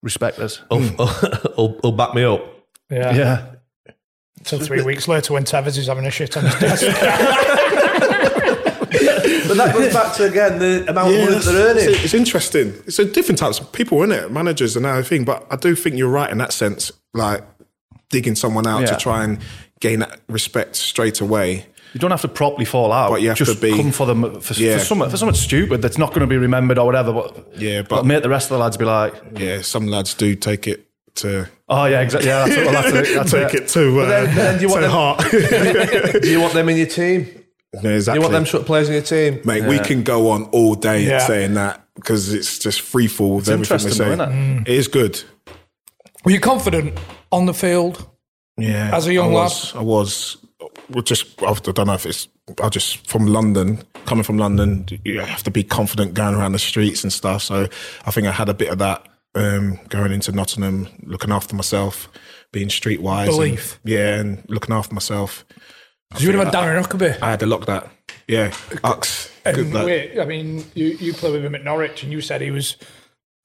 Speaker 3: respect us.
Speaker 2: He'll,
Speaker 5: Hmm.
Speaker 2: he'll, he'll back me up.
Speaker 1: Yeah.
Speaker 3: Yeah.
Speaker 1: Till three weeks later when Tevez is having a shit on his desk.
Speaker 2: But that goes back to, again, the amount of money that
Speaker 5: that's-
Speaker 2: they're earning.
Speaker 5: It's, it's interesting. It's a different types of people, isn't it? Managers and everything. But I do think you're right in that sense, like digging someone out
Speaker 3: Yeah.
Speaker 5: to try and gain that respect straight away.
Speaker 3: You don't have to properly fall out.
Speaker 5: But you have
Speaker 3: just
Speaker 5: to be-
Speaker 3: come for them for,
Speaker 5: Yeah.
Speaker 3: for something for something stupid that's not going to be remembered or whatever. But
Speaker 5: Yeah, but-
Speaker 3: but make the rest of the lads be like,
Speaker 5: Yeah, some lads do take it to
Speaker 3: oh yeah, exactly. Yeah, that's it. Well, that's it. That's
Speaker 5: take it,
Speaker 3: it.
Speaker 5: to uh,
Speaker 2: then- then you want
Speaker 5: to
Speaker 2: them-
Speaker 5: heart.
Speaker 2: Do you want them in your team?
Speaker 5: Yeah,
Speaker 2: Do
Speaker 5: exactly.
Speaker 2: you want them sort of players in your team?
Speaker 5: Mate, we can go on all day
Speaker 1: Yeah.
Speaker 5: saying that because it's just free fall with everything we're
Speaker 3: interesting,
Speaker 5: saying.
Speaker 3: though,
Speaker 5: it is good.
Speaker 1: Were you confident on the field?
Speaker 5: Yeah.
Speaker 1: As a young
Speaker 5: I was, I was. Well, just, I don't know if it's, I just, from London, coming from London, you have to be confident going around the streets and stuff. So I think I had a bit of that um, going into Nottingham, looking after myself, being streetwise. and-
Speaker 1: Belief.
Speaker 5: yeah, and looking after myself.
Speaker 1: Because you would have had Darren Huckabee.
Speaker 5: I had to lock that. Yeah. Ux. Good
Speaker 1: And
Speaker 5: luck.
Speaker 1: wait, I mean, you, you played with him at Norwich and you said he was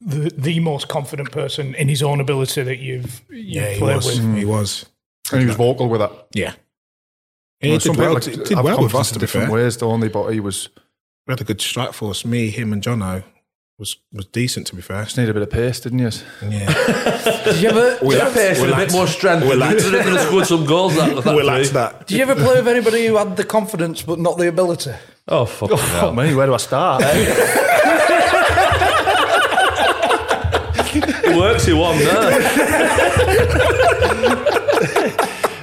Speaker 1: the, the most confident person in his own ability that you've you
Speaker 5: Yeah, he
Speaker 1: played
Speaker 5: was.
Speaker 1: with.
Speaker 5: He was.
Speaker 3: And he was vocal with that.
Speaker 5: Yeah. He did
Speaker 3: Some
Speaker 5: well,
Speaker 3: people
Speaker 5: did well with
Speaker 3: confidence
Speaker 5: us,
Speaker 3: in
Speaker 5: to be
Speaker 3: different
Speaker 5: fair.
Speaker 3: ways, don't they? But he was
Speaker 5: We had a good strike force. Me, him, and Jono was was decent to be fair.
Speaker 3: Just need a bit of pace, didn't you?
Speaker 5: Yeah,
Speaker 7: Did you ever
Speaker 5: We
Speaker 7: did you
Speaker 5: lacked-
Speaker 7: pace
Speaker 5: we
Speaker 7: with a bit
Speaker 5: lacked-
Speaker 7: more strength?
Speaker 5: we
Speaker 7: We're
Speaker 5: lacked-
Speaker 7: going to score some goals that, that
Speaker 5: we
Speaker 7: three.
Speaker 5: lacked that.
Speaker 1: Did you ever play with anybody who had the confidence but not the ability?
Speaker 7: Oh, fuck.
Speaker 3: Fuck me, where do I start? eh?
Speaker 7: It works, you won there.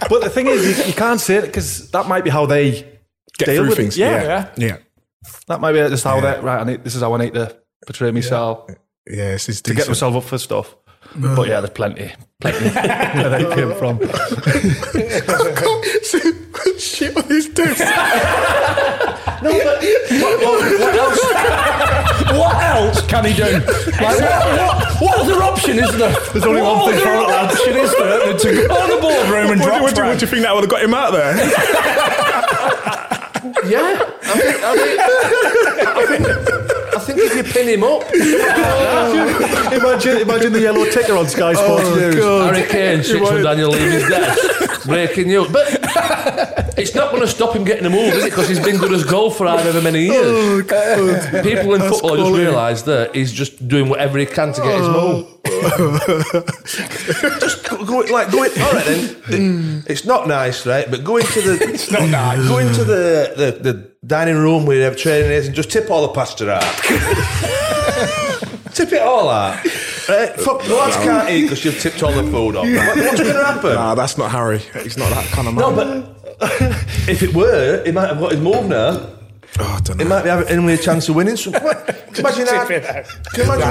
Speaker 3: but the thing is, you, you can't say it because that might be how they
Speaker 5: Get
Speaker 3: deal
Speaker 5: through
Speaker 3: with
Speaker 5: things.
Speaker 3: It. Yeah,
Speaker 5: yeah, yeah.
Speaker 3: That might be just how they right. I need, this is how I need to portray myself
Speaker 5: Yeah, this is
Speaker 3: to get
Speaker 5: decent.
Speaker 3: myself up for stuff. But yeah, there's plenty, plenty where they came from.
Speaker 5: Shit on his desk.
Speaker 7: What else?
Speaker 1: What else can he do? Like, what, what, what other option is there? There's
Speaker 3: only
Speaker 1: what
Speaker 3: one thing
Speaker 1: other
Speaker 3: for it, lads.
Speaker 1: option is there than to go on the boardroom and
Speaker 5: What,
Speaker 1: drop
Speaker 5: do- what, do- what do you think that would have got him out there?
Speaker 7: Yeah. I think, I, think, I, think, I think if you pin him up,
Speaker 3: imagine, imagine the yellow ticker on
Speaker 5: Oh,
Speaker 3: Sky Sports News.
Speaker 7: Harry Kane sits on Daniel Levy's desk, breaking news. But it's not going to stop him getting a move, is it? Because he's been good as goal for however many years.
Speaker 2: Oh,
Speaker 7: Uh, People in football just realise that he's just doing whatever he can to get his move.
Speaker 2: Go, go, like go in, all right
Speaker 1: Hmm.
Speaker 2: then. it's not nice, right? But go into the it's not nice. Go into the, the, the dining room where your training is and just tip all the pasta out. tip it all out. Right? Fuck, the lads can't eat because you've tipped all the food off. What- what's going to happen?
Speaker 5: nah, that's not Harry. He's not that kind of man.
Speaker 2: No, but if it were, he might have got his move now.
Speaker 5: Oh, I don't
Speaker 2: He
Speaker 5: know.
Speaker 2: might be having anyway a chance of winning. So, imagine that. Can you imagine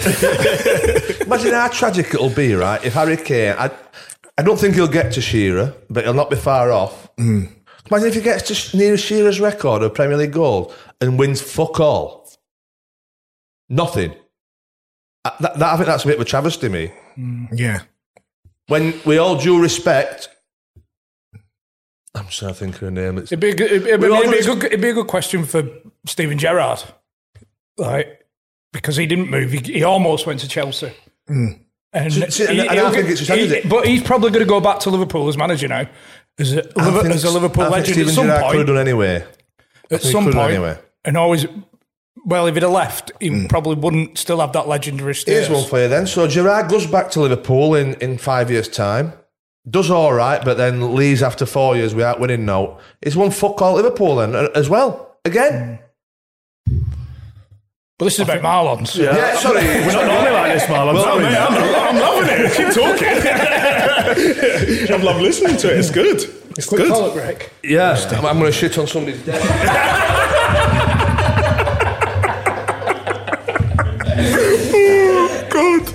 Speaker 2: that. Imagine how tragic it'll be, right? If Harry Kane, I, I don't think he'll get to Shearer, but he'll not be far off. Imagine if he gets to Sh- near Shearer's record of Premier League goals and wins fuck all, nothing. I, that, that- I think that's a bit of a travesty, me.
Speaker 1: Mm,
Speaker 5: Yeah.
Speaker 2: When we all due respect, I'm just trying to think of a name. It's
Speaker 1: It'd be, a good, it'd, be- it'd, be,
Speaker 2: all
Speaker 1: it'd be a
Speaker 2: just-
Speaker 1: good, it'd be a good question for Steven Gerrard, right? Because he didn't move. He, he almost went to Chelsea. And,
Speaker 2: Hmm. So- so- and I
Speaker 1: he'll
Speaker 2: don't think
Speaker 1: get-
Speaker 2: it's as bad as
Speaker 1: he-
Speaker 2: it.
Speaker 1: But he's probably going to go back to Liverpool as manager now, as a,
Speaker 2: I
Speaker 1: Liver-
Speaker 2: think-
Speaker 1: as a Liverpool
Speaker 2: I think
Speaker 1: legend at
Speaker 2: Steven
Speaker 1: some
Speaker 2: Gerrard
Speaker 1: point.
Speaker 2: could have done anyway.
Speaker 1: at
Speaker 2: He
Speaker 1: some
Speaker 2: could
Speaker 1: point,
Speaker 2: have anyway.
Speaker 1: and always. Well, if he'd have left, he
Speaker 5: Hmm.
Speaker 1: probably wouldn't still have that legendary
Speaker 2: Here's
Speaker 1: status.
Speaker 2: one for you then. So Gerard goes back to Liverpool in, in five years' time. Does all right, but then leaves after four years without winning. No, he's won fuck all Liverpool then uh, as well.
Speaker 1: Mm.
Speaker 2: Again,
Speaker 1: But this is about Marlon's.
Speaker 2: yeah. Sorry,
Speaker 3: We're not normally like this, Marlon. sorry.
Speaker 5: I'm, loving it. Keep talking. I'm loving listening to it. It's good. It's good.
Speaker 1: Call it, Rick.
Speaker 7: Yeah.
Speaker 2: I'm, I'm going to shit on somebody's desk.
Speaker 5: Good.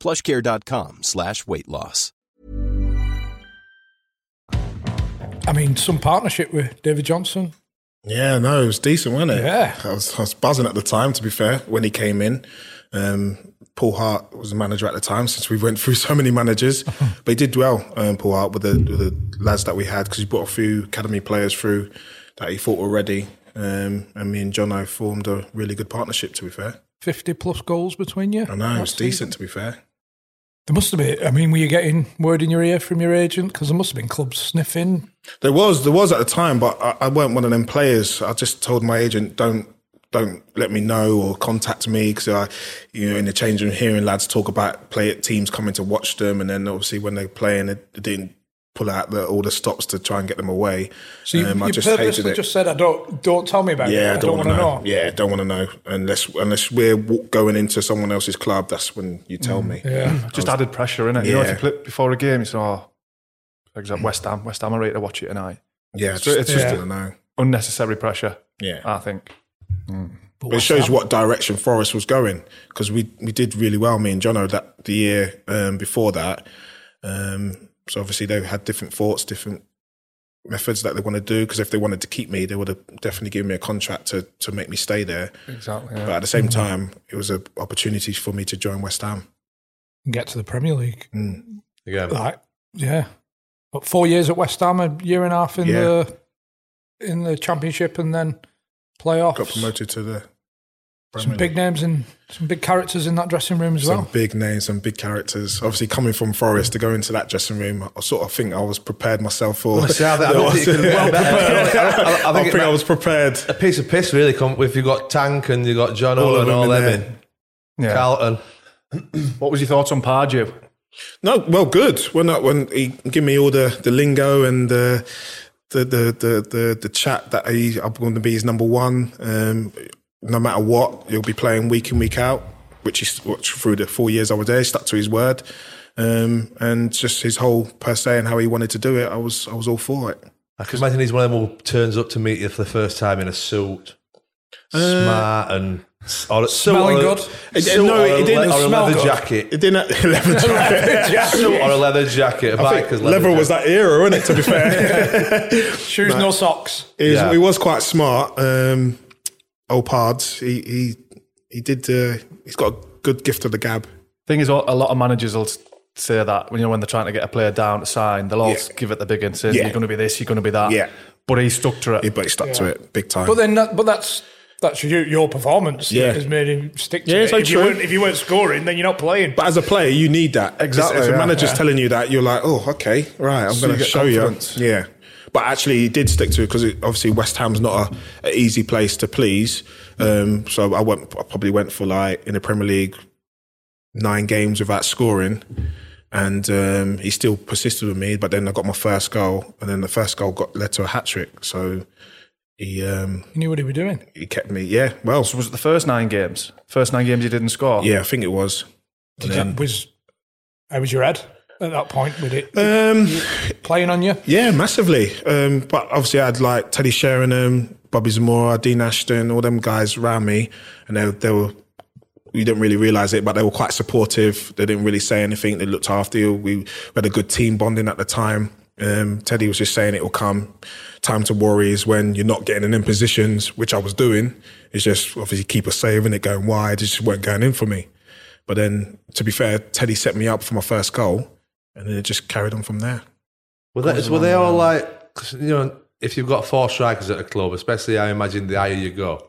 Speaker 8: plushcare.com slash weight loss.
Speaker 1: I mean, some partnership with David Johnson.
Speaker 5: Yeah, no, it was decent, wasn't it?
Speaker 1: Yeah.
Speaker 5: I was, I was buzzing at the time, to be fair, when he came in. Um, Paul Hart was the manager at the time, since we went through so many managers. but he did well, um, Paul Hart, with the, with the lads that we had, because he brought a few academy players through that he thought were ready. Um, and me and Jono formed a really good partnership, to be fair.
Speaker 1: 50 plus goals between you.
Speaker 5: I know, it
Speaker 1: That's
Speaker 5: was
Speaker 1: decent.
Speaker 5: decent, to be fair.
Speaker 1: There must have been. I mean, were you getting word in your ear from your agent? Because there must have been clubs sniffing.
Speaker 5: There was, there was at the time, but I, I weren't one of them players. I just told my agent, don't, don't let me know or contact me because I, you know, in the change room, hearing lads talk about play teams coming to watch them, and then obviously when they're playing, it, it didn't pull out the, all the stops to try and get them away.
Speaker 1: So you,
Speaker 5: Um,
Speaker 1: you purposely just said, "I don't, don't tell me about it.
Speaker 5: yeah,
Speaker 1: I don't, want to know."
Speaker 5: Yeah, don't want to know unless unless we're w- going into someone else's club. That's when you tell me.
Speaker 1: Yeah.
Speaker 3: Just added pressure, innit? You know, if you
Speaker 5: Yeah.
Speaker 3: play before a game, you say, oh, for example, West Ham, West Ham are ready to watch it tonight.
Speaker 5: yeah,
Speaker 3: It's
Speaker 5: just,
Speaker 3: just-
Speaker 5: just
Speaker 1: yeah.
Speaker 5: don't know.
Speaker 3: Unnecessary pressure,
Speaker 5: Yeah,
Speaker 3: I think.
Speaker 5: But it shows what direction Forest was going because we, we did really well, me and Jono, that the year um, before that. Um, so obviously they had different thoughts, different methods that they want to do because if they wanted to keep me, they would have definitely given me a contract to, to make me stay there.
Speaker 3: Exactly.
Speaker 5: But at the same time, it was an opportunity for me to join West Ham. Mm.
Speaker 6: and get to the Premier League.
Speaker 2: Again,
Speaker 6: Like, yeah. But four years at West Ham, a year and a half in
Speaker 5: Yeah.
Speaker 6: the in the Championship, and then playoffs.
Speaker 5: Got promoted to the
Speaker 6: Some big names and some big characters in that dressing room as
Speaker 5: some
Speaker 6: well.
Speaker 5: big names, some big characters. Obviously, coming from Forest to go into that dressing room, I sort of think I was prepared myself for.
Speaker 2: See, I think- I don't think you can- well
Speaker 5: Yeah.
Speaker 2: prepared. I don't- I don't- I
Speaker 5: I
Speaker 2: think it
Speaker 5: think I
Speaker 2: might-
Speaker 5: was prepared.
Speaker 2: a piece of piss really. Come if you got Tank and you got John
Speaker 5: All
Speaker 2: all
Speaker 5: of
Speaker 2: and
Speaker 5: them
Speaker 2: all
Speaker 5: in
Speaker 2: them
Speaker 5: there.
Speaker 2: in
Speaker 3: Yeah.
Speaker 2: Carlton.
Speaker 3: What was your thoughts on Pardew?
Speaker 5: No, well, good. When I, when he give me all the, the lingo and the the the the the, the chat that he, I'm going to be his number one. Um, no matter what, he'll be playing week in week out, which is which through the four years I was there, he stuck to his word, um, and just his whole per se and how he wanted to do it. I was I was all for it.
Speaker 2: I can imagine he's one of them who turns up to meet you for the first time in a suit, smart and
Speaker 6: Smelling
Speaker 2: or, suit or a-
Speaker 6: good.
Speaker 5: Uh, It-
Speaker 2: suit
Speaker 5: no,
Speaker 2: or
Speaker 5: it
Speaker 2: a
Speaker 5: didn't
Speaker 2: le- or a
Speaker 5: smell
Speaker 2: leather
Speaker 5: good.
Speaker 2: jacket,
Speaker 5: It didn't. Leather jacket.
Speaker 2: suit or a leather jacket, a
Speaker 5: I
Speaker 2: biker's
Speaker 5: think
Speaker 2: leather.
Speaker 5: leather was
Speaker 2: jacket.
Speaker 5: that era, wasn't it? To be fair.
Speaker 6: Shoes, no socks.
Speaker 5: He was,
Speaker 2: Yeah.
Speaker 5: he was quite smart. Um, old Pards. He he he did. Uh, he's got a good gift of the gab.
Speaker 3: Thing is, a a lot of managers will s- say that when you know when they're trying to get a player down to sign, they'll all
Speaker 5: Yeah.
Speaker 3: give it the big and say
Speaker 5: Yeah.
Speaker 3: you're going to be this, you're going to be that.
Speaker 5: Yeah.
Speaker 3: But he stuck to it.
Speaker 5: He but he stuck to it big time.
Speaker 6: But then, that, but that's that's you, your performance that
Speaker 5: Yeah.
Speaker 6: has made him stick to
Speaker 5: Yeah,
Speaker 6: it.
Speaker 5: so
Speaker 6: if, you
Speaker 5: true.
Speaker 6: weren't, if you weren't scoring, then you're not playing.
Speaker 5: but as a player, you need that.
Speaker 3: Exactly,
Speaker 5: If, if a
Speaker 3: yeah.
Speaker 5: manager's telling you that, you're like, oh, okay, right. I'm
Speaker 3: So
Speaker 5: going
Speaker 3: you
Speaker 5: to
Speaker 3: get
Speaker 5: show
Speaker 3: confidence.
Speaker 5: you. Yeah. But actually, he did stick to it because obviously West Ham's not a, a easy place to please. Um, so I went. I probably went for like in the Premier League nine games without scoring. And um, he still persisted with me, but then I got my first goal, and then the first goal got led to a hat trick. So he um,
Speaker 6: you knew what he was doing.
Speaker 5: he kept me, yeah. Well,
Speaker 3: So was it the first nine games? First nine games he didn't score.
Speaker 5: yeah, I think it was.
Speaker 6: Did you, was how was your head at that point with it
Speaker 5: Um,
Speaker 6: playing on you?
Speaker 5: Yeah, massively. Um, but obviously, I had like Teddy Sheringham, Bobby Zamora, Dean Ashton, all them guys around me, and they they were. You didn't really realize it, but they were quite supportive. They didn't really say anything. They looked after you. We, we had a good team bonding at the time. Um, Teddy was just saying it will come. Time to worry is when you're not getting in positions, which I was doing. It's just obviously keep us saving it going wide. It just weren't going in for me. But then, to be fair, Teddy set me up for my first goal, and then it just carried on from there.
Speaker 2: Were they, were they all like, 'cause, you know, if you've got four strikers at a club, especially I imagine the higher you go,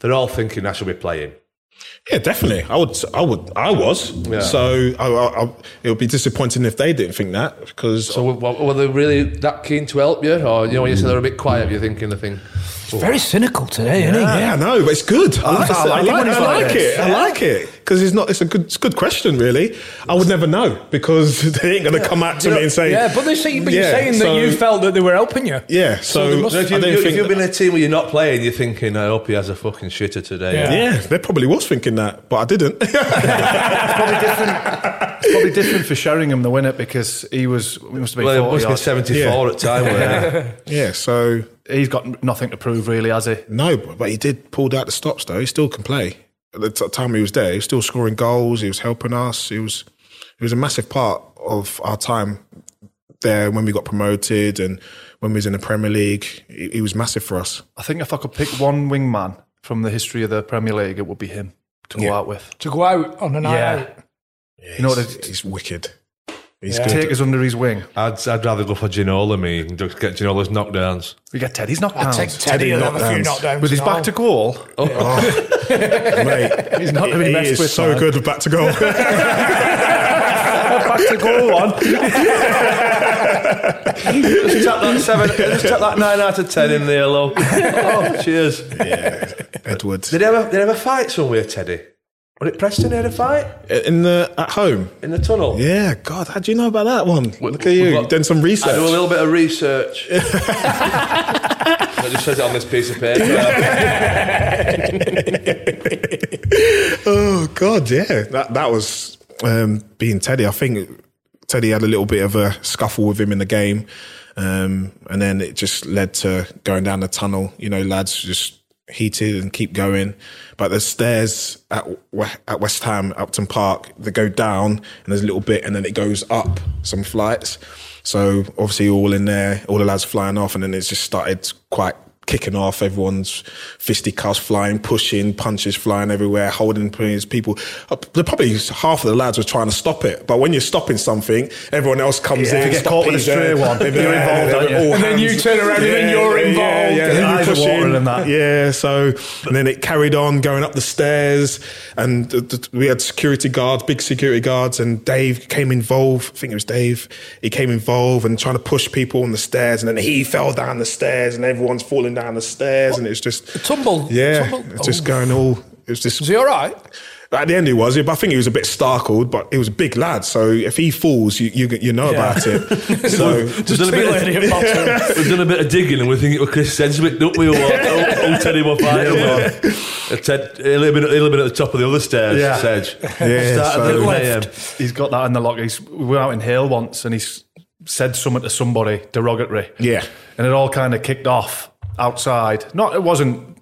Speaker 2: they're all thinking I should be playing.
Speaker 5: Yeah, definitely. I would. I would. I was. So I, I, I, it would be disappointing if they didn't think that because
Speaker 2: So were, were they really that keen to help you, or you know, when you said they're a bit quiet, you're thinking the thing.
Speaker 6: Very cynical today, isn't he?
Speaker 5: Yeah, I know, but it's good. I like, it. I
Speaker 3: like it
Speaker 5: like,
Speaker 3: when it's
Speaker 5: I
Speaker 3: like
Speaker 5: like
Speaker 3: this.
Speaker 5: it. I like it because it's not. It's a good. It's a good question, really. I would never know because they ain't going to come out to me and say.
Speaker 6: Yeah, but they say, but
Speaker 5: Yeah,
Speaker 6: you're saying
Speaker 5: so-
Speaker 6: that you felt that they were helping you.
Speaker 5: Yeah. So,
Speaker 6: they must-
Speaker 5: I
Speaker 2: If, you,
Speaker 5: don't
Speaker 2: you, if
Speaker 5: think
Speaker 2: you've been in a team where you're not playing, you're thinking, I hope he has a fucking shitter today.
Speaker 6: Yeah.
Speaker 5: yeah, they probably was thinking that, but I didn't.
Speaker 3: Probably different. it's probably different for Sheringham the winner because he was he must have been
Speaker 2: Well, it
Speaker 3: 40
Speaker 2: must be
Speaker 3: odd.
Speaker 2: 74 at time. Where,
Speaker 5: yeah. So
Speaker 3: He's got nothing to prove really, has he?
Speaker 5: No, but, but he did pull out the stops though. He still can play. At the t- time he was there, he was still scoring goals. He was helping us. He was he was a massive part of our time there when we got promoted and when we was in the Premier League. He, he was massive for us.
Speaker 3: I think if I could pick one wingman from the history of the Premier League, it would be him to go out with.
Speaker 6: To go out on a night out.
Speaker 5: Yeah,
Speaker 3: You know
Speaker 5: he's,
Speaker 3: what-
Speaker 5: he's wicked. He's
Speaker 6: Yeah.
Speaker 3: Take
Speaker 5: good.
Speaker 3: us under his wing.
Speaker 2: I'd, I'd rather go for Ginola, me, and just get Ginola's knockdowns.
Speaker 3: We get Teddy's knocked
Speaker 6: I
Speaker 3: down.
Speaker 6: take Teddy and have a few
Speaker 5: knockdowns.
Speaker 6: knockdowns.
Speaker 3: With his
Speaker 6: now.
Speaker 3: back to goal,
Speaker 5: Oh. Mate,
Speaker 3: he's not to be
Speaker 5: he
Speaker 3: messed
Speaker 5: is
Speaker 3: with.
Speaker 5: so
Speaker 3: man.
Speaker 5: good with back to goal.
Speaker 3: back to goal one.
Speaker 2: just tap that seven, just tap that nine out of ten in there, low. Oh, cheers.
Speaker 5: yeah, Edwards.
Speaker 2: Did he ever, did he ever fight somewhere, Teddy? Was it Preston he had a fight
Speaker 5: In the at home.
Speaker 2: in the tunnel?
Speaker 5: Yeah, God, how do you know about that one? Look at you.
Speaker 2: got-
Speaker 5: You've done some research.
Speaker 2: I do a little bit of research. I just says it on this piece of paper.
Speaker 5: Oh God, yeah, that that was um, being Teddy. I think Teddy had a little bit of a scuffle with him in the game, um, and then it just led to going down the tunnel. You know, lads just heated and keep going. But the stairs at We- at West Ham, Upton Park, they go down, and there's a little bit, and then it goes up some flights. So obviously, all in there, all the lads flying off, and then it just started quite kicking off. Everyone's fisticuffs flying, pushing, punches flying everywhere, holding players, people. uh, Probably half of the lads were trying to stop it, but when you're stopping something, everyone else comes
Speaker 3: Yeah,
Speaker 5: in.
Speaker 3: if you get
Speaker 5: stop
Speaker 3: caught with a
Speaker 5: these,
Speaker 3: stray
Speaker 5: uh,
Speaker 3: one,
Speaker 5: they've been-
Speaker 3: you're
Speaker 5: yeah,
Speaker 3: involved,
Speaker 5: they've
Speaker 3: aren't
Speaker 5: been
Speaker 3: you?
Speaker 5: all
Speaker 3: And
Speaker 6: then you
Speaker 5: hands-
Speaker 6: turn around and then you're involved.
Speaker 5: Yeah, yeah,
Speaker 3: The
Speaker 5: yeah.
Speaker 3: eyes are watering and that.
Speaker 5: Yeah, yeah, so and then it carried on going up the stairs, and th- th- we had security guards, big security guards, and Dave came involved. I think it was Dave. He came involved and trying to push people on the stairs, and then he fell down the stairs, and everyone's falling down the stairs, and it's just
Speaker 4: tumble.
Speaker 5: Yeah,
Speaker 4: Tumble-
Speaker 5: it's just
Speaker 4: Oh.
Speaker 5: going all. It was just
Speaker 4: Is he all right?
Speaker 5: at the end he was, but I think he was a bit startled. But he was a big lad, so if he falls, you you, you know about it. so
Speaker 7: We've done, a bit of, we've done a bit of digging and we think it was Chris Sedgwick, don't we? Or old Teddy Wafayo. Yeah. Ted, a little bit, a little bit at the top of the other stairs,
Speaker 3: Yeah.
Speaker 7: Sedge.
Speaker 2: uh,
Speaker 5: Yeah,
Speaker 7: Started
Speaker 5: so-
Speaker 7: at
Speaker 3: Left.
Speaker 7: 11
Speaker 3: He's got that in the lock. He's, we were out in Hale once and he's said something to somebody derogatory.
Speaker 5: Yeah.
Speaker 3: And it all kind of kicked off outside. Not, it wasn't,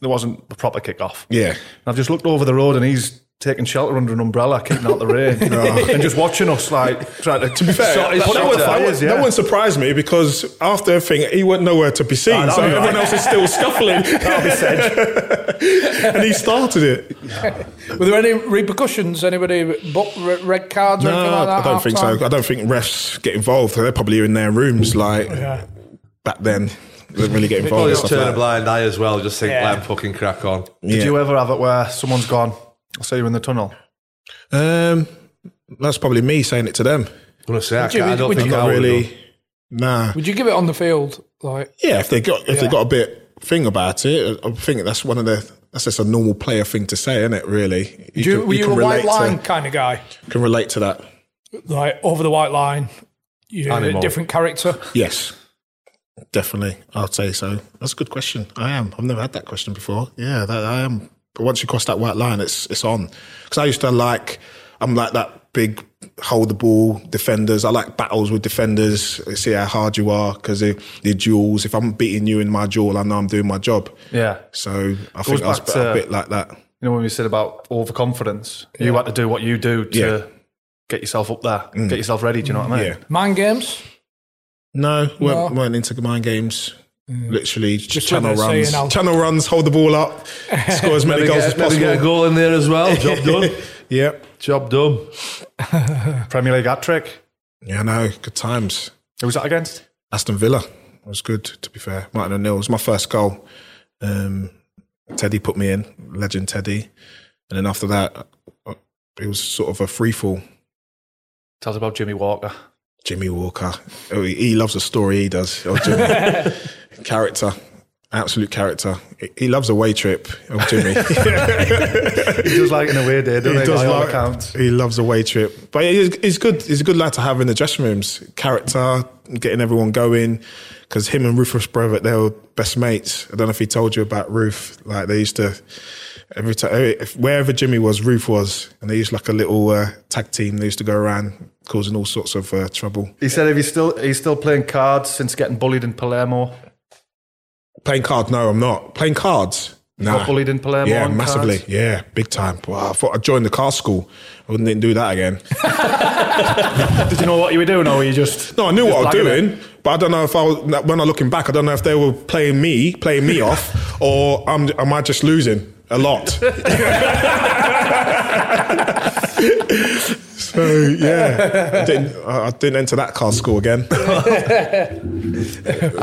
Speaker 3: there wasn't a proper kick off.
Speaker 5: yeah.
Speaker 3: And I've just looked over the road and he's taking shelter under an umbrella, kicking out the rain, and just watching us like trying to. To be
Speaker 5: fair,
Speaker 3: sort his
Speaker 5: but no, one,
Speaker 3: shit out.
Speaker 5: no one- no one surprised me because after everything, he wasn't nowhere to be seen.
Speaker 3: Ah, that'll
Speaker 5: so
Speaker 3: be right.
Speaker 5: everyone else is still scuffling.
Speaker 3: That'll be
Speaker 5: and he started it.
Speaker 6: Were there any repercussions? Anybody but re- red cards or anything like that?
Speaker 5: I don't think
Speaker 6: half-time?
Speaker 5: so. I don't think refs get involved. They're probably in their rooms like back then. They didn't really get involved.
Speaker 2: Probably
Speaker 5: and
Speaker 2: just
Speaker 5: stuff
Speaker 2: turn a
Speaker 5: like that.
Speaker 2: blind eye as well. Just think,
Speaker 6: Yeah.
Speaker 2: let him fucking crack on.
Speaker 3: Did
Speaker 5: Yeah.
Speaker 3: you ever have it where someone's gone? I saw you in the tunnel.
Speaker 5: Um, that's probably me saying it to them.
Speaker 2: I'm gonna say, I,
Speaker 6: you-
Speaker 2: can't, I don't
Speaker 6: would
Speaker 2: think
Speaker 6: you-
Speaker 2: I
Speaker 5: Not
Speaker 2: would
Speaker 5: really.
Speaker 2: have done.
Speaker 5: Nah.
Speaker 6: Would you give it on the field? Like,
Speaker 5: Yeah, if they got if they
Speaker 6: Yeah.
Speaker 5: got a bit thing about it, I think that's one of the that's just a normal player thing to say, isn't it? Really, you
Speaker 6: do you,
Speaker 5: can-
Speaker 6: were
Speaker 5: you
Speaker 6: you
Speaker 5: can
Speaker 6: a white
Speaker 5: relate
Speaker 6: line
Speaker 5: To,
Speaker 6: kind of guy?
Speaker 5: can relate to that.
Speaker 6: Like over the white line, you're
Speaker 2: Animal.
Speaker 6: a different character.
Speaker 5: Yes, definitely. I'd say so. That's a good question. I am. I've never had that question before. Yeah, that, I am. But once you cross that white line, it's it's on. Because I used to like, I'm like that big hold the ball defenders. I like battles with defenders. See how hard you are because the the duels. If I'm beating you in my duel, I know I'm doing my job.
Speaker 3: Yeah.
Speaker 5: So I think I was
Speaker 3: back to-
Speaker 5: a bit like that.
Speaker 3: You know when we said about overconfidence, you had to do what you do to
Speaker 5: Yeah. Mm.
Speaker 3: get yourself up there, get yourself ready. Do you know what I mean?
Speaker 5: Yeah.
Speaker 6: Mind games.
Speaker 5: No, weren't,
Speaker 6: No. Mm.
Speaker 5: weren't into mind games. Literally, just channel
Speaker 6: whether it's
Speaker 5: runs.
Speaker 6: saying I'll-
Speaker 5: Channel runs, hold the ball up, score as many
Speaker 2: Maybe
Speaker 5: goals as
Speaker 2: get, maybe
Speaker 5: possible.
Speaker 2: get a goal in there as well. Job done.
Speaker 5: yeah.
Speaker 2: Job done.
Speaker 3: Premier League hat trick.
Speaker 5: Yeah, no, good times.
Speaker 3: Who was that against?
Speaker 5: Aston Villa was good, to be fair. Martin O'Neill was my first goal. Um, Teddy put me in, legend Teddy. And then after that, uh, it was sort of a free fall.
Speaker 3: Tell us about Jimmy Walker.
Speaker 5: Jimmy Walker. Oh, he- he loves a story, he does. Oh, Jimmy. character. Absolute character. He- He loves a way trip, oh, Jimmy.
Speaker 3: He does like in a weird day, doesn't he? By all
Speaker 5: like-
Speaker 3: accounts.
Speaker 5: He loves a way trip, but he's, he's good. He's a good lad to have in the dressing rooms. Character, getting everyone going, because him and Rufus Brevet, they were best mates. I don't know if he told you about Ruth. Like they used to every time if, wherever Jimmy was, Ruth was, and they used like a little uh, tag team. They used to go around causing all sorts of uh, trouble.
Speaker 3: He said if he's still he's still playing cards since getting bullied in Palermo.
Speaker 5: Playing cards? No, I'm not playing cards. No,
Speaker 3: Got bullied in Palermo.
Speaker 5: Yeah,
Speaker 3: on
Speaker 5: massively.
Speaker 3: cards?
Speaker 5: Yeah, big time. Wow, I thought I joined the car school. I wouldn't do that again.
Speaker 3: Did you know what you were doing, or were you just?
Speaker 5: No, I knew
Speaker 3: just
Speaker 5: what I was
Speaker 3: blagging it?
Speaker 5: doing, but I don't know if I was, when I'm looking back, I don't know if they were playing me, playing me off, or am am I just losing a lot? so yeah, I didn't, I I didn't enter that car school again.
Speaker 2: I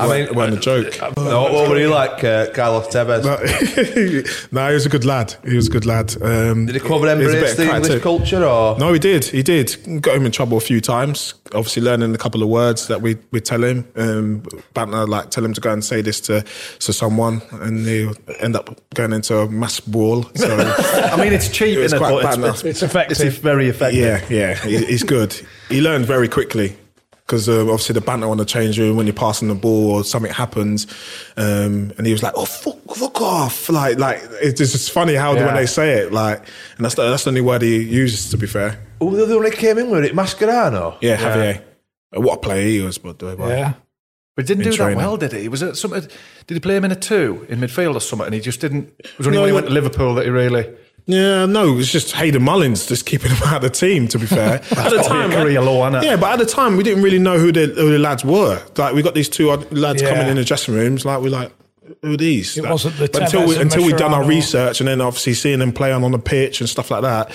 Speaker 2: mean,
Speaker 5: It wasn't a joke.
Speaker 2: no, what were you like, uh, Carlos Tevez?
Speaker 5: no, he was a good lad. He was a good lad. Um,
Speaker 2: Did he come
Speaker 5: he
Speaker 2: and
Speaker 5: was a bit
Speaker 2: embrace
Speaker 5: of
Speaker 2: the
Speaker 5: character.
Speaker 2: English culture or?
Speaker 5: No, he did. He did. Got him in trouble a few times. Obviously, learning a couple of words that we we tell him, um, banter, like tell him to go and say this to to someone, and he'll end up going into a mass brawl. So,
Speaker 3: I mean, it's cheap,
Speaker 5: It was
Speaker 3: isn't it?
Speaker 5: quite
Speaker 3: But
Speaker 5: bad
Speaker 3: it's,
Speaker 5: enough.
Speaker 3: it's effective. It's very effective.
Speaker 5: yeah, yeah, he, he's good. He learned very quickly. Because uh, obviously the banter on the change room when you're passing the ball or something happens, um, and he was like, "Oh fuck, fuck off!" Like, like it's just it's funny how
Speaker 3: Yeah.
Speaker 5: when they say it, like, and that's the, that's the only word he uses. To be fair,
Speaker 2: Who was the other one that came in with it? Mascherano?
Speaker 5: Yeah, Javier. What a player he was, but
Speaker 6: Yeah.
Speaker 3: But he didn't
Speaker 5: in
Speaker 3: do
Speaker 5: training.
Speaker 3: that well, did he? Was it something? Did he play him in a two in midfield or something? And he just didn't. It was only
Speaker 5: No,
Speaker 3: when he
Speaker 5: he
Speaker 3: went to
Speaker 5: went-
Speaker 3: Liverpool that he really.
Speaker 5: Yeah, no, it's just Hayden Mullins just keeping him out of the team. To be fair, at the
Speaker 3: gotta be a career low, isn't it?
Speaker 5: yeah, but at the time we didn't really know who the, who the lads were. Like we got these two odd lads
Speaker 6: Yeah.
Speaker 5: coming in the dressing rooms, like we like. Who are these?
Speaker 6: It
Speaker 5: Like,
Speaker 6: wasn't the
Speaker 5: but until
Speaker 6: Tevez
Speaker 5: we,
Speaker 6: and
Speaker 5: until we done our
Speaker 6: Mascherano.
Speaker 5: research and then obviously seeing them play on, on the pitch and stuff like that.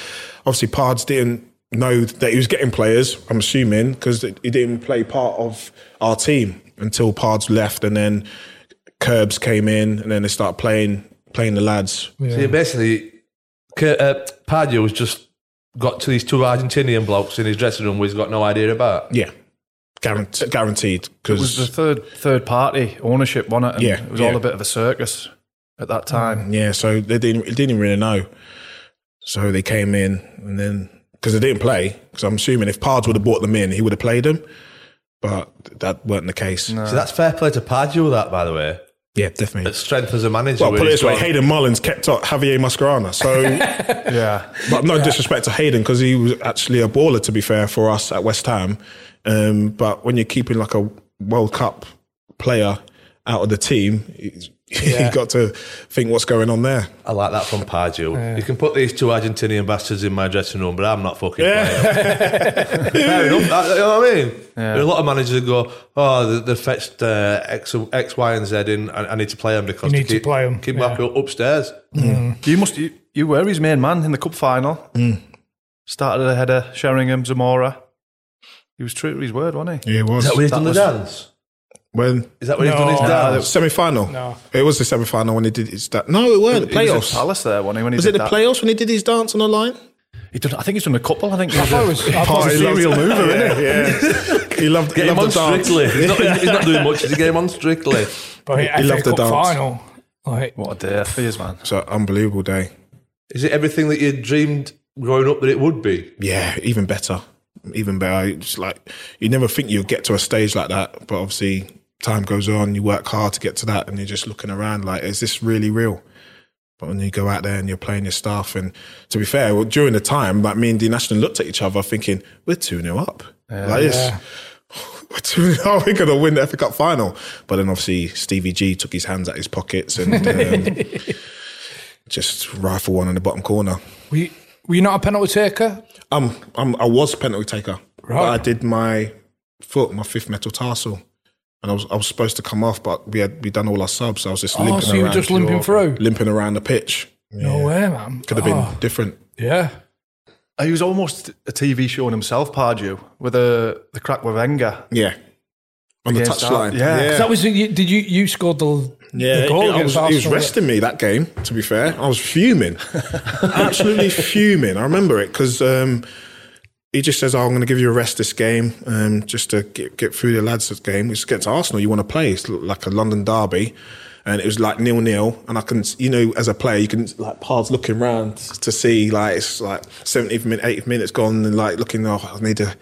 Speaker 5: Obviously, Pards didn't know that he was getting players. I'm assuming because he didn't play part of our team until Pards left, and then Curbs came in, and then they started playing playing the lads.
Speaker 2: So you basically, Ke- uh, Pardew has just got to these two Argentinian blokes in his dressing room where he's got no idea about.
Speaker 5: Yeah, Guarant- guaranteed.
Speaker 3: It was the
Speaker 5: Because
Speaker 3: third third party ownership, wasn't it? And
Speaker 5: Yeah,
Speaker 3: it was
Speaker 5: yeah.
Speaker 3: all a bit of a circus at that time.
Speaker 5: yeah, so they didn't they didn't really know. So they came in, and then because they didn't play, because I'm assuming if Pards would have brought them in, he would have played them. But that weren't the case.
Speaker 2: So that's fair play to Pardew, that, by the way.
Speaker 5: Yeah, definitely.
Speaker 2: It strengthens a manager.
Speaker 5: well,
Speaker 2: where
Speaker 5: put it
Speaker 2: he's
Speaker 5: this way:
Speaker 2: gone-
Speaker 5: Hayden Mullins kept up Javier Mascherano. So,
Speaker 3: Yeah,
Speaker 5: but no disrespect to Hayden because he was actually a baller. To be fair, for us at West Ham, um, but when you're keeping like a World Cup player out of the team, it's- you got to think what's going on there.
Speaker 2: I like that from Pardew. You can put these two Argentinian bastards in my dressing room, but I'm not fucking playing. Fair enough. that- you know what I mean? There are a lot of managers that go, oh, they, they fetched uh, X, X, Y, and Z in. I, I need to play them because
Speaker 6: You
Speaker 2: they
Speaker 6: need to
Speaker 2: keep,
Speaker 6: play 'em,
Speaker 2: Keep
Speaker 6: yeah.
Speaker 2: Marco upstairs.
Speaker 3: you must you, you were his main man in the cup final.
Speaker 5: Hmm.
Speaker 3: Started ahead of Sheringham, Zamora. He was true to his word, wasn't he?
Speaker 5: Yeah, it was.
Speaker 2: Is that where he's done
Speaker 3: was-
Speaker 2: the dance?
Speaker 5: when
Speaker 2: Is that where he's done his
Speaker 6: No.
Speaker 2: dance?
Speaker 5: semi final.
Speaker 6: No.
Speaker 5: it was the semi final when he did his dance. No, it weren't
Speaker 3: He
Speaker 5: playoffs.
Speaker 3: was at Palace there, wasn't he? When he
Speaker 5: was
Speaker 3: did
Speaker 5: it the
Speaker 3: that?
Speaker 5: playoffs when he did his dance on the line?
Speaker 3: He done, I think he's done a couple. I think he was
Speaker 6: thought
Speaker 3: a-
Speaker 6: it was- I thought it
Speaker 3: he's
Speaker 6: was-
Speaker 3: a serial mover, isn't
Speaker 5: yeah, yeah. he loved, he
Speaker 2: Get him on
Speaker 5: loved the dance.
Speaker 2: Strictly. He's not, he's not doing much. He's a game on Strictly.
Speaker 6: But
Speaker 5: He
Speaker 6: he,
Speaker 5: loved the
Speaker 6: Cup
Speaker 5: dance.
Speaker 6: final. Like,
Speaker 3: he? What a day for his man.
Speaker 5: It's an unbelievable day.
Speaker 2: Is it everything that you dreamed growing up that it would be?
Speaker 5: Yeah, even better, even better. It's like you never think you'll get to a stage like that, but obviously time goes on. You work hard to get to that, and you're just looking around like, is this really real? But when you go out there and you're playing your stuff, and to be fair, well, during the time, like me and D National looked at each other, thinking we're two 0 up, like this. We're two 0 up. We're gonna win the FA Cup final. But then obviously Stevie G took his hands out his pockets and um, just rifle one in the bottom corner.
Speaker 6: were, you, were you not a penalty taker?
Speaker 5: Um, I'm, I was penalty taker. But
Speaker 6: Right.
Speaker 5: I did my foot, my fifth metatarsal, and I was I was supposed to come off, but we had we done all our subs. So I was just
Speaker 6: Oh,
Speaker 5: limping
Speaker 6: so you were
Speaker 5: around,
Speaker 6: just limping through?
Speaker 5: limping around the pitch.
Speaker 6: No way, man.
Speaker 5: Could have been
Speaker 6: Oh,
Speaker 5: different.
Speaker 6: yeah.
Speaker 3: He was almost a TV show on himself, Pardew, with the the crack with Wenger.
Speaker 5: Yeah, on the
Speaker 3: Against
Speaker 5: touchline.
Speaker 3: Ar- yeah.
Speaker 6: That was you, did you you scored the
Speaker 5: Yeah,
Speaker 6: the goal
Speaker 5: I was,
Speaker 6: against
Speaker 5: he was
Speaker 6: Arsenal?
Speaker 5: resting me that game. To be fair, I was fuming, absolutely fuming. I remember it because um, he just says, "Oh, I'm going to give you a rest this game, um, just to get, get through the lads this game." It's against Arsenal. You want to play? It's like a London derby, and it was like nil nil. And I can, you know, as a player, you can like pards looking round to see like it's like 70th minute, 80th minute's gone, and like looking, oh, I need to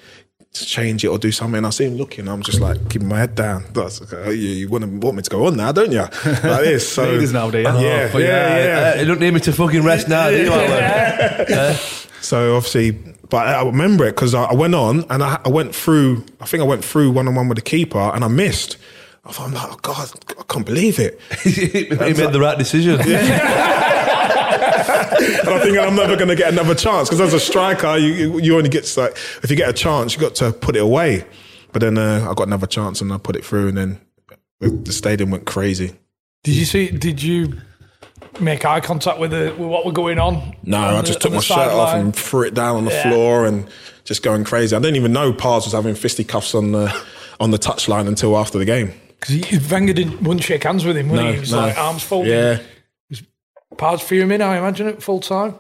Speaker 5: to change it or do something. And I see him looking. I'm just like keeping my head down. That's okay. Oh, you, you want, to, want me to go on now, don't you? Like this. So
Speaker 3: Leaders now, do you?
Speaker 5: Yeah,
Speaker 3: Oh,
Speaker 5: yeah,
Speaker 2: But
Speaker 5: yeah.
Speaker 2: uh, you don't need me to fucking rest now, do you? Alan?
Speaker 5: So obviously, but I remember it because I, I went on and I, I went through. I think I went through one on one with the keeper and I missed. I thought, I'm like, oh God, I can't believe it.
Speaker 2: he made the right decision.
Speaker 5: and I'm thinking I'm never going to get another chance because as a striker, you- you you only get like if you get a chance, you got to put it away. But then uh, I got another chance and I put it through, and then the, the stadium went crazy.
Speaker 6: Did you see? Did you make eye contact with the with what were going on?
Speaker 5: No,
Speaker 6: on
Speaker 5: I
Speaker 6: the-
Speaker 5: just
Speaker 6: on
Speaker 5: took
Speaker 6: the
Speaker 5: my shirt off
Speaker 6: sideline?
Speaker 5: and threw it down on the floor and just going crazy. I didn't even know Pars was having fisticuffs on the on the touchline until after the game.
Speaker 6: Because he, Wenger didn't, wouldn't shake hands with him, would he? He was like arms folded.
Speaker 5: Yeah.
Speaker 6: Parts fuming, I imagine, at full time.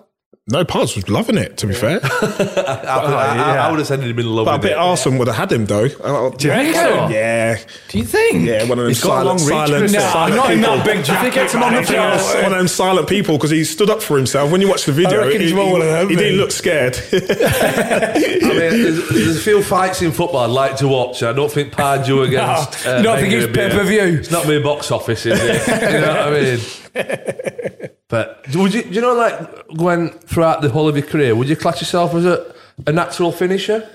Speaker 5: No, Pars was loving it, to be fair.
Speaker 2: I, I- I- I would have said he'd been
Speaker 5: But I
Speaker 2: loving
Speaker 5: bet
Speaker 2: it.
Speaker 5: Arsenal would have had him, though. I- I-
Speaker 6: think so?
Speaker 5: Yeah.
Speaker 6: Do you think?
Speaker 5: Yeah, one of them
Speaker 3: He's got a long
Speaker 5: silent,
Speaker 3: reach,
Speaker 5: silent,
Speaker 3: Chris.
Speaker 6: No,
Speaker 5: silent
Speaker 6: not in
Speaker 5: people.
Speaker 6: that big jacket. Gets him on the
Speaker 5: It's one of them silent people because he stood up for himself. When you watch the video, he,
Speaker 6: reckon he's
Speaker 5: he-
Speaker 6: one of them,
Speaker 5: he didn't
Speaker 6: mate.
Speaker 5: look scared.
Speaker 2: I mean, there's, there's a few fights in football I'd like to watch. and I don't think Pardew against.
Speaker 6: No, you don't think
Speaker 2: Wenger
Speaker 6: it's
Speaker 2: would be a-
Speaker 6: pay-per-view?
Speaker 2: It's not me box office, is it? you know what I mean? But do- would you, do you know, like, Gwen, throughout the whole of your career, would you class yourself as a, a natural finisher?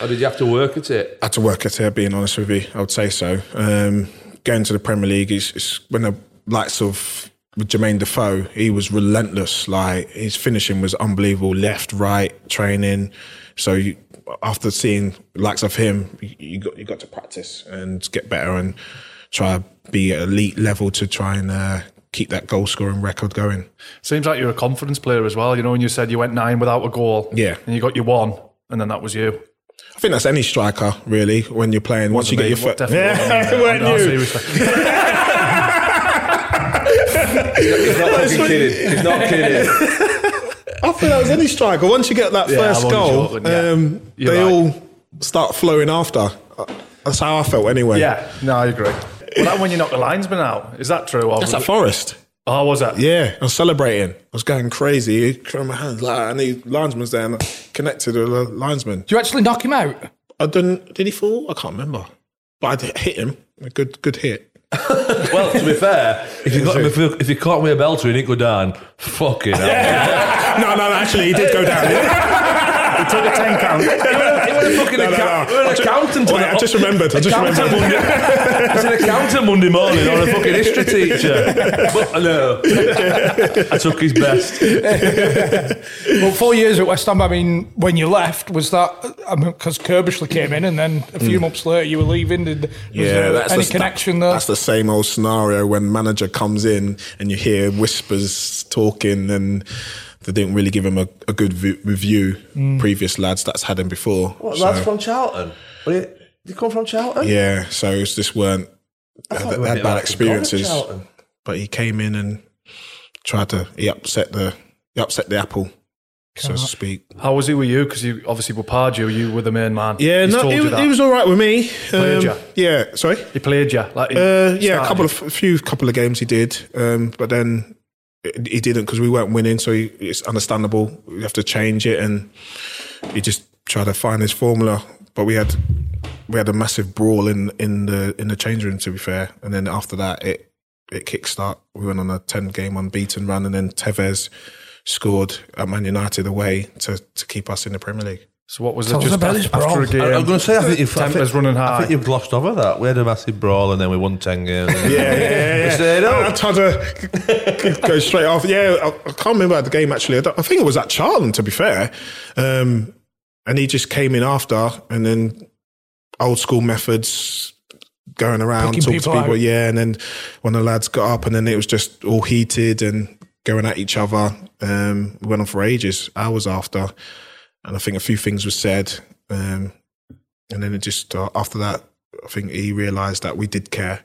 Speaker 2: Or did you have to work at it?
Speaker 5: I had to work at it, being honest with you. I would say so. Um, going to the Premier League is, is when the likes of with Jermaine Defoe, he was relentless. Like his finishing was unbelievable, left, right, training. So you, after seeing likes of him, you, you got you got to practice and get better and try be at elite level to try and uh, keep that goal scoring record going.
Speaker 3: Seems like you're a confidence player as well. You know, and you said you went nine without a goal.
Speaker 5: Yeah.
Speaker 3: and you got your one, and then that was you.
Speaker 5: I think that's any striker really when you're playing. Once you get your
Speaker 3: Well,
Speaker 5: foot,
Speaker 3: definitely wasn't me.
Speaker 5: weren't
Speaker 3: No,
Speaker 5: you?
Speaker 3: seriously.
Speaker 7: He's not fucking kidding. He's not kidding.
Speaker 5: I feel that was any striker. Once you get that
Speaker 3: Yeah,
Speaker 5: first
Speaker 3: I'm only
Speaker 5: goal,
Speaker 3: joking, yeah.
Speaker 5: um,
Speaker 3: You're
Speaker 5: they
Speaker 3: right.
Speaker 5: all start flowing after. That's how I felt anyway.
Speaker 3: yeah, no, I agree. Well, that when you knocked the linesman out, is that true? Or was
Speaker 5: That's at
Speaker 3: it-
Speaker 5: Forest.
Speaker 3: Oh, was that?
Speaker 5: Yeah, I was celebrating. I was going crazy, clearing my hands. Like, and the linesman's there and I connected with the linesman.
Speaker 6: Do you actually knock him out?
Speaker 5: I didn't, did he fall? I can't remember. But I hit him. A good good hit.
Speaker 7: Well, to be fair, if you, got him, if, you, if you caught me a belter and it go down, fucking hell.
Speaker 5: No, no, no, actually, he did go down.
Speaker 3: He took a 10 count.
Speaker 7: It was a fucking
Speaker 5: No, no,
Speaker 7: account-
Speaker 5: no.
Speaker 7: it was an
Speaker 5: I ju-
Speaker 7: accountant.
Speaker 5: Wait, I just remembered. I just
Speaker 7: Accountant
Speaker 5: remembered.
Speaker 7: Monday- It's an accountant Monday morning or a fucking history teacher. But no, I took his best.
Speaker 6: Well, four years at West Ham. I mean, when you left, was that because Kerbishley came in, and then a few months later you were leaving? Did was there any
Speaker 5: the-
Speaker 6: connection there?
Speaker 5: Hmm. That's the same old scenario when manager comes in and you hear whispers talking and they didn't really give him a, a good v- review.
Speaker 6: Mm.
Speaker 5: Previous lads that's had him before.
Speaker 2: What,
Speaker 5: So,
Speaker 2: lads from Charlton? What do you, you come from Charlton?
Speaker 5: yeah, so it's just weren't
Speaker 2: I thought
Speaker 5: they
Speaker 2: you were a
Speaker 5: had
Speaker 2: bit
Speaker 5: bad
Speaker 2: like
Speaker 5: experiences.
Speaker 2: Charlton.
Speaker 5: But he came in and tried to he upset the he upset the apple, so to speak.
Speaker 3: How was he with you? Because you obviously were Pardew, you were the main man.
Speaker 5: Yeah,
Speaker 3: He's
Speaker 5: no,
Speaker 3: told
Speaker 5: he,
Speaker 3: you
Speaker 5: was-
Speaker 3: that.
Speaker 5: he was all right with me. Um,
Speaker 3: Played ya?
Speaker 5: yeah, sorry.
Speaker 3: He played you. Like, he
Speaker 5: Uh, yeah, a
Speaker 3: started
Speaker 5: couple
Speaker 3: you.
Speaker 5: of a few couple of games he did, um, but then he didn't because we weren't winning. So he, it's understandable. We have to change it, and he just tried to find his formula. But we had we had a massive brawl in in the in the change room. To be fair, and then after that, it it kickstart. We went on a ten game unbeaten run, and then Tevez scored at Man United away to to keep us in the Premier League.
Speaker 3: So what was
Speaker 6: Tell
Speaker 3: it?
Speaker 6: us
Speaker 3: Just
Speaker 6: about this
Speaker 3: after,
Speaker 6: brawl.
Speaker 3: after a game,
Speaker 2: I, am going to say, I think you've, I
Speaker 3: tempers
Speaker 2: think,
Speaker 3: running high.
Speaker 2: I think you've glossed over that. We had a massive brawl and then we won 10 games. We stayed up.
Speaker 5: I tried to go straight off. Yeah, I, I can't remember the game actually. I, don't- I think it was at Charlton, to be fair. Um, and he just came in after, and then old school methods going around,
Speaker 6: Picking
Speaker 5: talking to
Speaker 6: people
Speaker 5: people.
Speaker 6: out.
Speaker 5: Yeah, and then when the lads got up, and then it was just all heated and going at each other. Um, we went on for ages, hours after, and I think a few things were said. Um, and then it just uh, after that, I think he realised that we did care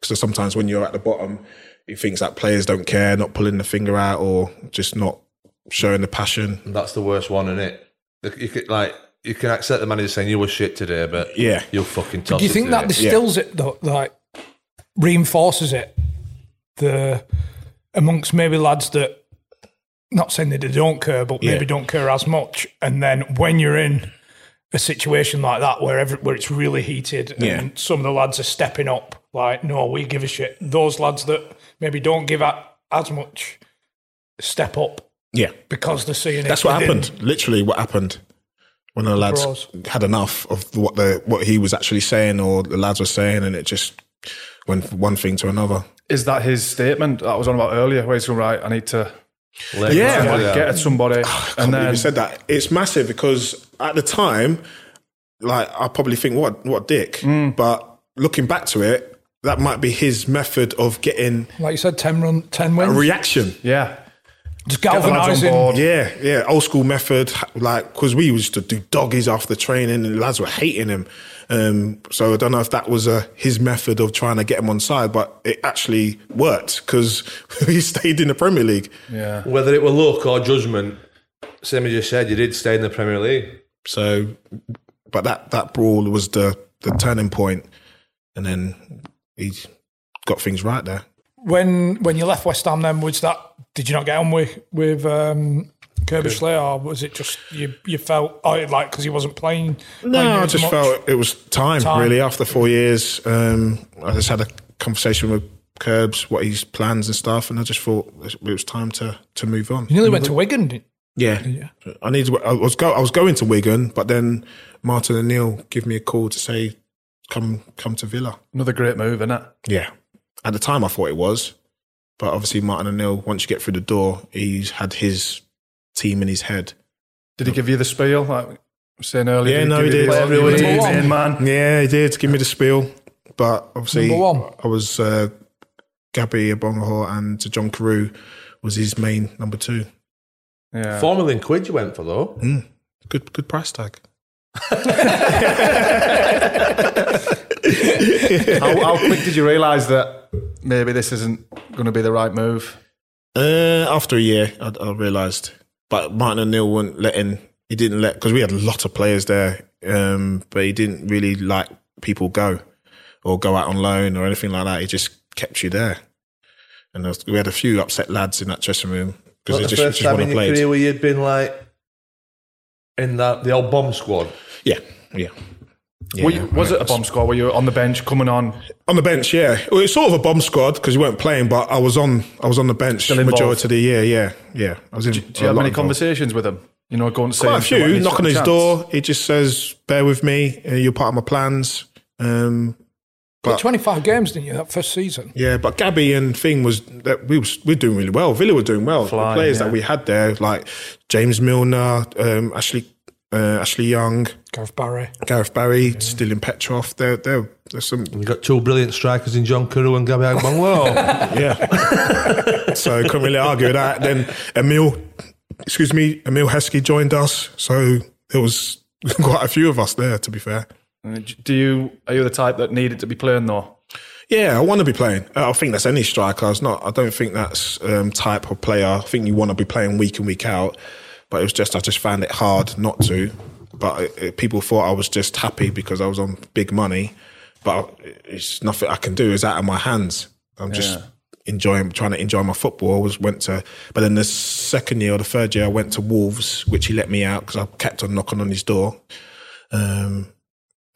Speaker 5: because sometimes when you're at the bottom, he thinks that players don't care, not pulling the finger out, or just not showing the passion.
Speaker 2: That's the worst one, isn't it? You could, like, you can accept the manager saying you were shit today, but
Speaker 5: Yeah.
Speaker 2: you'll fucking toss
Speaker 6: Do you
Speaker 2: it
Speaker 6: think that
Speaker 2: today.
Speaker 6: distills it though? Like reinforces it the amongst maybe lads that not saying that they don't care, but maybe
Speaker 5: Yeah.
Speaker 6: don't care as much. And then when you're in a situation like that where every, where it's really heated and
Speaker 5: Yeah.
Speaker 6: some of the lads are stepping up, like no, we give a shit. Those lads that maybe don't give a as much step up
Speaker 5: Yeah,
Speaker 6: because they're seeing it.
Speaker 5: that's what
Speaker 6: within-
Speaker 5: happened. Literally, what happened when the lads
Speaker 6: Bros.
Speaker 5: had enough of what the what he was actually saying or the lads were saying, and it just went from one thing to another.
Speaker 3: Is that his statement that I was on about earlier? Where he's going, right, I need to
Speaker 2: Let
Speaker 5: Yeah.
Speaker 2: somebody
Speaker 3: get at somebody.
Speaker 5: and
Speaker 3: and then
Speaker 5: you said that it's massive because at the time, like I probably think what what a dick, but looking back to it, that might be his method of getting
Speaker 6: Like you said, ten run, ten
Speaker 5: a
Speaker 6: wins,
Speaker 5: reaction.
Speaker 3: Yeah.
Speaker 6: just
Speaker 3: the lads on
Speaker 6: galvanising.
Speaker 3: board.
Speaker 5: Yeah, yeah, old school method. ha- Like, because we used to do doggies after training, and the lads were hating him. Um, so I don't know if that was uh, his method of trying to get him on side, but it actually worked because he stayed in the Premier League.
Speaker 3: Yeah.
Speaker 2: Whether it were luck or judgment, same as you said, you did stay in the Premier League.
Speaker 5: So, but that that brawl was the the turning point, and then he got things right there.
Speaker 6: when when you left West Ham, then was that did you not get on with with um, Kerbishley, or was it just you you felt oh, like because he wasn't playing? playing you
Speaker 5: No, I
Speaker 6: as
Speaker 5: just
Speaker 6: much?
Speaker 5: felt it was time,
Speaker 6: Time.
Speaker 5: really. After four years, um, I just had a conversation with Curbs, what his plans and stuff, and I just thought it was time to to move on.
Speaker 6: you nearly went to Wigan. didn't
Speaker 5: Yeah, I need. I was go. I was going to Wigan, but then Martin and Neil give me a call to say, "Come, come to Villa."
Speaker 3: Another great move, innit?
Speaker 5: Yeah, at the time I thought it was, But obviously, Martin O'Neill, once you get through the door, he's had his team in his head.
Speaker 3: Did he give you the spiel? Like I was saying earlier.
Speaker 5: Yeah,
Speaker 3: he
Speaker 5: no,
Speaker 3: give
Speaker 5: he
Speaker 3: you the-
Speaker 5: did.
Speaker 3: you were the
Speaker 5: Number
Speaker 3: main
Speaker 5: one.
Speaker 3: man.
Speaker 5: Yeah, he did give me the spiel. But obviously,
Speaker 1: Number one.
Speaker 5: I was uh, Gabby Abongahor and John Carew was his main number two.
Speaker 3: Yeah.
Speaker 7: Four million quid you went for though.
Speaker 5: Good, good price tag.
Speaker 3: how, how quick did you realise that maybe this isn't going to be the right move?
Speaker 5: Uh, after a year, I, I realised, but Martin O'Neill wouldn't let in. He didn't let because we had a lot of players there, um, but he didn't really like people go or go out on loan or anything like that. He just kept you there, and there was- we had a few upset lads in that dressing room because
Speaker 7: Not
Speaker 5: they
Speaker 7: the
Speaker 5: just,
Speaker 7: first
Speaker 5: just
Speaker 7: time
Speaker 5: want
Speaker 7: in
Speaker 5: to
Speaker 7: your
Speaker 5: play.
Speaker 7: career where you'd been like in that the old bomb squad.
Speaker 5: Yeah, yeah. yeah
Speaker 3: Were you- was it a bomb squad? Were you on the bench coming on?
Speaker 5: on the bench? Yeah, well, it's sort of a bomb squad because you weren't playing, but I was on. I was on the bench
Speaker 3: Still involved.
Speaker 5: majority of the year. Yeah, yeah. I was in.
Speaker 3: Do you have many conversations with him? You know, going to see
Speaker 5: quite
Speaker 3: him,
Speaker 5: a
Speaker 3: like,
Speaker 5: few
Speaker 3: he's got
Speaker 5: knocking
Speaker 3: a
Speaker 5: on his
Speaker 3: chance.
Speaker 5: door. He just says, "Bear with me. uh, You're part of my plans." Um,
Speaker 1: But 25 games, didn't you, that first season?
Speaker 5: yeah, but Gabby and thing was that we was we are doing really well. Villa were doing well.
Speaker 3: Flying,
Speaker 5: the players
Speaker 3: yeah.
Speaker 5: that we had there, like James Milner, um, Ashley uh, Ashley Young,
Speaker 1: Gareth Barry.
Speaker 5: Gareth Barry, still in Petrov. There, there, there's some.
Speaker 7: You got two brilliant strikers in John Carew and Gabby Agbonwo.
Speaker 5: Yeah. so couldn't really argue with that. Then Emil, excuse me, Emil Heskey joined us. So there was quite a few of us there. To be fair.
Speaker 3: Uh, Do you are you the type that needed to be playing though?
Speaker 5: Yeah, I want to be playing. Uh, I think that's any striker. It's not. I don't think that's um, type of player. I think you want to be playing week in week out. But it was just I just found it hard not to. But it, it, people thought I was just happy because I was on big money. But it's nothing I can do. It's out of my hands. I'm just enjoying, trying to enjoy my football. I was went to, but then the second year or the third year, I went to Wolves, which he let me out because I kept on knocking on his door. Um,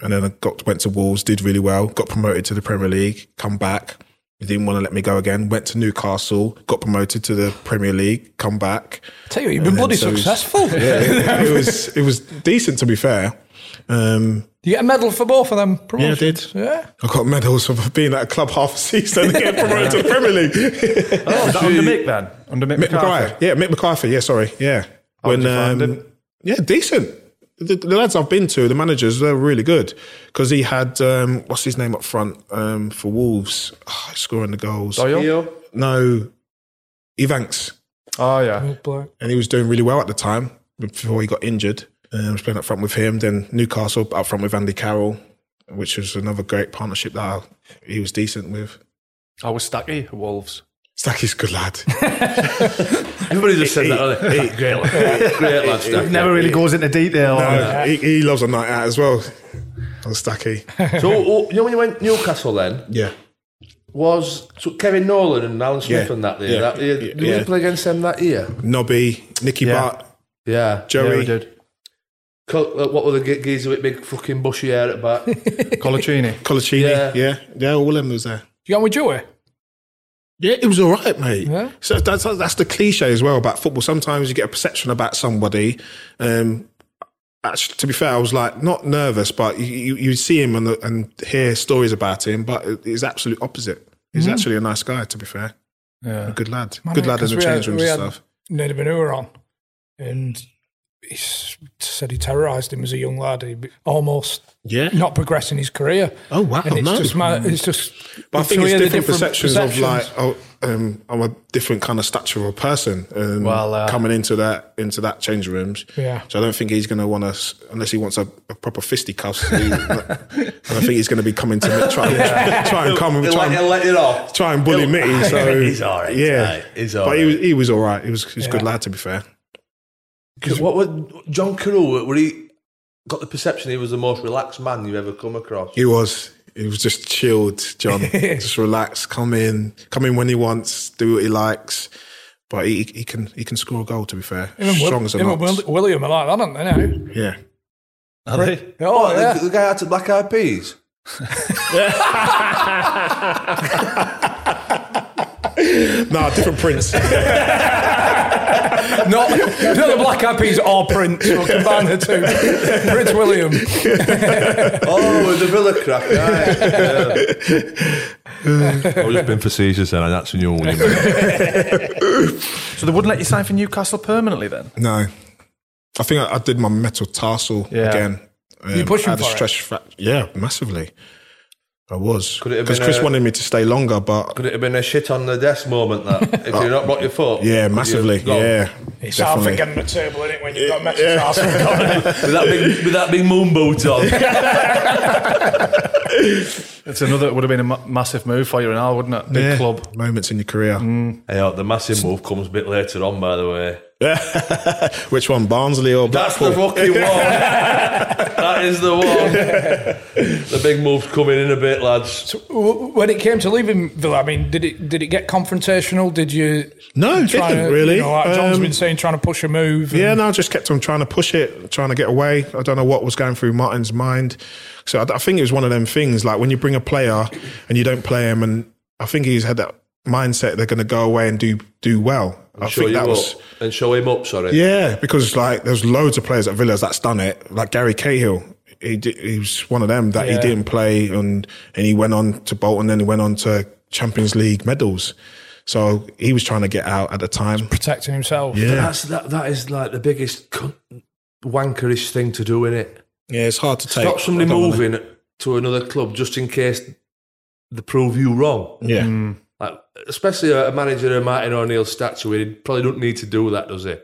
Speaker 5: and then I got went to Wolves, did really well, got promoted to the Premier League, come back. He didn't want to let me go again. Went to Newcastle, got promoted to the Premier League, come back.
Speaker 1: Tell you, what, you've been
Speaker 5: And then
Speaker 1: bloody
Speaker 5: so-
Speaker 1: successful.
Speaker 5: Yeah, it, it was it was decent to be fair. Um,
Speaker 1: You get a medal for both of them promotions.
Speaker 5: did.
Speaker 1: Yeah.
Speaker 5: I got medals for being at a club half a season and getting promoted to the Premier League.
Speaker 3: Oh, was that under Mick then? Under Mick,
Speaker 5: Mick
Speaker 3: McCarthy?
Speaker 5: McCarthy. Yeah, Mick McCarthy. Yeah, sorry. Yeah. um,
Speaker 3: did you find him?
Speaker 5: yeah, decent. The, the lads I've been to, the managers, they're really good because he had um, what's his name up front um, for Wolves, Ah, scoring the goals.
Speaker 3: Doyle?
Speaker 5: No, Evanks,
Speaker 3: Oh yeah.
Speaker 1: Bloke.
Speaker 5: and he was doing really well at the time before he got injured. Um, I was playing up front with him. Then Newcastle up front with Andy Carroll, which was another great partnership that I, he was decent with.
Speaker 3: I was Stacky Wolves.
Speaker 5: Stacky's a good lad.
Speaker 2: Everybody just said that. haven't they? Great lad. Great lad, Stack.
Speaker 3: Never really goes into detail. on it.
Speaker 5: Uh, he, he loves a night out as well. On Stacky.
Speaker 7: so oh, you know when you went Newcastle then
Speaker 5: Yeah.
Speaker 7: was so Kevin Nolan and Alan Smith
Speaker 5: Yeah.
Speaker 7: and that year.
Speaker 5: Yeah.
Speaker 7: That year
Speaker 5: Yeah.
Speaker 7: Did you
Speaker 5: Yeah.
Speaker 7: play against them that year?
Speaker 5: Nobby, Nicky
Speaker 3: Yeah.
Speaker 5: Butt,
Speaker 7: Yeah.
Speaker 3: Yeah, we
Speaker 5: Joey.
Speaker 3: did.
Speaker 7: Co- uh, what were the ge- geezer with big fucking bushy hair at back?
Speaker 3: Colaccini.
Speaker 5: Colaccini.
Speaker 7: Yeah.
Speaker 5: Yeah. yeah. all of them was there.
Speaker 1: You got with Joey?
Speaker 5: Yeah, it was all right, mate.
Speaker 1: Yeah.
Speaker 5: So that's that's the cliche as well about football. Sometimes you get a perception about somebody. Um, actually, to be fair, I was like not nervous, but you, you, you see him and, and hear stories about him, but it- it's absolute opposite. He's
Speaker 1: Mm-hmm.
Speaker 5: actually a nice guy, to be fair.
Speaker 3: Yeah.
Speaker 5: A good lad.
Speaker 1: Man,
Speaker 5: good lad in
Speaker 1: 'cause
Speaker 5: the
Speaker 1: we had-
Speaker 5: change rooms
Speaker 1: we
Speaker 5: and
Speaker 1: had-
Speaker 5: stuff.
Speaker 1: Ned Manure on. And he s- said he terrorised him as a young lad. He b- almost
Speaker 5: Yeah.
Speaker 1: not progressing his career.
Speaker 5: Oh, wow,
Speaker 1: And it's
Speaker 5: no.
Speaker 1: just mad, it's just.
Speaker 5: But I think
Speaker 1: so
Speaker 5: it's
Speaker 1: we had the
Speaker 5: different, perceptions, of like,
Speaker 1: perceptions.
Speaker 5: oh, um, I'm a different kind of stature of a person um,
Speaker 3: Well, uh,
Speaker 5: coming into that into that change rooms.
Speaker 1: Yeah.
Speaker 5: So I don't think he's going to want us unless he wants a, a proper fisticuffs. he- I don't think he's going to be coming to me, try, try and come and try and,
Speaker 2: let it off.
Speaker 5: try and bully me. So
Speaker 2: He's all right,
Speaker 5: Yeah,
Speaker 2: mate. He's all
Speaker 5: but he
Speaker 2: right.
Speaker 5: was he was all right. He was he's a good lad to be fair.
Speaker 7: Because what would John Carew? Were he got the perception he was the most relaxed man you've ever come across?
Speaker 5: He was. He was just chilled, John. just relax. Come in. Come in when he wants. Do what he likes. But he, he can he can score a goal. To be fair,
Speaker 1: Him and Wil-
Speaker 5: strong as a
Speaker 1: him and
Speaker 5: nut.
Speaker 1: Wil- William are like that, aren't they now?
Speaker 5: Yeah.
Speaker 3: Are they?
Speaker 1: Oh,
Speaker 7: The-
Speaker 1: yeah.
Speaker 7: the, guy had to black eyed peas.
Speaker 5: No, different prints.
Speaker 1: not, not the black eyed peas or Prince. We'll combine the two. Prince William.
Speaker 7: Oh, with the Villa crack. Right. Yeah.
Speaker 2: I've just been facetious then, and that's when you know when you
Speaker 3: So they wouldn't let you sign for Newcastle permanently then?
Speaker 5: No, I think I, I did my metatarsal
Speaker 3: Yeah.
Speaker 5: again. Um,
Speaker 1: pushing
Speaker 5: I had a
Speaker 1: for it?
Speaker 5: stretch frac- yeah, massively. I was
Speaker 7: it have
Speaker 5: because
Speaker 7: been
Speaker 5: Chris
Speaker 7: a-
Speaker 5: wanted me to stay longer, but
Speaker 7: Could it have been a shit on the desk moment that if
Speaker 2: Oh.
Speaker 7: you're not brought your foot?
Speaker 5: yeah,
Speaker 7: could you
Speaker 5: massively,
Speaker 7: have gone?
Speaker 5: yeah,
Speaker 1: It's hard for getting
Speaker 5: definitely.
Speaker 1: the table in it when you've got Metatarsal.
Speaker 2: with that big with that big moon boat on.
Speaker 3: It's another, it would have been a ma- massive move for you and Al, wouldn't it? Big
Speaker 5: Yeah,
Speaker 3: club.
Speaker 5: moments in your career.
Speaker 2: Hey, oh, the massive move comes a bit later on, by the way.
Speaker 5: Which one, Barnsley or
Speaker 2: That's the
Speaker 5: Blackpool?
Speaker 2: fucking one. that is the one. The big move's coming in a bit, lads.
Speaker 1: W- when it came to leaving Villa, I mean, did it did it get confrontational? Did you?
Speaker 5: No, it
Speaker 1: try
Speaker 5: didn't
Speaker 1: to-
Speaker 5: really.
Speaker 1: You know, like John's
Speaker 5: Um,
Speaker 1: been saying, trying to push a move. and-
Speaker 5: Yeah, no, I just kept on trying to push it, trying to get away. I don't know what was going through Martin's mind. So I, I think it was one of them things like when you bring a player and you don't play him, and I think he's had that mindset they're going to go away and do do well. i
Speaker 7: Show
Speaker 5: think
Speaker 7: you
Speaker 5: that was
Speaker 7: up and show him up. Sorry.
Speaker 5: yeah, because like there's loads of players at Villas that's done it, like Gary Cahill. He, di- he was one of them that he didn't play and and he went on to Bolton, then he went on to Champions League medals. So he was trying to get out at the time.
Speaker 1: protecting himself.
Speaker 5: Yeah,
Speaker 7: That's that. That is like the biggest cunt- wankerish thing to do, innit? it?
Speaker 5: yeah, it's hard to take.
Speaker 7: Stop somebody
Speaker 5: I don't wanna-
Speaker 7: moving to another club just in case they prove you wrong.
Speaker 5: Yeah.
Speaker 7: Like, especially a a manager of Martin O'Neill's stature, he probably don't need to do that, does he?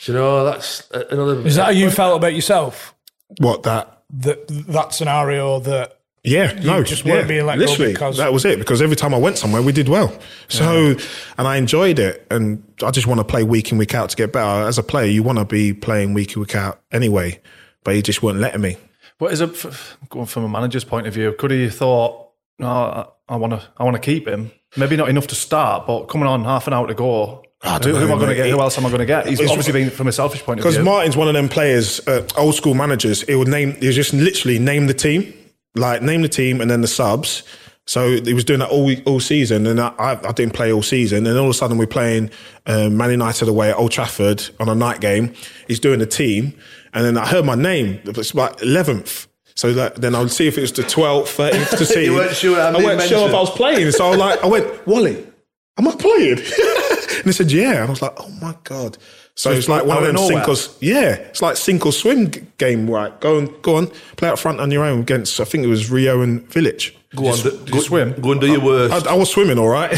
Speaker 7: So, you know, that's a- another.
Speaker 1: Is that how you felt about yourself?
Speaker 5: What that?
Speaker 1: That that scenario that
Speaker 5: Yeah, no,
Speaker 1: just
Speaker 5: yeah.
Speaker 1: weren't being let go
Speaker 5: Literally,
Speaker 1: because-
Speaker 5: that was it. Because every time I went somewhere, we did well. So, and I enjoyed it. And I just want to play week in week out to get better. As a player, you want to be playing week in week out anyway. But he just weren't letting me.
Speaker 3: But as a, f- going from a manager's point of view, could he have thought, no, I- I want to, I want to keep him. Maybe not enough to start, but coming on half an hour to go,
Speaker 5: I
Speaker 3: who,
Speaker 5: don't
Speaker 3: who
Speaker 5: know,
Speaker 3: am I going to
Speaker 5: mate.
Speaker 3: get? Who else am I going to get? He's
Speaker 5: It's-
Speaker 3: obviously been from a selfish point of
Speaker 5: Because
Speaker 3: view.
Speaker 5: Martin's one of them players, uh, old school managers. He would name, he would just literally name the team, like name the team and then the subs. So he was doing that all all season, and I, I I didn't play all season. And all of a sudden, we're playing um, Man United away at Old Trafford on a night game. He's doing the team, and then I heard my name. It's about eleventh. So that, then I would see if it was the twelfth, thirteenth to see.
Speaker 7: You weren't sure, I
Speaker 5: I
Speaker 7: didn't
Speaker 5: weren't sure
Speaker 7: mention.
Speaker 5: if I was playing. So I was like, I went, Wally, am I playing? and they said, yeah. And I was like, oh my god. So it's like one
Speaker 3: out
Speaker 5: of
Speaker 3: of
Speaker 5: them
Speaker 3: nowhere.
Speaker 5: sink or yeah, it's like sink or swim g- game, right? Go on, go on, play out front on your own against. I think it was Rio and Village.
Speaker 2: Go on, do,
Speaker 3: you swim?
Speaker 2: Go and do your worst.
Speaker 5: I, I was swimming, all right.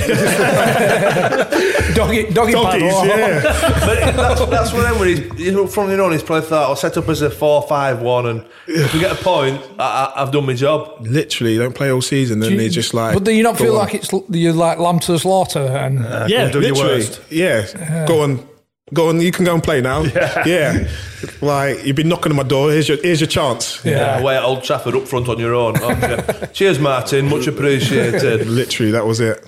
Speaker 1: doggy doggy
Speaker 5: Doggies,
Speaker 1: paddle.
Speaker 5: yeah.
Speaker 7: But that's, that's what then when he's you know, from you know, he's playing that or set up as a 4 5 1. And if we get a point, I, I, I've done my job.
Speaker 5: Literally, you don't play all season, and they're just like.
Speaker 1: but do you not
Speaker 5: go
Speaker 1: feel
Speaker 5: on.
Speaker 1: like it's l- you're like Lamter's Slaughter? And
Speaker 7: Uh,
Speaker 5: yeah,
Speaker 3: do your
Speaker 5: literally,
Speaker 3: worst.
Speaker 5: yeah. Go on, go on. You can go and play now. Yeah, like you've been knocking on my door. Here's your here's your chance.
Speaker 7: Yeah. Away at Old Trafford up front on your own.
Speaker 2: Oh,
Speaker 7: Okay. Cheers, Martin. Much appreciated.
Speaker 5: Literally, that was it.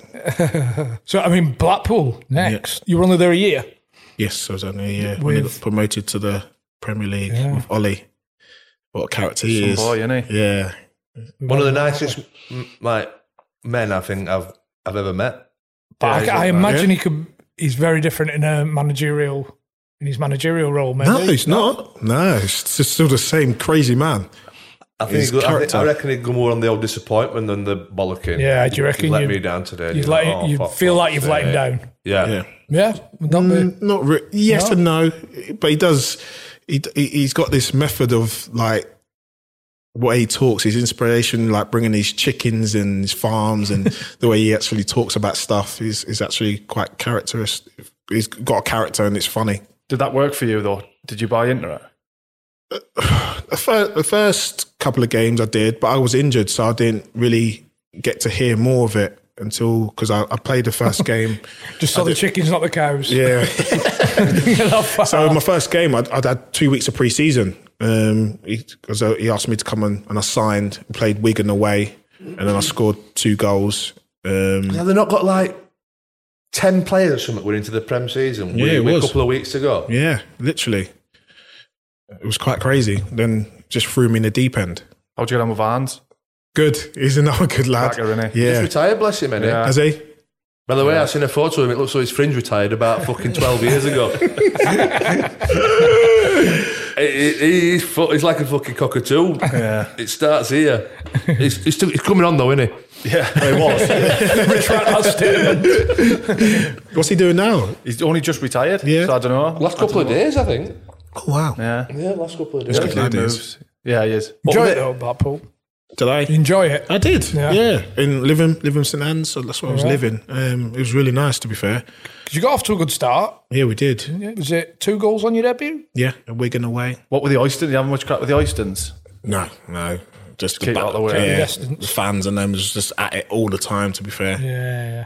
Speaker 1: so I mean, Blackpool next. You were only there a year.
Speaker 5: Yes, I was only yeah. When he
Speaker 1: With-
Speaker 5: got promoted to the Premier League with Ollie, what a character he
Speaker 3: Some
Speaker 5: is.
Speaker 3: boy, isn't he?
Speaker 5: Yeah,
Speaker 7: One of the nicest m- like men I think I've I've ever met.
Speaker 1: But
Speaker 7: Yeah,
Speaker 1: I, I
Speaker 7: he's-
Speaker 1: imagine he could. He's very different in a managerial in his managerial role. Maybe.
Speaker 5: No, he's not. No, it's just still the same crazy man.
Speaker 7: I think
Speaker 5: his
Speaker 7: he'd go- I, think,
Speaker 5: character.
Speaker 7: I reckon he'd go more on the old disappointment than the bollocking.
Speaker 1: Yeah, do you reckon
Speaker 7: you let
Speaker 1: you'd-
Speaker 7: me down today?
Speaker 1: You'd
Speaker 7: You're
Speaker 1: let
Speaker 7: like,
Speaker 1: him-
Speaker 7: "Oh,
Speaker 1: you'd
Speaker 7: fuck
Speaker 1: feel
Speaker 7: off
Speaker 1: like you've let him
Speaker 7: sake."
Speaker 1: down.
Speaker 7: Yeah.
Speaker 5: Yeah.
Speaker 1: Yeah, would that be?
Speaker 5: Mm, Not re- yes
Speaker 1: No?
Speaker 5: and no, but he does. He he- he's got this method of like what he talks, his inspiration, like bringing his chickens and his farms, and the way he actually talks about stuff is is actually quite characteristic. He's got a character, and it's funny.
Speaker 3: Did that work for you though? Did you buy into it?
Speaker 5: The first, the first couple of games I did, but I was injured, so I didn't really get to hear more of it until because I, I played the first game.
Speaker 1: Just saw the chickens, not the cows.
Speaker 5: Yeah. So
Speaker 1: so
Speaker 5: my first game, I'd, I'd had two weeks of pre-season because he, asked me to come in and I signed, played Wigan away, and then I scored two goals. Um,
Speaker 7: Have they not got like ten players or something were into the Prem season?
Speaker 5: Yeah, it
Speaker 7: we-
Speaker 5: was.
Speaker 7: a couple of weeks ago.
Speaker 5: yeah, literally, it was quite crazy. Then just threw me in the deep end.
Speaker 3: How'd you get on with Vans?
Speaker 5: Good, he's another good lad.
Speaker 3: Cracker, innit?
Speaker 7: He's
Speaker 5: Yeah,
Speaker 7: retired, bless him, innit?
Speaker 3: Yeah.
Speaker 5: has he?
Speaker 7: By the way, I seen a photo of him. It looks like his fringe retired about fucking twelve years ago. He- he- he's, fu- he's like a fucking cockatoo.
Speaker 3: Yeah.
Speaker 7: It starts here. It's, it's, still, it's coming on though, isn't it?
Speaker 3: Yeah, it was. Retract that statement.
Speaker 5: What's he doing now?
Speaker 3: He's only just retired.
Speaker 5: Yeah.
Speaker 3: so I don't know.
Speaker 7: Last couple of days, I think.
Speaker 5: Oh, wow.
Speaker 3: Yeah,
Speaker 7: Yeah, last couple of days.
Speaker 5: It's good
Speaker 3: he
Speaker 5: ideas.
Speaker 3: moves. Yeah, he is.
Speaker 6: Enjoy it though, Blackpool.
Speaker 5: Did I?
Speaker 6: Enjoy it.
Speaker 5: I did.
Speaker 6: Yeah.
Speaker 5: Yeah. In living living St Anne's, so that's where I was living. Um, it was really nice to be fair.
Speaker 6: 'Cause you got off to a good start.
Speaker 5: Yeah, we did.
Speaker 6: Yeah, Was it two goals on your debut?
Speaker 5: Yeah, and Wigan away.
Speaker 3: What were the Oystons? You having much crap with the Oystons?
Speaker 5: No, no. Just
Speaker 3: Keep it out the way.
Speaker 5: Yeah,
Speaker 6: Yes, didn't-
Speaker 5: the fans and them was just at it all the time. To be fair,
Speaker 6: Yeah.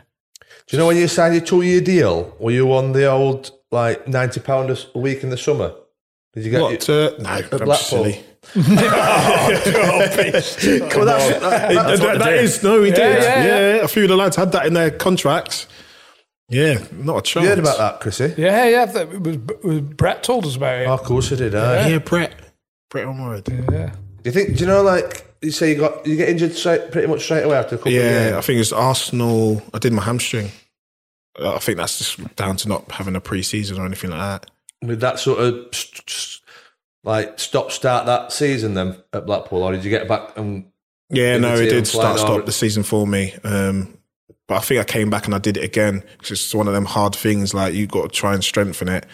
Speaker 2: Do you know when you signed your two-year deal? Were you on the old like ninety pound a s- a week in the summer? Did you get
Speaker 5: what?
Speaker 2: your-
Speaker 5: Uh, no, I'm
Speaker 2: Blackpool.
Speaker 5: silly.
Speaker 2: Well, that's-
Speaker 5: That-
Speaker 3: what they
Speaker 5: that
Speaker 3: did.
Speaker 5: is no, we did.
Speaker 6: yeah,
Speaker 5: Yeah, a few of the lads had that in their contracts. Yeah, not a chance.
Speaker 2: you heard about that, Chrissy?
Speaker 6: Yeah, yeah. that was, was Brett told us about it.
Speaker 2: Oh, of course I did. aye.
Speaker 5: Yeah, Brett. Brett Onward.
Speaker 2: Do you think? Do you know like you say you got you get injured straight, pretty much straight away after a couple
Speaker 5: Yeah, I
Speaker 2: of games?
Speaker 5: think it's Arsenal. I did my hamstring. I think that's just down to not having a pre-season or anything like that.
Speaker 2: With that sort of st- st- like stop start that season then at Blackpool, or did you get back and
Speaker 5: Yeah,
Speaker 2: Did
Speaker 5: no,
Speaker 2: the
Speaker 5: it
Speaker 2: team
Speaker 5: did
Speaker 2: fly
Speaker 5: start stop
Speaker 2: down?
Speaker 5: the season for me. Um, but I think I came back and I did it again 'cause it's one of them hard things. Like you got to try and strengthen it.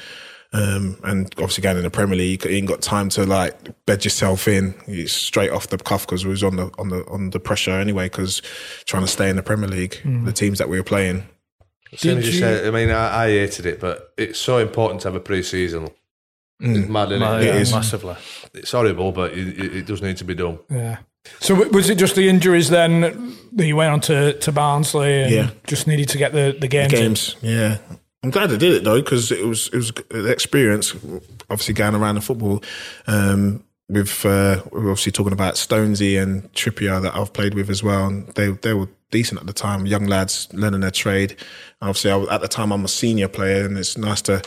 Speaker 5: Um, and obviously going in the Premier League, you ain't got time to like bed yourself in It's straight off the cuff because we was on the on the on the pressure anyway. Because trying to stay in the Premier League, the teams that we were playing.
Speaker 2: As soon
Speaker 6: Did
Speaker 2: as you,
Speaker 6: you-
Speaker 2: said, I mean, I, I hated it, but it's so important to have a pre-season. It's mad, isn't
Speaker 3: Yeah,
Speaker 2: it?
Speaker 5: is.
Speaker 3: massively.
Speaker 2: It's horrible, but it, it, it does need to be done.
Speaker 6: Yeah. So w- was it just the injuries then that you went on to, to Barnsley and
Speaker 5: Yeah.
Speaker 6: just needed to get the, the games? in?
Speaker 5: games. Yeah, I'm glad I did it though because it was it was the experience. Obviously, going around the football um, with uh, we we're obviously talking about Stonesy and Trippier that I've played with as well, and they they were decent at the time. Young lads learning their trade. Obviously, I was, at the time I'm a senior player, and it's nice to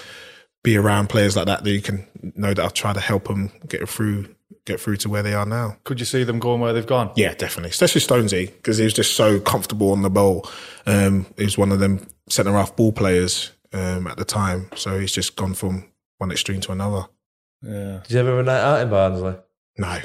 Speaker 5: be around players like that that you can know that I've tried to help them get through get through to where they are now.
Speaker 3: Could you see them going where they've gone?
Speaker 5: Yeah, definitely. Especially Stonesy because he was just so comfortable on the ball. Um, he was one of them centre half ball players um, at the time, so he's just gone from one extreme to another.
Speaker 3: Yeah.
Speaker 2: Did you ever have a night out in Barnsley?
Speaker 5: No,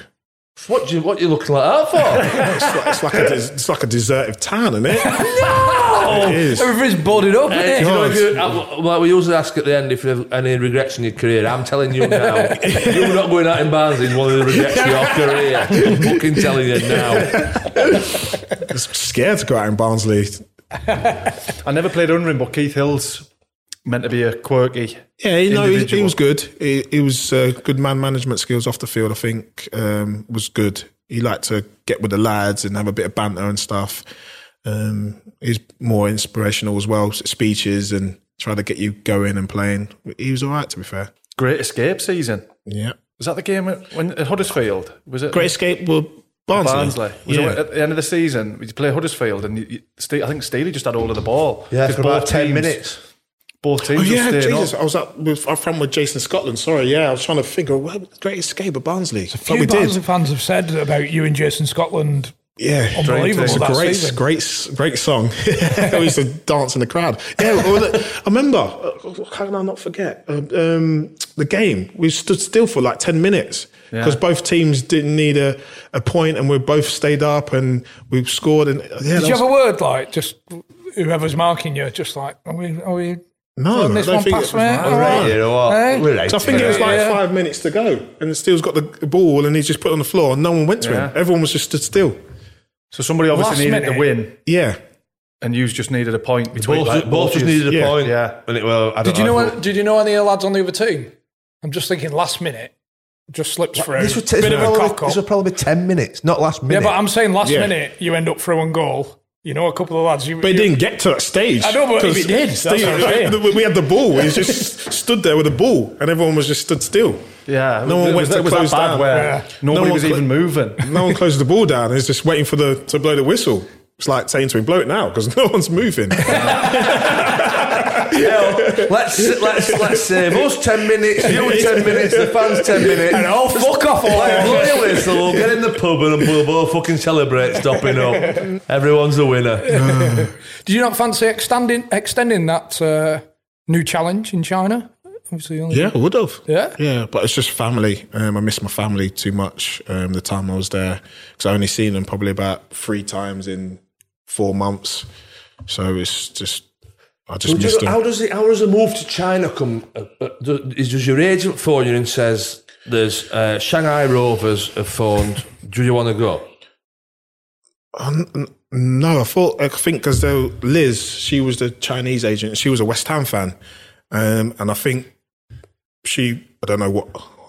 Speaker 2: What do you what you looking like that
Speaker 5: it's like, it's like a des- it's like a deserted town, isn't it? no, it is.
Speaker 6: Everything's boarded up,
Speaker 2: for?
Speaker 6: isn't
Speaker 2: you
Speaker 6: it?
Speaker 2: know, if you, I, like we usually ask at the end if you have any regrets in your career. I'm telling you now, you're not going out in Barnsley. is One of the regrets of your career. I'm fucking telling you now.
Speaker 5: It's scared to go out in Barnsley.
Speaker 3: I never played under him, but Keith Hill's meant to be a quirky.
Speaker 5: Yeah, you know, he, he
Speaker 3: Individual.
Speaker 5: was good. He, he was uh, good man management skills off the field. I think um, was good. He liked to get with the lads and have a bit of banter and stuff. Um, he's more inspirational as well. Speeches and try to get you going and playing. He was all right, to be fair.
Speaker 3: Great Escape season.
Speaker 5: Yeah,
Speaker 3: Was that the game at, when, at Huddersfield? Was it
Speaker 5: great escape. Well, Barnsley.
Speaker 3: Barnsley. Was
Speaker 5: yeah.
Speaker 3: it uh, at the end of the season, we play Huddersfield, and you, you, Ste- I think Steely just had all of the ball.
Speaker 2: Yeah,
Speaker 3: 'Cause
Speaker 2: for about
Speaker 3: both
Speaker 2: ten
Speaker 3: teams-
Speaker 2: minutes.
Speaker 3: Both teams
Speaker 5: Oh
Speaker 3: were
Speaker 5: yeah,
Speaker 3: staying
Speaker 5: Jesus!
Speaker 3: up.
Speaker 5: I was up with our friend with Jason Scotland. Sorry, yeah, I was trying to figure well, Great Escape at Barnsley.
Speaker 6: A few Barnsley fans have said about you and Jason Scotland.
Speaker 5: Yeah,
Speaker 6: Unbelievable
Speaker 5: It's a
Speaker 6: that
Speaker 5: great,
Speaker 6: season.
Speaker 5: great, great song. we used to dance in the crowd. Yeah, well, the- I remember. uh, How can I not forget um, um, the game? We stood still for like ten minutes because both teams didn't need a, a point, and we both stayed up and we scored. And yeah, that
Speaker 6: Did you
Speaker 5: was-
Speaker 6: have a word like just whoever's marking you, just like are we are we
Speaker 5: no,
Speaker 6: on this
Speaker 5: I don't
Speaker 6: one
Speaker 5: think it
Speaker 6: pass
Speaker 5: was
Speaker 6: mate?
Speaker 5: mine.
Speaker 6: All right.
Speaker 2: You know what?
Speaker 6: Hey.
Speaker 2: We're right.
Speaker 5: So I think it was like
Speaker 6: Yeah.
Speaker 5: five minutes to go, and Steele's got the ball, and he's just put it on the floor, and no one went to him.
Speaker 3: Yeah.
Speaker 5: Everyone was just stood still.
Speaker 3: So somebody
Speaker 6: Last
Speaker 3: obviously needed
Speaker 6: minute.
Speaker 3: to win,
Speaker 5: Yeah,
Speaker 3: and you just needed a point between
Speaker 2: both,
Speaker 3: like,
Speaker 2: both just
Speaker 3: yous.
Speaker 2: needed a
Speaker 5: Yeah.
Speaker 2: point.
Speaker 3: Yeah.
Speaker 2: And it, well, I don't
Speaker 6: Did you
Speaker 2: I
Speaker 6: know?
Speaker 2: thought-
Speaker 6: Did you know any of the lads on the other team? I'm just thinking last minute just slips through.
Speaker 2: This would, t-
Speaker 6: Bit
Speaker 2: this,
Speaker 6: of a cock
Speaker 2: would probably,
Speaker 6: up.
Speaker 2: this would probably be 10 minutes, not last
Speaker 6: Yeah,
Speaker 2: minute.
Speaker 6: but I'm saying last
Speaker 5: Yeah.
Speaker 6: minute you end up through and goal. You know, a couple of lads. You,
Speaker 5: But it
Speaker 6: you-
Speaker 5: didn't get to that stage.
Speaker 6: I know, but if it
Speaker 5: 'Cause
Speaker 6: did, that's
Speaker 5: Steve-
Speaker 6: what I'm saying.
Speaker 5: we- we had the ball. We just stood there with the ball, and everyone was just stood still.
Speaker 3: Yeah,
Speaker 5: No one
Speaker 3: it
Speaker 5: went
Speaker 3: was,
Speaker 5: to
Speaker 3: it was
Speaker 5: close
Speaker 3: that bad
Speaker 5: down.
Speaker 3: where
Speaker 6: Yeah.
Speaker 3: nobody
Speaker 5: No
Speaker 3: was
Speaker 5: one cl-
Speaker 3: even moving.
Speaker 5: No one closed the ball down. It's just waiting for the to blow the whistle. It's like saying to him, "Blow it now," because no one's moving.
Speaker 2: let's, let's, let's uh, save us 10 minutes, you 10 minutes, the fans 10 minutes.
Speaker 6: And I'll Oh, fuck off all
Speaker 2: Like, blow your whistle, we'll get in the pub and we'll both fucking celebrate stopping up. Everyone's a winner.
Speaker 6: Did you not fancy extending extending that uh, new challenge in China Obviously, only
Speaker 5: Yeah, I would have.
Speaker 6: Yeah?
Speaker 5: yeah, but it's just family. Um, I miss my family too much. Um, the time I was there, because I only seen them probably about three times in four months. So it's just, I just
Speaker 2: Well, do you
Speaker 5: missed
Speaker 2: know-
Speaker 5: them.
Speaker 2: how does it, how does the move to China come? Uh, uh, do- is does your agent phone you and says there's uh, Shanghai Rovers have phoned? Do you want to go?
Speaker 5: Um, n- no, I thought I think because though Liz, she was the Chinese agent. She was a West Ham fan, um, and I think she. I don't know what.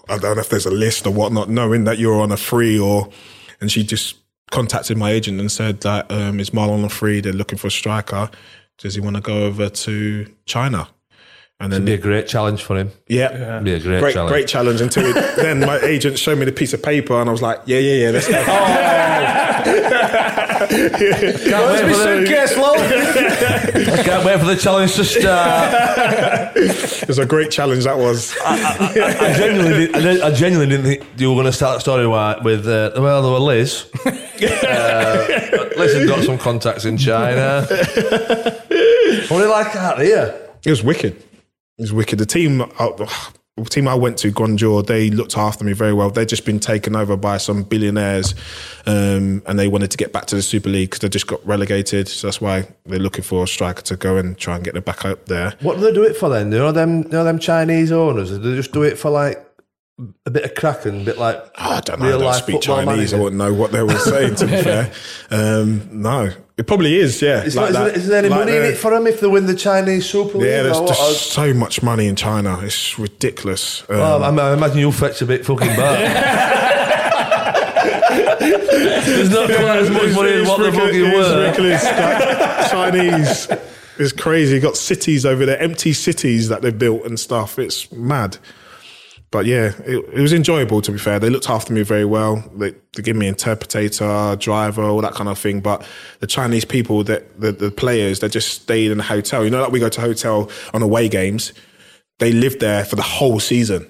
Speaker 5: I don't know if there's a list or whatnot. Knowing that you're on a free, or and she just contacted my agent and said that um, is Marlon on a free. They're looking for a striker. Does he want to go over to China? And then
Speaker 2: It'd be a great challenge for him.
Speaker 5: yeah,
Speaker 2: It'd be a great,
Speaker 5: great,
Speaker 2: challenge.
Speaker 5: great challenge. Until it, then, my agent showed me the piece of paper, and I was like, yeah, yeah, yeah, let's go.
Speaker 2: Can't wait, for the, can't wait for the challenge uh, to start.
Speaker 5: it was a great challenge that was.
Speaker 2: I genuinely, did, I, did, I genuinely didn't think you were going to start the story wi- with uh, well, there were Liz. uh, Liz had got some contacts in China. What do you like out here?
Speaker 5: It was wicked. It was wicked. The team, uh, the team I went to, Gondor, they looked after me very well. They'd just been taken over by some billionaires, um, and they wanted to get back to the Super League because they just got relegated. So that's why they're looking for a striker to go and try and get them back up there.
Speaker 2: What do they do it for then? You know them, you know them Chinese owners. Do they just do it for like a bit of crack and a bit like
Speaker 5: Ah, I don't know.
Speaker 2: real
Speaker 5: I don't
Speaker 2: life
Speaker 5: speak
Speaker 2: football
Speaker 5: Chinese.
Speaker 2: manager?
Speaker 5: I wouldn't know what they were saying. To be fair, um, no, it probably is. Yeah,
Speaker 2: It's not, isn't,
Speaker 5: that-
Speaker 2: there- isn't there any
Speaker 5: like
Speaker 2: money in
Speaker 5: the-
Speaker 2: it for them if they win the Chinese Super League?
Speaker 5: Yeah, there's
Speaker 2: or what?
Speaker 5: just so much money in China. It's ridiculous. Um,
Speaker 2: Well, Oh, I, I imagine you'll fetch a bit fucking back. There's not quite as much money as what the
Speaker 5: ridiculous-
Speaker 2: fucking were.
Speaker 5: it's ridiculous, like, Chinese. It's crazy. You've got cities over there, empty cities that they've built and stuff. It's mad. But yeah, it, it was enjoyable to be fair. They looked after me very well. They, they gave me interpreter, driver, all that kind of thing. But the Chinese people, that the, the players, they just stayed in a hotel. You know, like we go to hotel on away games. They lived there for the whole season.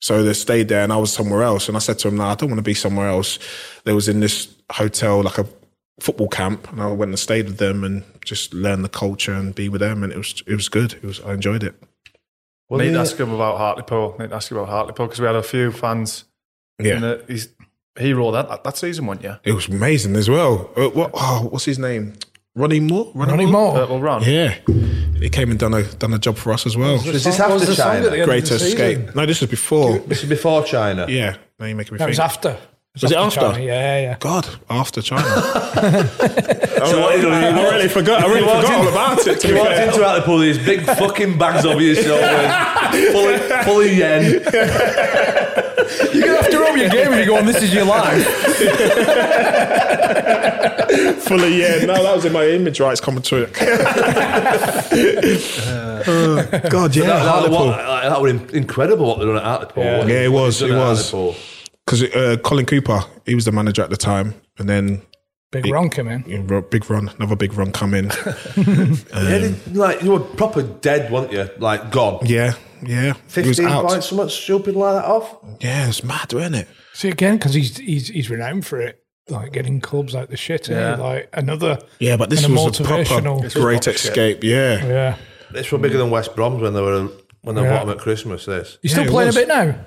Speaker 5: So they stayed there and I was somewhere else. And I said to him, no, I don't want to be somewhere else. They was in this hotel, like a football camp. And I went and stayed with them and just learned the culture and be with them. And it was, it was good. It was, I enjoyed it.
Speaker 2: Well,
Speaker 3: Need
Speaker 2: they-
Speaker 3: to ask him about Hartlepool. Need to ask him about Hartlepool because we had a few fans.
Speaker 5: Yeah.
Speaker 3: And the, he's, he rolled that, that that season, wasn't you?
Speaker 5: It was amazing as well. Uh, what, oh, what's his name? Ronnie Moore?
Speaker 6: Ronnie Moore.
Speaker 3: Purple Run.
Speaker 5: Yeah. He came and done a, done a job for us as well.
Speaker 2: was this
Speaker 6: What was
Speaker 2: after
Speaker 6: the song at the
Speaker 2: China?
Speaker 6: end of
Speaker 5: Great
Speaker 6: the season?
Speaker 5: escape. No, this was before.
Speaker 2: This is before China.
Speaker 5: Yeah. Now you're making me
Speaker 6: No, it
Speaker 5: think.
Speaker 6: was after. It
Speaker 5: Was it after?
Speaker 6: China, Yeah, yeah.
Speaker 5: God, after China.
Speaker 7: what you doing?
Speaker 5: I really forgot. I really
Speaker 7: You walked
Speaker 5: forgot
Speaker 7: in-
Speaker 5: all about it. to
Speaker 7: You
Speaker 5: be
Speaker 7: walked
Speaker 5: fair.
Speaker 7: into Hartlepool with these big fucking bags over your shoulders, full of, full of yen.
Speaker 6: You're going to have to up your game if you go on, this is your life.
Speaker 5: full of yeah. No, that was in my image rights commentary. Uh, God, yeah,
Speaker 2: That, that,
Speaker 5: Hartlepool.
Speaker 2: what, that were in- incredible what they done at Hartlepool. wasn't
Speaker 5: Yeah, it
Speaker 2: What
Speaker 5: was,
Speaker 2: they've done
Speaker 5: it
Speaker 2: at
Speaker 5: was.
Speaker 2: Hartlepool.
Speaker 5: Because uh, Colin Cooper, he was the manager at the time, and then
Speaker 6: Big ronker, man.
Speaker 5: you know, big run, another big run come in. Um,
Speaker 2: Yeah, they- like you were proper dead, weren't you? Like gone.
Speaker 5: yeah, yeah, he was
Speaker 2: Fifteen
Speaker 5: out.
Speaker 2: points, something stupid like that off.
Speaker 5: Yeah, it's mad, wasn't it?
Speaker 6: See, again, because he's, he's, he's renowned for it. Like getting clubs out the shit, yeah. like another.
Speaker 5: Yeah, but this
Speaker 6: kind of
Speaker 5: was a proper
Speaker 6: motivational.
Speaker 5: great escape. Yeah.
Speaker 6: Yeah,
Speaker 2: This were bigger than West Brom's when they were when they
Speaker 6: Yeah.
Speaker 2: bought them at Christmas. This
Speaker 6: you still
Speaker 5: it
Speaker 6: playing
Speaker 5: was.
Speaker 6: a bit now?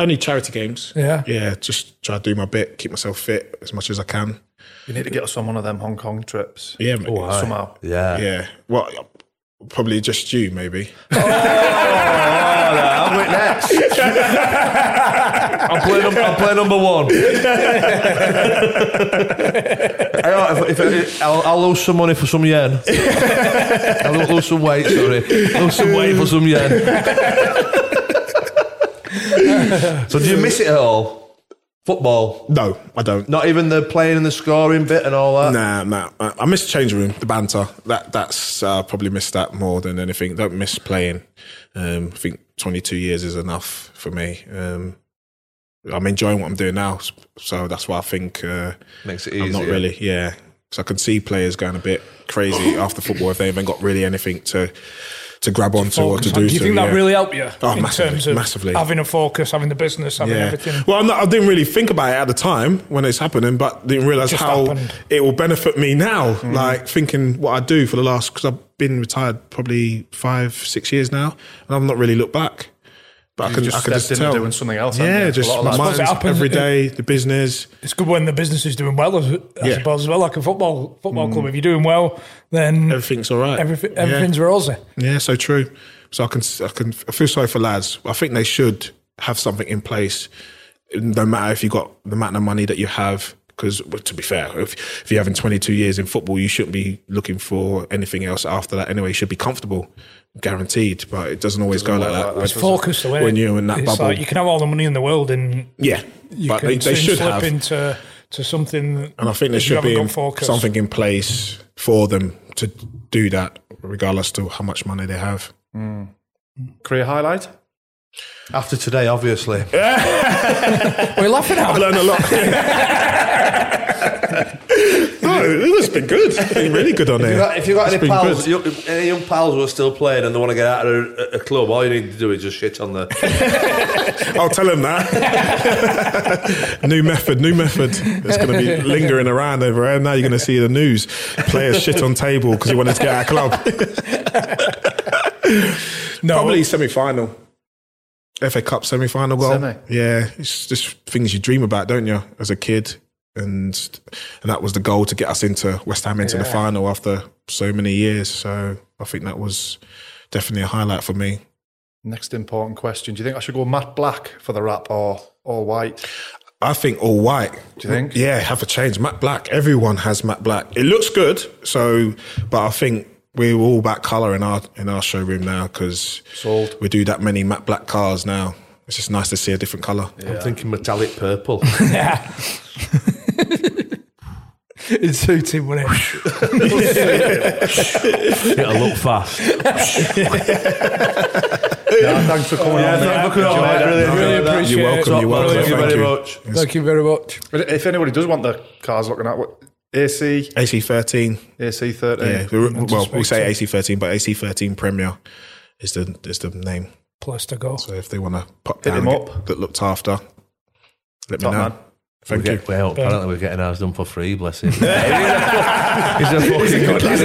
Speaker 5: only charity games.
Speaker 6: Yeah.
Speaker 5: yeah, just try to do my bit, keep myself fit as much as I can.
Speaker 3: You need to get us on one of them Hong Kong trips.
Speaker 5: Yeah, mate.
Speaker 3: Somehow.
Speaker 2: yeah.
Speaker 5: yeah. Well, probably just you, maybe.
Speaker 2: I'm with next. I'm playing. num- I'm playing number one. I know, if, if, I'll, I'll lose some money for some yen. I'll lose some weight. Sorry, lose some weight for some yen. so, do you miss it at all? Football,
Speaker 5: No, I don't.
Speaker 2: not even the playing and the scoring bit and all that.
Speaker 5: Nah, nah. I I miss the change room, the banter. That that's uh, probably miss that more than anything. Don't miss playing. Um, I think 22 years is enough for me. Um, I'm enjoying what I'm doing now, s- so that's why I think uh,
Speaker 2: Makes it
Speaker 5: I'm not
Speaker 2: easier.
Speaker 5: really, yeah. So I can see players going a bit crazy after football if they haven't got really anything to to grab onto or to
Speaker 1: Focus
Speaker 5: do.
Speaker 1: on- do you
Speaker 5: so,
Speaker 1: think that
Speaker 5: yeah.
Speaker 1: really helped you
Speaker 5: Oh,
Speaker 1: in
Speaker 5: massively,
Speaker 1: terms of
Speaker 5: massively.
Speaker 1: having a focus, having the business, having everything?
Speaker 5: Well, I'm not, I didn't really think about it at the time when it's happening, but didn't realize
Speaker 1: Just
Speaker 5: how
Speaker 1: happened.
Speaker 5: it will benefit me now.
Speaker 3: Mm-hmm.
Speaker 5: Like thinking what I do for the last because I've been retired probably five, six years now, and I've not really looked back. But I can
Speaker 3: just
Speaker 5: I can
Speaker 3: stepped
Speaker 5: just
Speaker 3: into
Speaker 5: tell
Speaker 3: doing something else, haven't
Speaker 5: Yeah,
Speaker 3: you?
Speaker 5: just
Speaker 3: A lot of
Speaker 5: my
Speaker 3: lads-
Speaker 1: Suppose
Speaker 5: mind
Speaker 1: it happens-
Speaker 5: every day, the business.
Speaker 1: It's good when the business is doing well, as, I
Speaker 5: Yeah.
Speaker 1: suppose, as well. Like a football football club, if you're doing well, then
Speaker 5: Everything's all right.
Speaker 1: everything,
Speaker 5: Yeah.
Speaker 1: everything's rosy.
Speaker 5: Yeah, so true. So I can, I can, I feel sorry for lads. I think they should have something in place, no matter if you got the amount of money that you have. Because to be fair, if, if you're having 22 years in football, you shouldn't be looking for anything else after that. Anyway, you should be comfortable, guaranteed. But it doesn't always go like that.
Speaker 1: It's focused away.
Speaker 5: when you're in that
Speaker 1: it's
Speaker 5: bubble.
Speaker 1: Like you can have all the money in the world and
Speaker 5: yeah,
Speaker 1: you
Speaker 5: but
Speaker 1: can
Speaker 5: they, they
Speaker 1: soon
Speaker 5: should
Speaker 1: slip
Speaker 5: have.
Speaker 1: into to something. that-
Speaker 5: And I think there
Speaker 1: if you
Speaker 5: should
Speaker 1: haven't
Speaker 5: be
Speaker 1: got
Speaker 5: in-
Speaker 1: focus.
Speaker 5: something in place for them to do that, regardless to how much money they have.
Speaker 3: Career highlight?
Speaker 7: After today, obviously.
Speaker 1: We're laughing at.
Speaker 5: I learned a lot. no, this has been good. It's been really good on
Speaker 7: If you've
Speaker 5: there.
Speaker 7: got, if you've got
Speaker 5: It's
Speaker 7: any
Speaker 5: been
Speaker 7: pals,
Speaker 5: good.
Speaker 7: young, any young pals who are still playing and they want to get out of a, a club, all you need to do is just shit on the.
Speaker 5: I'll tell him that. new method, new method. It's going to be lingering around over there. Now you're going to see the news. Players shit on table because he wanted to get out of club.
Speaker 1: No,
Speaker 5: Probably semi final. FA Oh. Cup semi final goal.
Speaker 3: Semi.
Speaker 5: Yeah, it's just things you dream about, don't you, as a kid? And and that was the goal to get us into West Ham into the final after so many years. So I think that was definitely a highlight for me.
Speaker 3: Next important question. Do you think I should go matte black for the wrap or all white?
Speaker 5: I think all white. Do
Speaker 3: you think?
Speaker 5: Yeah, have a change. Matte black. Everyone has matte black. It looks good. So, but I think we're all about color in our in our showroom now because
Speaker 3: Sold.
Speaker 5: we do that many matte black cars now. It's just nice to see a different color.
Speaker 7: I'm thinking metallic purple.
Speaker 1: yeah. it suited, wouldn't it?
Speaker 2: It'll look fast.
Speaker 3: Yeah, thanks for coming on. mate.
Speaker 7: thank you for
Speaker 1: appreciate
Speaker 2: Oh,
Speaker 3: Enjoyed it. Enjoyed it.
Speaker 5: You're
Speaker 7: coming on, mate. Really appreciate it.
Speaker 1: it.
Speaker 5: welcome. You're welcome.
Speaker 7: Thank you very much.
Speaker 1: Thank you very much.
Speaker 3: But If anybody does want the cars looking at, what AC,
Speaker 5: AC thirteen.
Speaker 3: AC thirty.
Speaker 5: Yeah. we- well, we say AC thirteen, but AC thirteen Premier is the is the name.
Speaker 1: Plus to go.
Speaker 5: So if they want to pop
Speaker 3: Hit
Speaker 5: down,
Speaker 3: them
Speaker 5: and get-
Speaker 3: up.
Speaker 5: get looked after. Let me
Speaker 3: Top
Speaker 5: know.
Speaker 3: man.
Speaker 5: Thank
Speaker 2: We
Speaker 5: you.
Speaker 2: get- well, apparently we're getting ours done for free, bless him. He's a fucking good lad.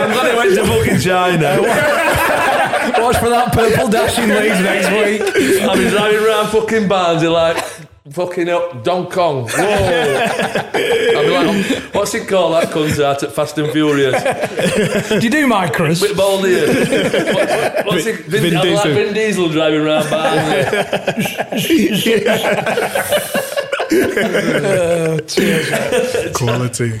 Speaker 2: I'm glad he went to fucking China.
Speaker 1: Watch for that purple dashing legs next week.
Speaker 7: I've been driving around fucking Barnsley like fucking up Don Kong. Whoa. I've been like, what's it called that cunt out at Fast and Furious?
Speaker 1: Do you do micros?
Speaker 7: Bit bald here. What- What's it? Vin,
Speaker 5: Vin
Speaker 7: I'm
Speaker 5: Diesel.
Speaker 7: like Vin Diesel driving around Barnsley.
Speaker 5: Quality.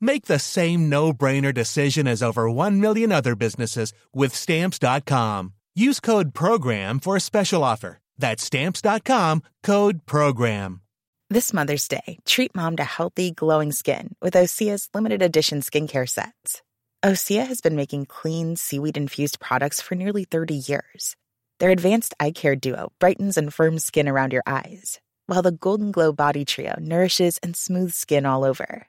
Speaker 8: Make the same no brainer decision as over 1 million other businesses with stamps.com. Use code PROGRAM for a special offer. That's stamps.com code PROGRAM.
Speaker 9: This Mother's Day, treat mom to healthy, glowing skin with Osea's limited edition skincare sets. Osea has been making clean, seaweed infused products for nearly 30 years. Their advanced eye care duo brightens and firms skin around your eyes, while the Golden Glow Body Trio nourishes and smooths skin all over.